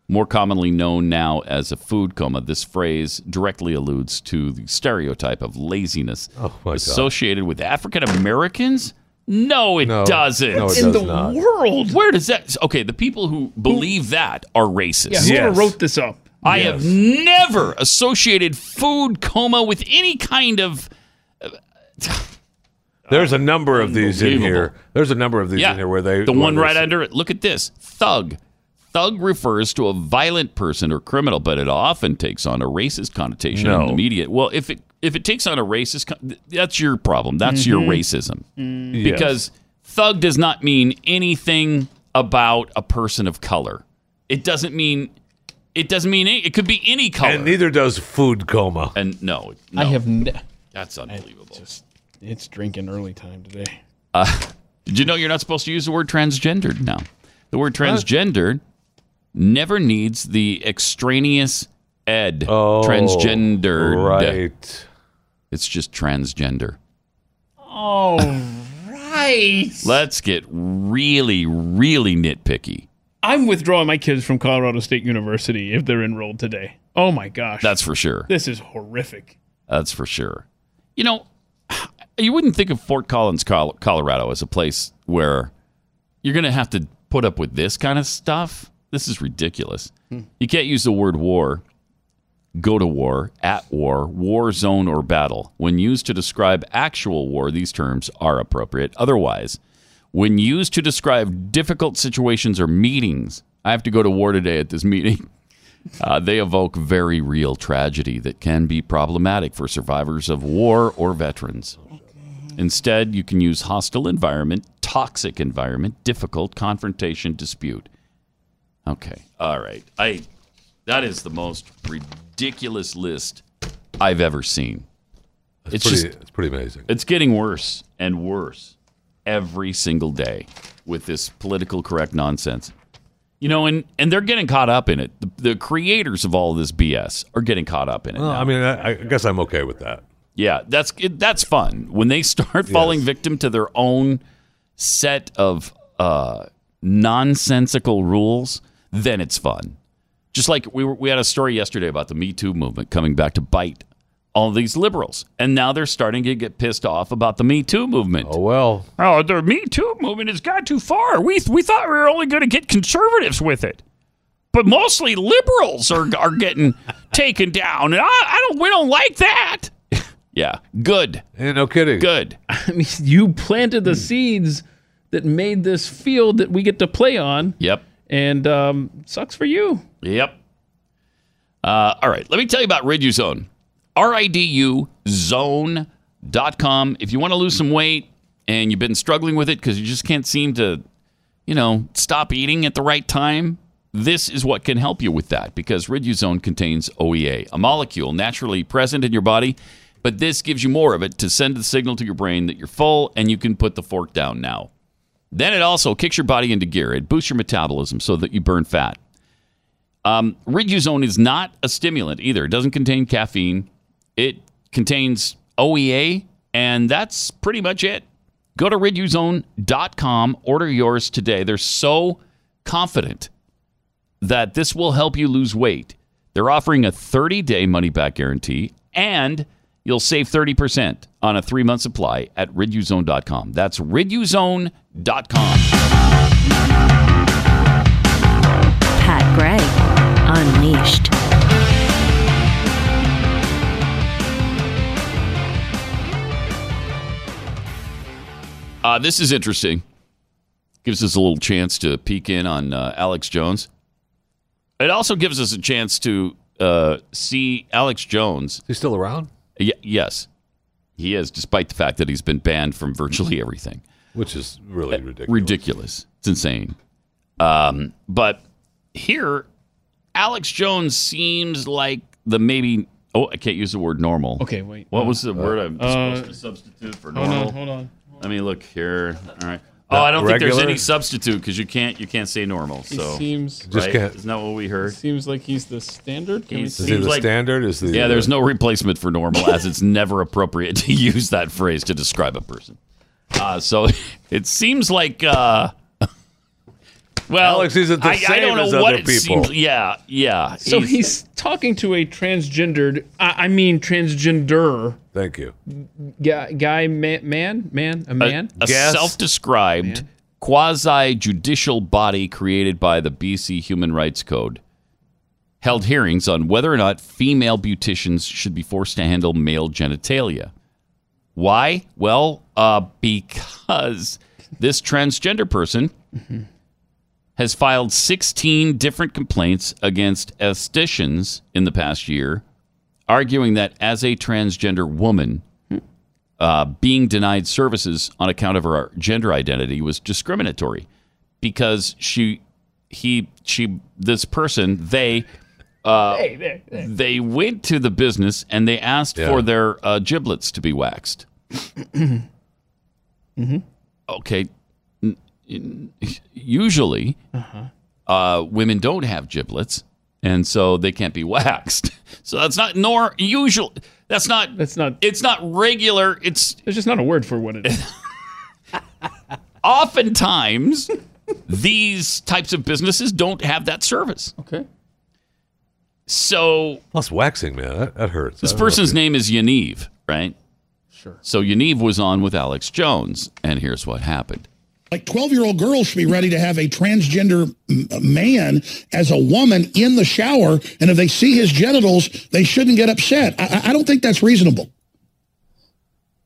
Speaker 2: more commonly known now as a food coma, this phrase directly alludes to the stereotype of laziness associated with African Americans. No, it doesn't.
Speaker 10: no, it In does the not.
Speaker 3: world,
Speaker 2: where does that? Okay, the people who believe that are racist.
Speaker 3: Yeah. Whoever wrote this up.
Speaker 2: I have never associated food coma with any kind of
Speaker 10: There's a number of these in here.
Speaker 2: Unbelievable.
Speaker 10: There's a number of these in here where they
Speaker 2: the one
Speaker 10: where
Speaker 2: right
Speaker 10: they-
Speaker 2: under it. Look at this thug. Thug refers to a violent person or criminal, but it often takes on a racist connotation
Speaker 10: No.
Speaker 2: in the media. Well, if it if it takes on a racist, con- th- that's your problem. That's your
Speaker 10: Mhm.
Speaker 2: racism
Speaker 10: Mm. Yes.
Speaker 2: because thug does not mean anything about a person of color. It doesn't mean it doesn't mean any, it could be any color.
Speaker 10: And neither does food coma.
Speaker 2: And no,
Speaker 3: I have. Ne-
Speaker 2: that's unbelievable.
Speaker 3: it's drinking early time today.
Speaker 2: Uh, did you know you're not supposed to use the word transgendered now? The word transgendered never needs the extraneous ed.
Speaker 10: Oh,
Speaker 2: transgendered.
Speaker 10: right.
Speaker 2: It's just transgender.
Speaker 3: All right.
Speaker 2: Let's get really, really nitpicky.
Speaker 3: I'm withdrawing my kids from Colorado State University if they're enrolled today. Oh my gosh.
Speaker 2: That's for sure.
Speaker 3: This is horrific.
Speaker 2: That's for sure. You know, you wouldn't think of Fort Collins, Col- Colorado, as a place where you're going to have to put up with this kind of stuff. This is ridiculous. You can't use the word war. go to war, at war, war zone, or battle. When used to describe actual war, these terms are appropriate. Otherwise, when used to describe difficult situations or meetings, I have to go to war today at this meeting. Uh, they evoke very real tragedy that can be problematic for survivors of war or veterans. Instead, you can use hostile environment, toxic environment, difficult confrontation, dispute. Okay, all right. I that is the most ridiculous list I've ever seen.
Speaker 10: It's pretty- it's pretty amazing.
Speaker 2: It's getting worse and worse every single day with this political correct nonsense. You know, and and they're getting caught up in it. The, the creators of all this BS are getting caught up in it.
Speaker 10: Well, I mean, I, I guess I'm okay with that.
Speaker 2: Yeah, that's it, that's fun when they start falling victim to their own set of uh, nonsensical rules. Then it's fun. Just like we were, we had a story yesterday about the Me Too movement coming back to bite all these liberals, and now they're starting to get pissed off about the Me Too movement. Oh
Speaker 10: well,
Speaker 2: oh the Me Too movement has got too far. We we thought we were only going to get conservatives with it but mostly liberals are, are getting *laughs* taken down, and I, I don't. We don't like that. *laughs* Yeah, good.
Speaker 10: no kidding.
Speaker 2: Good.
Speaker 3: *laughs* I mean, you planted the seeds that made this field that we get to play on.
Speaker 2: Yep.
Speaker 3: And um, sucks for you.
Speaker 2: Yep. Uh, all right, let me tell you about Riduzone. R-I-D-U zone.com. If you want to lose some weight and you've been struggling with it because you just can't seem to, you know, stop eating at the right time, this is what can help you with that because Riduzone contains OEA, a molecule naturally present in your body, but this gives you more of it to send the signal to your brain that you're full and you can put the fork down now. Then it also kicks your body into gear. It boosts your metabolism so that you burn fat. Um, Riduzone is not a stimulant either. It doesn't contain caffeine. It contains OEA, and that's pretty much it. Go to riduzone.com, order yours today. They're so confident that this will help you lose weight. They're offering a 30 day money back guarantee, and you'll save 30% on a three month supply at riduzone.com. That's riduzone.com.
Speaker 1: Pat Gray Unleashed.
Speaker 2: Uh, this is interesting. Gives us a little chance to peek in on uh, Alex Jones. It also gives us a chance to uh, see Alex Jones.
Speaker 10: He's still around?
Speaker 2: Y- yes, he is, despite the fact that he's been banned from virtually everything.
Speaker 10: Which is really ridiculous.
Speaker 2: Uh, Ridiculous. It's insane. Um, but here, Alex Jones seems like the maybe. Oh, I can't use the word normal.
Speaker 3: Okay, wait.
Speaker 2: What
Speaker 3: Uh,
Speaker 2: was the word I'm
Speaker 3: uh, oh,
Speaker 2: supposed to substitute for
Speaker 3: hold on,
Speaker 2: normal?
Speaker 3: hold on.
Speaker 2: Let me look here. All right.
Speaker 10: Uh,
Speaker 2: Oh, I don't think there's
Speaker 10: regular?
Speaker 2: any substitute because you can't you can't say normal.
Speaker 3: He
Speaker 2: So
Speaker 3: seems-
Speaker 2: right?
Speaker 3: Just can't.
Speaker 2: Isn't that what we heard?
Speaker 3: Seems like he's the standard. Can we
Speaker 2: He's-
Speaker 3: say-
Speaker 2: seems like- yeah, there's no replacement for normal, as it's never appropriate to *laughs* use that phrase to describe a person. Uh, so *laughs* it seems like, uh, *laughs* well,
Speaker 10: Alex isn't the
Speaker 2: I, I
Speaker 10: same
Speaker 2: don't know
Speaker 10: as
Speaker 2: what
Speaker 10: other
Speaker 2: it
Speaker 10: people.
Speaker 2: seems. Yeah, yeah.
Speaker 3: So he's talking to a transgendered, I, I mean transgender
Speaker 10: Thank you.
Speaker 3: guy, guy man, man, man, a
Speaker 10: Uh,
Speaker 2: a,
Speaker 3: man,
Speaker 2: a self-described quasi-judicial body created by the BC Human Rights Code held hearings on whether or not female beauticians should be forced to handle male genitalia. Why? Well, uh, because this transgender person has filed 16 different complaints against estheticians in the past year, arguing that as a transgender woman, uh, being denied services on account of her gender identity was discriminatory because she, he, she, this person, they, uh,
Speaker 3: Hey, there, there.
Speaker 2: they went to the business and they asked for their uh, giblets to be waxed. Okay, n- n- usually uh, women don't have giblets, and so they can't be waxed. *laughs* So that's not nor usual. That's not. That's not. It's not regular. It's.
Speaker 3: There's just not a word for what it
Speaker 10: *laughs*
Speaker 3: is.
Speaker 2: Oftentimes, *laughs* these types of businesses don't have that service.
Speaker 3: Okay.
Speaker 2: So
Speaker 10: Plus waxing, man. That, that hurts.
Speaker 2: This person's name is Yaniv, right? Sure. So Yaniv was on with Alex Jones, and here's what happened.
Speaker 16: Like 12 year old girls should be ready to have a transgender m- man as a woman in the shower. And if they see his genitals, they shouldn't get upset. I- I, I don't think that's reasonable.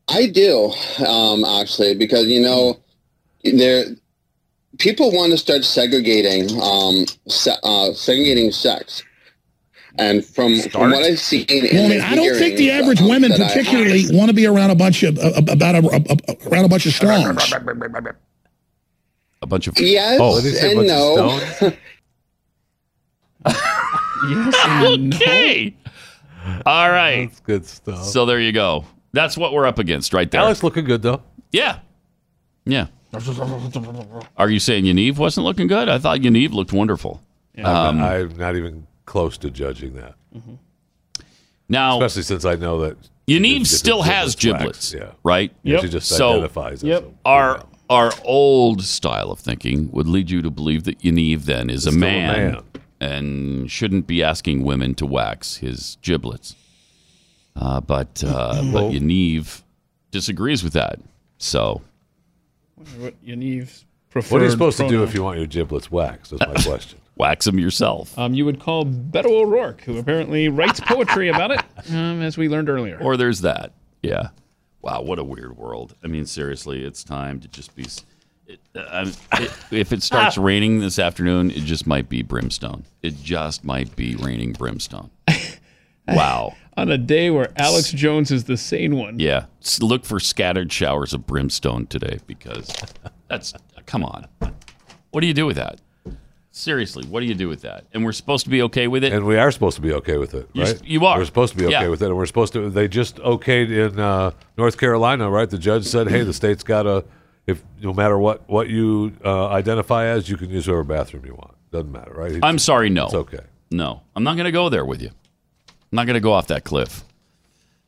Speaker 17: I do, um, actually, because you know, there people want to start segregating, um, se- uh, segregating sex, and from, from what I've seen, in
Speaker 16: Well, I
Speaker 17: the
Speaker 16: mean, I don't think the
Speaker 17: hearings,
Speaker 16: average
Speaker 17: um,
Speaker 16: women
Speaker 17: that I-
Speaker 16: particularly want to be around a bunch of uh, about a, a- a- around a bunch of strongs.
Speaker 2: A bunch of *laughs*
Speaker 17: Yes
Speaker 2: Oh.
Speaker 17: and no. *laughs*
Speaker 10: *laughs*
Speaker 2: okay. All right. That's
Speaker 10: good stuff.
Speaker 2: So there you go. That's what we're up against right there.
Speaker 10: Alex looking good though.
Speaker 2: Yeah. Yeah. Are you saying Yaniv wasn't looking good? I thought Yaniv looked wonderful. Um,
Speaker 10: I'm, not, I'm not even close to judging that.
Speaker 2: oh. Now,
Speaker 10: especially since I know that
Speaker 2: Yaniv still has giblets,
Speaker 10: Yeah,
Speaker 2: right?
Speaker 10: Yeah, She just identifies. as a-
Speaker 2: Our our old style of thinking would lead you to believe that Yaniv then is
Speaker 10: Is
Speaker 2: a
Speaker 10: still a
Speaker 2: man,
Speaker 10: man.
Speaker 2: and shouldn't be asking women to wax his giblets. Uh, but *clears throat* uh, but
Speaker 3: Well-
Speaker 2: Yaniv disagrees with that. So
Speaker 3: What Yaniv's preferred
Speaker 10: What are you supposed to do if
Speaker 3: pronoun.
Speaker 10: you want your giblets waxed?
Speaker 2: *laughs*
Speaker 10: That's my question.
Speaker 2: wax them yourself,
Speaker 3: Um, you would call Beto O'Rourke, who apparently writes poetry about it, *laughs* um, as we learned earlier.
Speaker 2: or there's that. Yeah. Wow, what a weird world. I mean, seriously, it's time to just be. s- It, uh, I'm- *laughs* it, if it starts raining this afternoon, it just might be brimstone. It just might be raining *laughs* brimstone. Wow.
Speaker 3: On a day where Alex Jones is the sane one.
Speaker 2: Yeah. S- Look for scattered showers of brimstone today because *laughs* that's, come on. What do you do with that? Seriously, what do you do with that? And we're supposed to be okay with it.
Speaker 10: And we are supposed to be okay with it,
Speaker 2: You s-
Speaker 10: right?
Speaker 2: you are.
Speaker 10: We're supposed to be okay
Speaker 2: Yeah.
Speaker 10: with it, and we're supposed to. They just okayed in uh, North Carolina, right? The judge said, "Hey, the state's got to, if no matter what what you uh, identify as, you can use whatever bathroom you want. Doesn't matter, right?" He-
Speaker 2: I'm sorry, no.
Speaker 10: It's okay.
Speaker 2: No, I'm not going to go there with you. I'm not going to go off that cliff.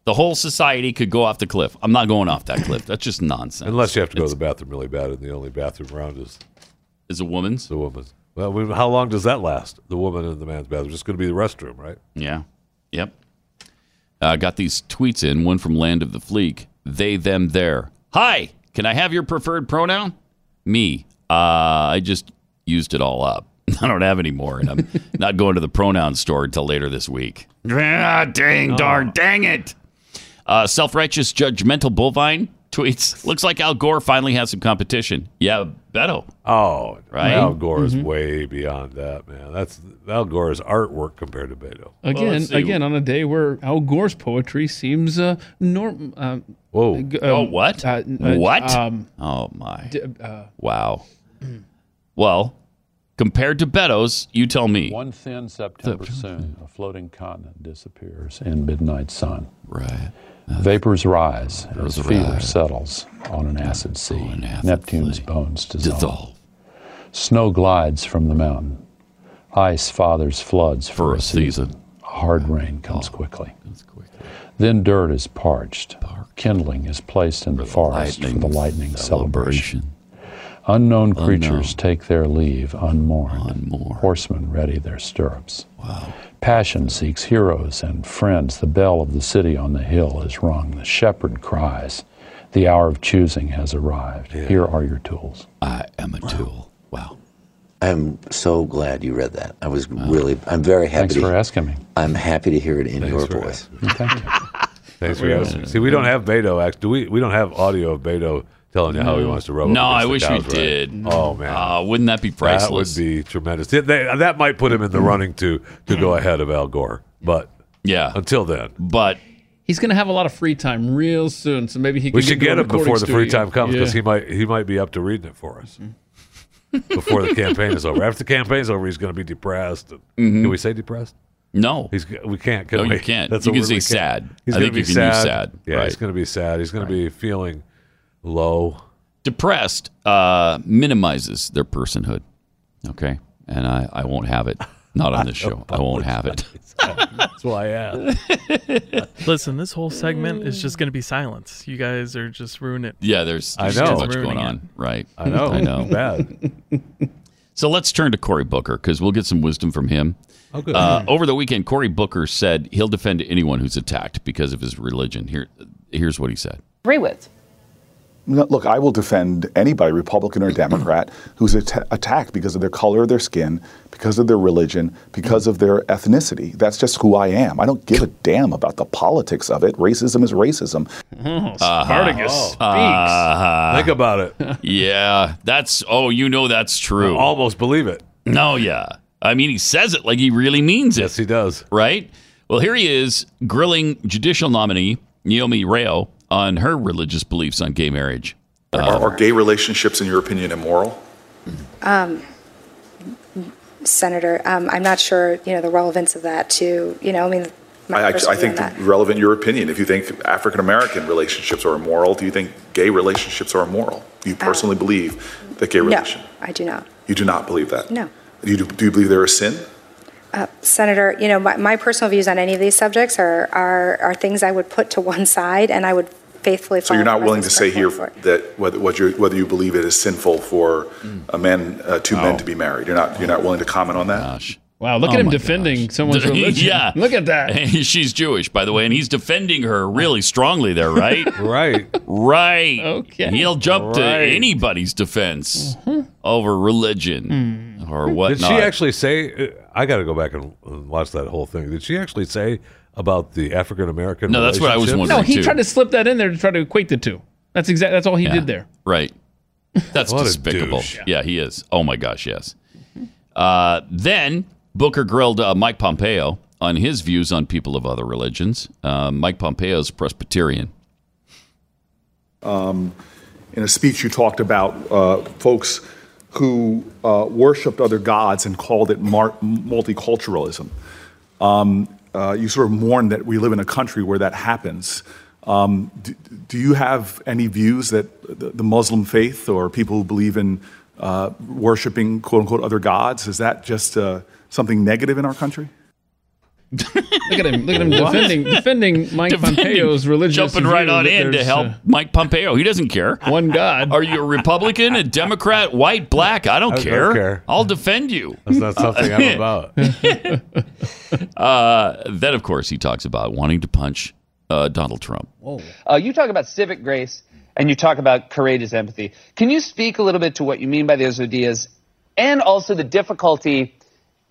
Speaker 2: The whole society could go off the cliff. I'm not going off that cliff. That's just nonsense.
Speaker 10: Unless you have to go to the bathroom really bad, and the only bathroom around is
Speaker 2: is a woman's.
Speaker 10: The woman's. Well, we, how long does that last? The woman in the man's bathroom. It's going to be the restroom, right?
Speaker 2: Yeah. Yep. Uh, got these tweets in. One from Land of the Fleek. They, them, there. Hi. Can I have your preferred pronoun? Me. Uh, I just used it all up. *laughs* I don't have any more, and I'm not going to the pronoun store until later this week. Ah, dang, darn, dang it. Uh, Self righteous, judgmental bovine tweets. Looks like Al Gore finally has some competition. Yeah, Beto.
Speaker 10: Oh,
Speaker 2: Right?
Speaker 10: Al Gore is
Speaker 2: Mhm.
Speaker 10: way beyond that, man. That's Al Gore's artwork compared to Beto.
Speaker 3: Again, again, on a day where Al Gore's poetry seems uh, norm. Uh,
Speaker 10: Whoa!
Speaker 2: oh, what?
Speaker 3: uh, n- uh,
Speaker 2: what?
Speaker 3: um,
Speaker 2: oh my!
Speaker 3: d- uh,
Speaker 2: wow. well, compared to Beto's, you tell me.
Speaker 18: One thin September soon, a floating continent disappears in midnight sun.
Speaker 2: Right.
Speaker 18: Vapors rise as fever
Speaker 2: rise.
Speaker 18: settles on an acid sea. Neptune's bones dissolve. Snow glides from the mountain. Ice fathers floods for, a season. Hard rain comes
Speaker 3: Oh,
Speaker 18: quickly. Then dirt is parched. Kindling is placed in the forest for the lightning celebration. Unknown creatures take their leave unmourned. Horsemen ready their stirrups. Passion seeks heroes and friends. The bell of the city on the hill is rung. The shepherd cries. The hour of choosing has arrived. Here are your tools.
Speaker 2: I am a tool.
Speaker 19: I'm so glad you read that. I was really, I'm very happy.
Speaker 18: Thanks
Speaker 19: to,
Speaker 18: for asking me.
Speaker 19: I'm happy to hear it in your
Speaker 10: *laughs*
Speaker 19: voice.
Speaker 10: Thanks for asking. See, we don't have Beto. Act. Do we? We don't have audio of Beto telling you how he wants to rub. up
Speaker 2: No, I
Speaker 10: against
Speaker 2: wish
Speaker 10: the
Speaker 2: we
Speaker 10: cows, right?
Speaker 2: did.
Speaker 10: Oh man,
Speaker 2: Ah, wouldn't that be priceless?
Speaker 10: That would be tremendous. Th- they- that might put him in the running to to go ahead of Al Gore. But
Speaker 2: yeah,
Speaker 10: until then,
Speaker 2: but
Speaker 3: he's going to have a lot of free time real soon, so maybe he.
Speaker 10: we
Speaker 3: can
Speaker 10: should
Speaker 3: to
Speaker 10: get
Speaker 3: a
Speaker 10: him before
Speaker 3: recording
Speaker 10: the free
Speaker 3: studio.
Speaker 10: time comes because
Speaker 3: Yeah.
Speaker 10: he might he might be up to reading it for us
Speaker 2: Mm-hmm.
Speaker 10: before
Speaker 2: *laughs*
Speaker 10: the campaign is over. After the campaign's over, he's going to be depressed. and-
Speaker 2: Mhm.
Speaker 10: Can we say depressed?
Speaker 2: No,
Speaker 10: he's we can't. Can
Speaker 2: No, you
Speaker 10: we?
Speaker 2: can't.
Speaker 10: That's
Speaker 2: You
Speaker 10: a
Speaker 2: can
Speaker 10: word
Speaker 2: say
Speaker 10: we can't.
Speaker 2: sad.
Speaker 10: He's
Speaker 2: I
Speaker 10: gonna
Speaker 2: think
Speaker 10: be
Speaker 2: you can use
Speaker 10: sad.
Speaker 2: sad.
Speaker 10: Yeah, he's
Speaker 2: Right.
Speaker 10: going to be sad. He's going to be feeling low.
Speaker 2: depressed uh, minimizes their personhood. Okay, and I, I won't have it. Not
Speaker 10: *laughs*
Speaker 2: on this show. I won't have it.
Speaker 10: That's why I asked.
Speaker 20: Listen, this whole segment is just going to be silence. You guys are just ruining it.
Speaker 2: Yeah, there's,
Speaker 20: You
Speaker 2: there's
Speaker 20: guys
Speaker 2: so
Speaker 20: are
Speaker 2: much
Speaker 20: ruining
Speaker 2: going
Speaker 20: it.
Speaker 2: on, right?
Speaker 10: I know.
Speaker 2: *laughs* *laughs* I know.
Speaker 10: It's bad.
Speaker 2: So let's turn to Cory Booker because we'll get some wisdom from him.
Speaker 10: Oh, good.
Speaker 2: Uh, over the weekend, Cory Booker said he'll defend anyone who's attacked because of his religion. Here, here's what he said.
Speaker 21: agree with. No, Look, I will defend anybody, Republican or Democrat, who's at- attacked because of their color of their skin, because of their religion, because of their ethnicity. That's just who I am. I don't give a damn about the politics of it. Racism is racism.
Speaker 3: Oh,
Speaker 2: Uh-huh.
Speaker 3: Spartacus speaks.
Speaker 21: Uh,
Speaker 2: Uh-huh.
Speaker 10: Think about it.
Speaker 2: yeah, that's oh, you know that's true.
Speaker 10: I almost believe it.
Speaker 2: No, yeah. I mean, he says it like he really means it. Yes,
Speaker 21: *laughs*
Speaker 10: he does.
Speaker 2: Right? Well, here he is grilling judicial nominee Naomi Rayo on her religious beliefs on gay marriage.
Speaker 21: are, are gay relationships, in your opinion, immoral?
Speaker 22: Um, Senator, um, I'm not sure, you know, the relevance of that to, you know, I mean, my
Speaker 21: I, I,
Speaker 22: personal
Speaker 21: I
Speaker 22: view
Speaker 21: think
Speaker 22: on that.
Speaker 21: relevant your opinion. If you think African American relationships are immoral, do you think gay relationships are immoral? Do you personally believe that gay
Speaker 22: Um, No,
Speaker 21: relation?
Speaker 22: I do not.
Speaker 21: You do not believe that.
Speaker 22: No.
Speaker 21: You do, do you believe they're a sin?
Speaker 22: Uh, Senator, you know, my, my personal views on any of these subjects are, are, are things I would put to one side and I would faithfully
Speaker 21: So
Speaker 22: follow
Speaker 21: you're not
Speaker 22: the
Speaker 21: willing to
Speaker 22: process
Speaker 21: say here
Speaker 22: put forward.
Speaker 21: that whether what you whether you believe it is sinful for a man uh, two men to be married. You're not you're not willing to comment on that.
Speaker 3: Wow, look
Speaker 21: Oh
Speaker 3: at him
Speaker 21: my
Speaker 2: *laughs*
Speaker 3: defending someone's religion.
Speaker 2: yeah.
Speaker 3: Look at that.
Speaker 2: *laughs* She's Jewish, by the way, and he's defending her really strongly there, right?
Speaker 10: right.
Speaker 21: *laughs*
Speaker 2: Right.
Speaker 3: Okay.
Speaker 2: He'll jump to
Speaker 3: Right. Mm-hmm.
Speaker 2: anybody's defense over religion
Speaker 3: Mm.
Speaker 2: or whatnot.
Speaker 10: Did she actually say? I got to go back and watch that whole thing. Did she actually say about the African American?
Speaker 2: No, that's what I was
Speaker 3: No, he tried to slip that in there to try to equate the two. That's exactly that's all he did there.
Speaker 2: Right. That's
Speaker 10: What a
Speaker 2: despicable. Yeah, he is. Oh my gosh, yes. Uh, then Booker grilled uh, Mike Pompeo on his views on people of other religions. Uh, Mike Pompeo's Presbyterian.
Speaker 21: Um, in a speech, you talked about uh, folks who uh, worshipped other gods and called it mar- multiculturalism. Um, uh, you sort of mourn that we live in a country where that happens. Um, do, do you have any views that the, the Muslim faith or people who believe in uh, worshiping "quote unquote" other gods is that just uh, something negative in our country?
Speaker 3: Look at him. Look at
Speaker 2: *laughs*
Speaker 3: him
Speaker 2: What?
Speaker 3: defending defending Mike
Speaker 2: Defending-
Speaker 3: Pompeo's religious
Speaker 2: Jumping right
Speaker 3: view
Speaker 2: on
Speaker 3: that
Speaker 2: in to
Speaker 3: there's,
Speaker 2: help
Speaker 3: uh,
Speaker 2: Mike Pompeo. He doesn't care.
Speaker 3: One
Speaker 2: *laughs*
Speaker 3: God.
Speaker 2: Are you a Republican, a Democrat, white, black? I don't,
Speaker 10: I don't
Speaker 2: care.
Speaker 10: care.
Speaker 2: I'll defend you.
Speaker 10: That's not something
Speaker 21: *laughs*
Speaker 10: I'm about.
Speaker 2: Uh, then, of course, he talks about wanting to punch uh, Donald Trump.
Speaker 23: Uh, you talk about civic grace and you talk about courageous empathy. Can you speak a little bit to what you mean by those ideas and also the difficulty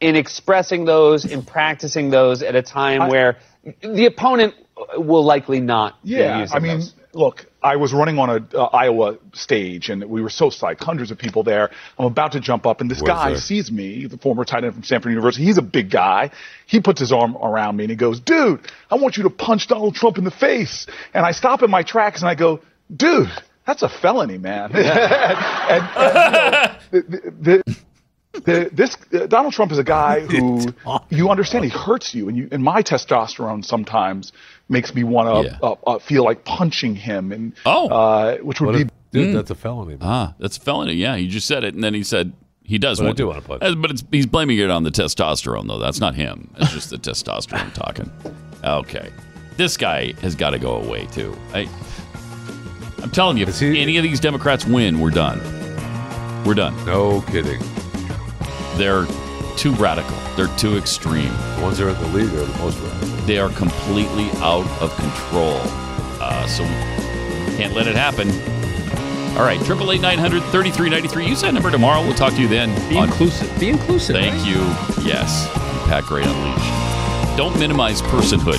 Speaker 23: in expressing those, in practicing those at a time where the opponent will likely not be
Speaker 21: Yeah,
Speaker 23: using
Speaker 21: I mean, look, I was running on a uh, Iowa stage, and we were so psyched, hundreds of people there. I'm about to jump up, and this
Speaker 10: Was
Speaker 21: guy
Speaker 10: there?
Speaker 21: sees me, the former tight end from Stanford University. He's a big guy. He puts his arm around me and he goes, "Dude, I want you to punch Donald Trump in the face." And I stop in my tracks and I go, "Dude." That's a felony, man. *laughs* and,
Speaker 10: *laughs*
Speaker 21: and, you know, the- the- the, this uh, Donald Trump is a guy who you understand he hurts you, and you and my testosterone sometimes makes me want to uh, uh, feel like punching him, and
Speaker 2: oh,
Speaker 21: uh, which would
Speaker 10: What
Speaker 21: be
Speaker 10: if- dude, that's a felony.
Speaker 2: Ah, that's felony. Yeah, he just said it, and then he said he does
Speaker 10: But I
Speaker 2: want
Speaker 10: do
Speaker 2: to.
Speaker 10: wanna punch
Speaker 2: Uh, But it's, he's blaming it on the testosterone, though. That's not him. That's just the
Speaker 10: *laughs*
Speaker 2: testosterone talking. Okay, this guy has got to go away too. I, I'm telling you, if any of these Democrats win, we're done. We're done.
Speaker 10: No kidding.
Speaker 2: They're too radical. They're too extreme.
Speaker 10: The ones that are in the league are the most radical.
Speaker 2: They are completely out of control. Uh, so we can't let it happen. All right, triple eight nine hundred thirty three ninety three. Use that number tomorrow. We'll talk to you then. Be
Speaker 3: inclusive. Be inclusive.
Speaker 2: Thank you. Yes, Pat Gray unleashed. Don't minimize personhood.